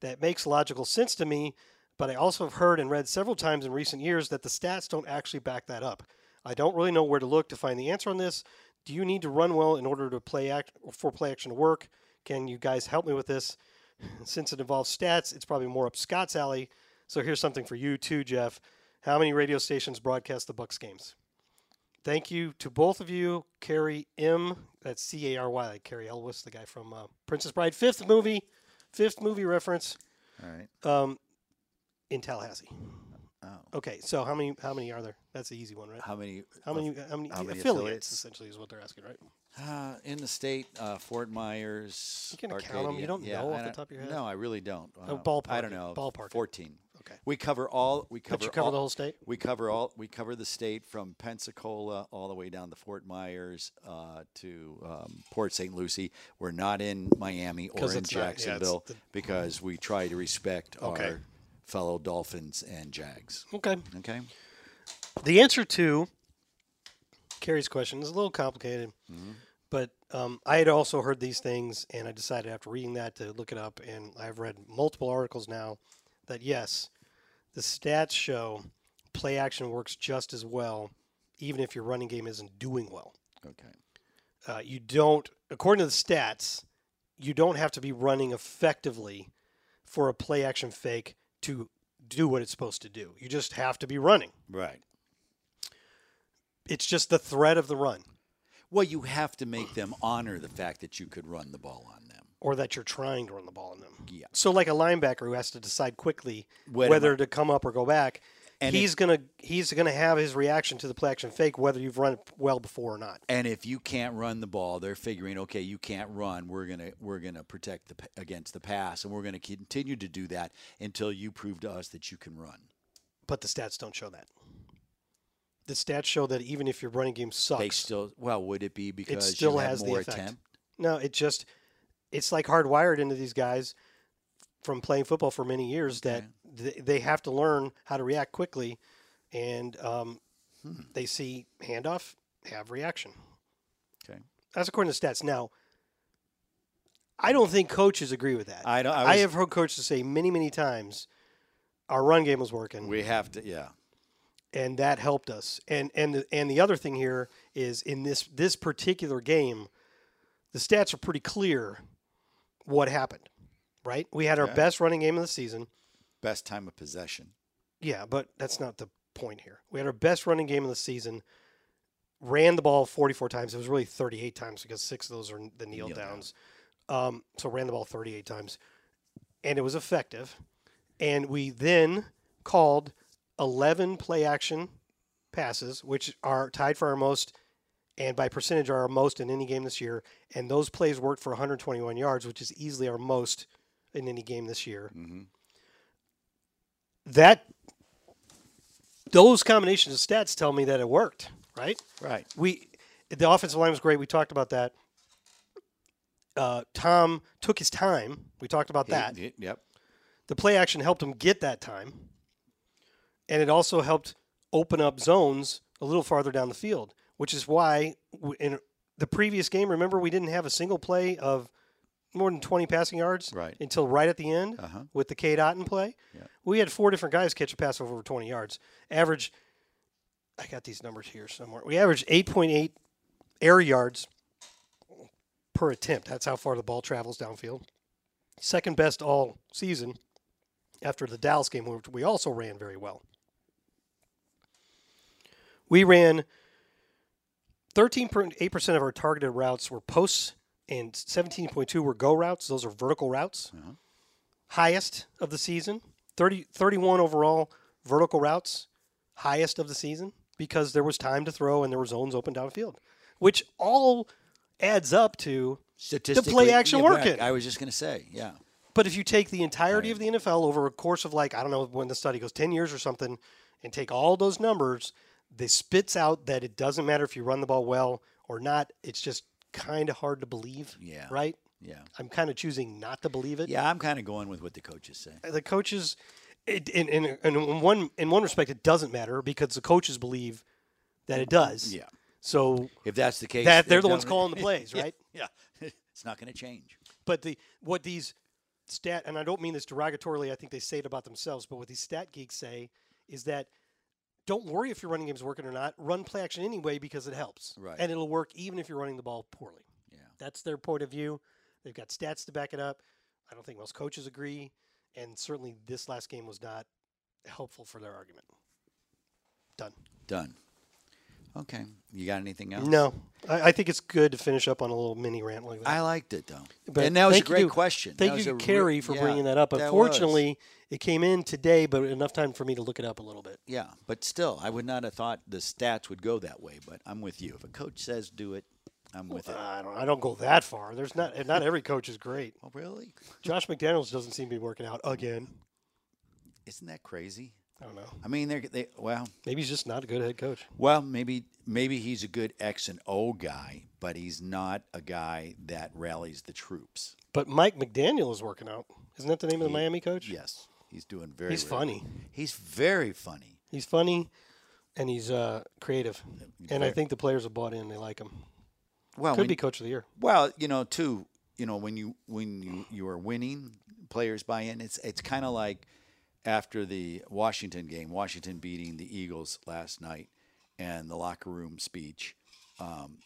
That makes logical sense to me, but I also have heard and read several times in recent years that the stats don't actually back that up. I don't really know where to look to find the answer on this. Do you need to run well in order to play act for play action to work? Can you guys help me with this? Since it involves stats, it's probably more up Scott's alley. So here's something for you too, Jeff. How many radio stations broadcast the Bucks games? Thank you to both of you, Carrie M. That's C A R Y, like Carrie Elwes, the guy from uh, Princess Bride, fifth movie, fifth movie reference
all right.
um, in Tallahassee.
Oh.
Okay, so how many how many are there? That's the easy one, right?
How many
How many how many,
how many
affiliates,
affiliates?
essentially is what they're asking, right?
Uh, in the state, uh, Fort Myers.
You can count 'em. You
Arcadia.
don't
yeah,
know
I
off the
don't-
top of your head?
No, I really don't.
Oh,
Uh, I
ballpark
don't
it,
know.
ballpark it.
Fourteen.
Okay.
We cover all. We cover.
But you cover
all,
the whole state.
We cover all. We cover the state from Pensacola all the way down to Fort Myers uh, to um, Port St. Lucie. We're not in Miami or
'Cause
in
it's not- yeah, it's
Jacksonville
the-
because we try to respect
Okay.
our fellow Dolphins and Jags.
Okay.
Okay.
The answer to Carrie's question is a little complicated, but um, I had also heard these things, and I decided after reading that to look it up. And I've read multiple articles now that yes, the stats show play action works just as well, even if your running game isn't doing well.
Okay.
uh, you don't, according to the stats, you don't have to be running effectively for a play action fake to do what it's supposed to do. You just have to be running.
Right.
It's just the threat of the run
Well, you have to make them honor the fact that you could run the ball on them.
or that you're trying to run the ball on them.
Yeah.
So like a linebacker who has to decide quickly
Where
whether,
am I-
to come up or go back,
And
he's going to he's going to have his reaction to the play action fake whether you've run it well before or not.
And if you can't run the ball, they're figuring, okay, you can't run. We're gonna we're gonna protect the p- against the pass, and we're gonna continue to do that until you prove to us that you can run.
But the stats don't show that. The stats show that even if your running game sucks,
They still, well, would it be because
still
you have
has the
more
effect.
attempt?
No, it just it's like hardwired into these guys from playing football for many years that th- they have to learn how to react quickly, and um,
Hmm.
they see handoff have reaction.
Okay.
That's according to stats. Now, I don't think coaches agree with that.
I don't- I
I,
was-
have heard coaches say many, many times, our run game was working,
We have to, yeah.
and that helped us. And and the, and the other thing here is in this this particular game, the stats are pretty clear what happened. Right, we had our
Yeah.
best running game of the season.
Best time of possession.
Yeah, but that's not the point here. We had our best running game of the season, ran the ball 44 times. It was really 38 times because six of those are the kneel,
Kneel down.
downs. Um, so ran the ball 38 times, and it was effective. And we then called 11 play action passes, which are tied for our most, and by percentage are our most in any game this year. And those plays worked for 121 yards, which is easily our most in any game this year
Mhm.
that those combinations of stats tell me that it worked, right?
Right.
We the offensive line was great. We talked about that. Uh, Tom took his time. We talked about that.
He- he- yep.
The play action helped him get that time, and it also helped open up zones a little farther down the field, which is why w- in the previous game, remember we didn't have a single play of more than 20 passing yards
Right.
until right at the end
Uh-huh.
with the Kate Otten play.
Yeah.
We had four different guys catch a pass of over 20 yards. Average, I got these numbers here somewhere. We averaged 8.8 air yards per attempt. That's how far the ball travels downfield. Second best all season after the Dallas game, which we also ran very well. We ran 13.8% of our targeted routes were posts and 17.2 were go routes. Those are vertical routes. Highest of the season. 30, 31 overall vertical routes, highest of the season because there was time to throw and there were zones open downfield, which all adds up to.
Statistically,
action
yeah,
work
right.
it.
I was just going to say, yeah.
But if you take the entirety of the NFL over a course of like, I don't know when the study goes, 10 years or something, and take all those numbers, they spits out that it doesn't matter if you run the ball well or not. It's just kind of hard to believe.
Yeah.
Right?
Yeah.
I'm kind of choosing not to believe it.
Yeah, I'm kind of going with what the coaches say.
The coaches, it, in, in, in one in one respect, it doesn't matter because the coaches believe that it does.
Yeah.
So
If that's the case,
that they're
it
the ones
doesn't-
calling the plays, right?
yeah. It's not going to change.
But the what these stat and I don't mean this derogatorily, I think they say it about themselves, but what these stat geeks say is that don't worry if your running game's working or not. Run play action anyway because it helps.
Right.
And it'll work even if you're running the ball poorly.
Yeah.
That's their point of view. They've got stats to back it up. I don't think most coaches agree. And certainly this last game was not helpful for their argument. Done.
Done. Okay. You got anything else?
No. I, I think it's good to finish up on a little mini rant like that.
I liked it though.
But
and that was a
thank you
great
to-
question. That
Thank
was
you,
a re-
Carrie, for
yeah,
bringing that up.
was.
Unfortunately, it came in today, but enough time for me to look it up a little bit.
Yeah, but still, I would not have thought the stats would go that way. But I'm with you. If a coach says do it, I'm with it.
I don't. I don't go that far. There's not. and Not every coach is great.
Oh, really?
Josh McDaniels doesn't seem to be working out again.
Isn't that crazy?
I don't know.
I mean, they're they well,
Maybe he's just not a good head coach.
well, maybe maybe he's a good X and O guy, but he's not a guy that rallies the troops.
But Mike McDaniel is working out. Isn't that the name of the Miami coach?
Yes, he's doing very.
He's
well.
funny.
He's very funny.
He's funny, and he's uh, creative. And I think the players have bought in. They like him.
Well,
Could
when-
be coach of the year.
Well, you know, too, you know, when you when you you are winning, players buy in. It's it's kind of like after the Washington game, Washington beating the Eagles last night, and the locker room speech. Um,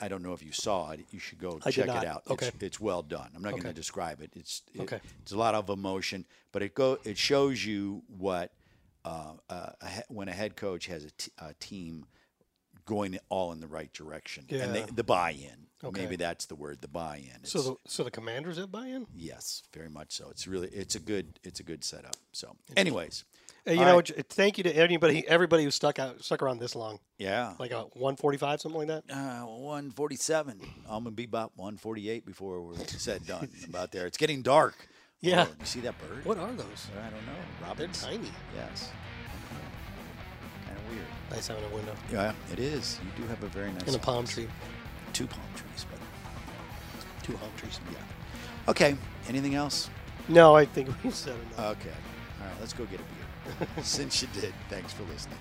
I don't know if you saw it. You should go
I did
check
not.
it out.
Okay.
It's, it's well done. I'm not going
Okay.
to describe it. It's it-
Okay.
It's a lot of emotion, but it go it shows you what uh, uh, a he- when a head coach has a, t- a team going all in the right direction and they,
Yeah.
the buy-in.
Okay.
Maybe that's the word, the buy-in.
So
It's-
the so the Commanders have buy-in.
yes, very much so. It's really it's a good it's a good setup. So, anyways,
Hey, Uh, you
All
know,
right.
what? thank you to anybody, everybody who stuck out, stuck around this long.
yeah,
like a 145 something like that
uh, one forty-seven. I'm gonna be about one forty-eight before we're said done. about there, it's getting dark.
Yeah.
Oh, you see that bird?
what are those
I don't know.
they're
Robins.
tiny
Yes. Kind of weird.
nice having a window
Yeah, it is. You do have a very nice
and a palm
office.
tree
Two palm trees, but
two palm trees
yeah. Okay. Anything else?
no i think we've said enough
Okay. All right, let's go get a beer. Since you did, thanks for listening.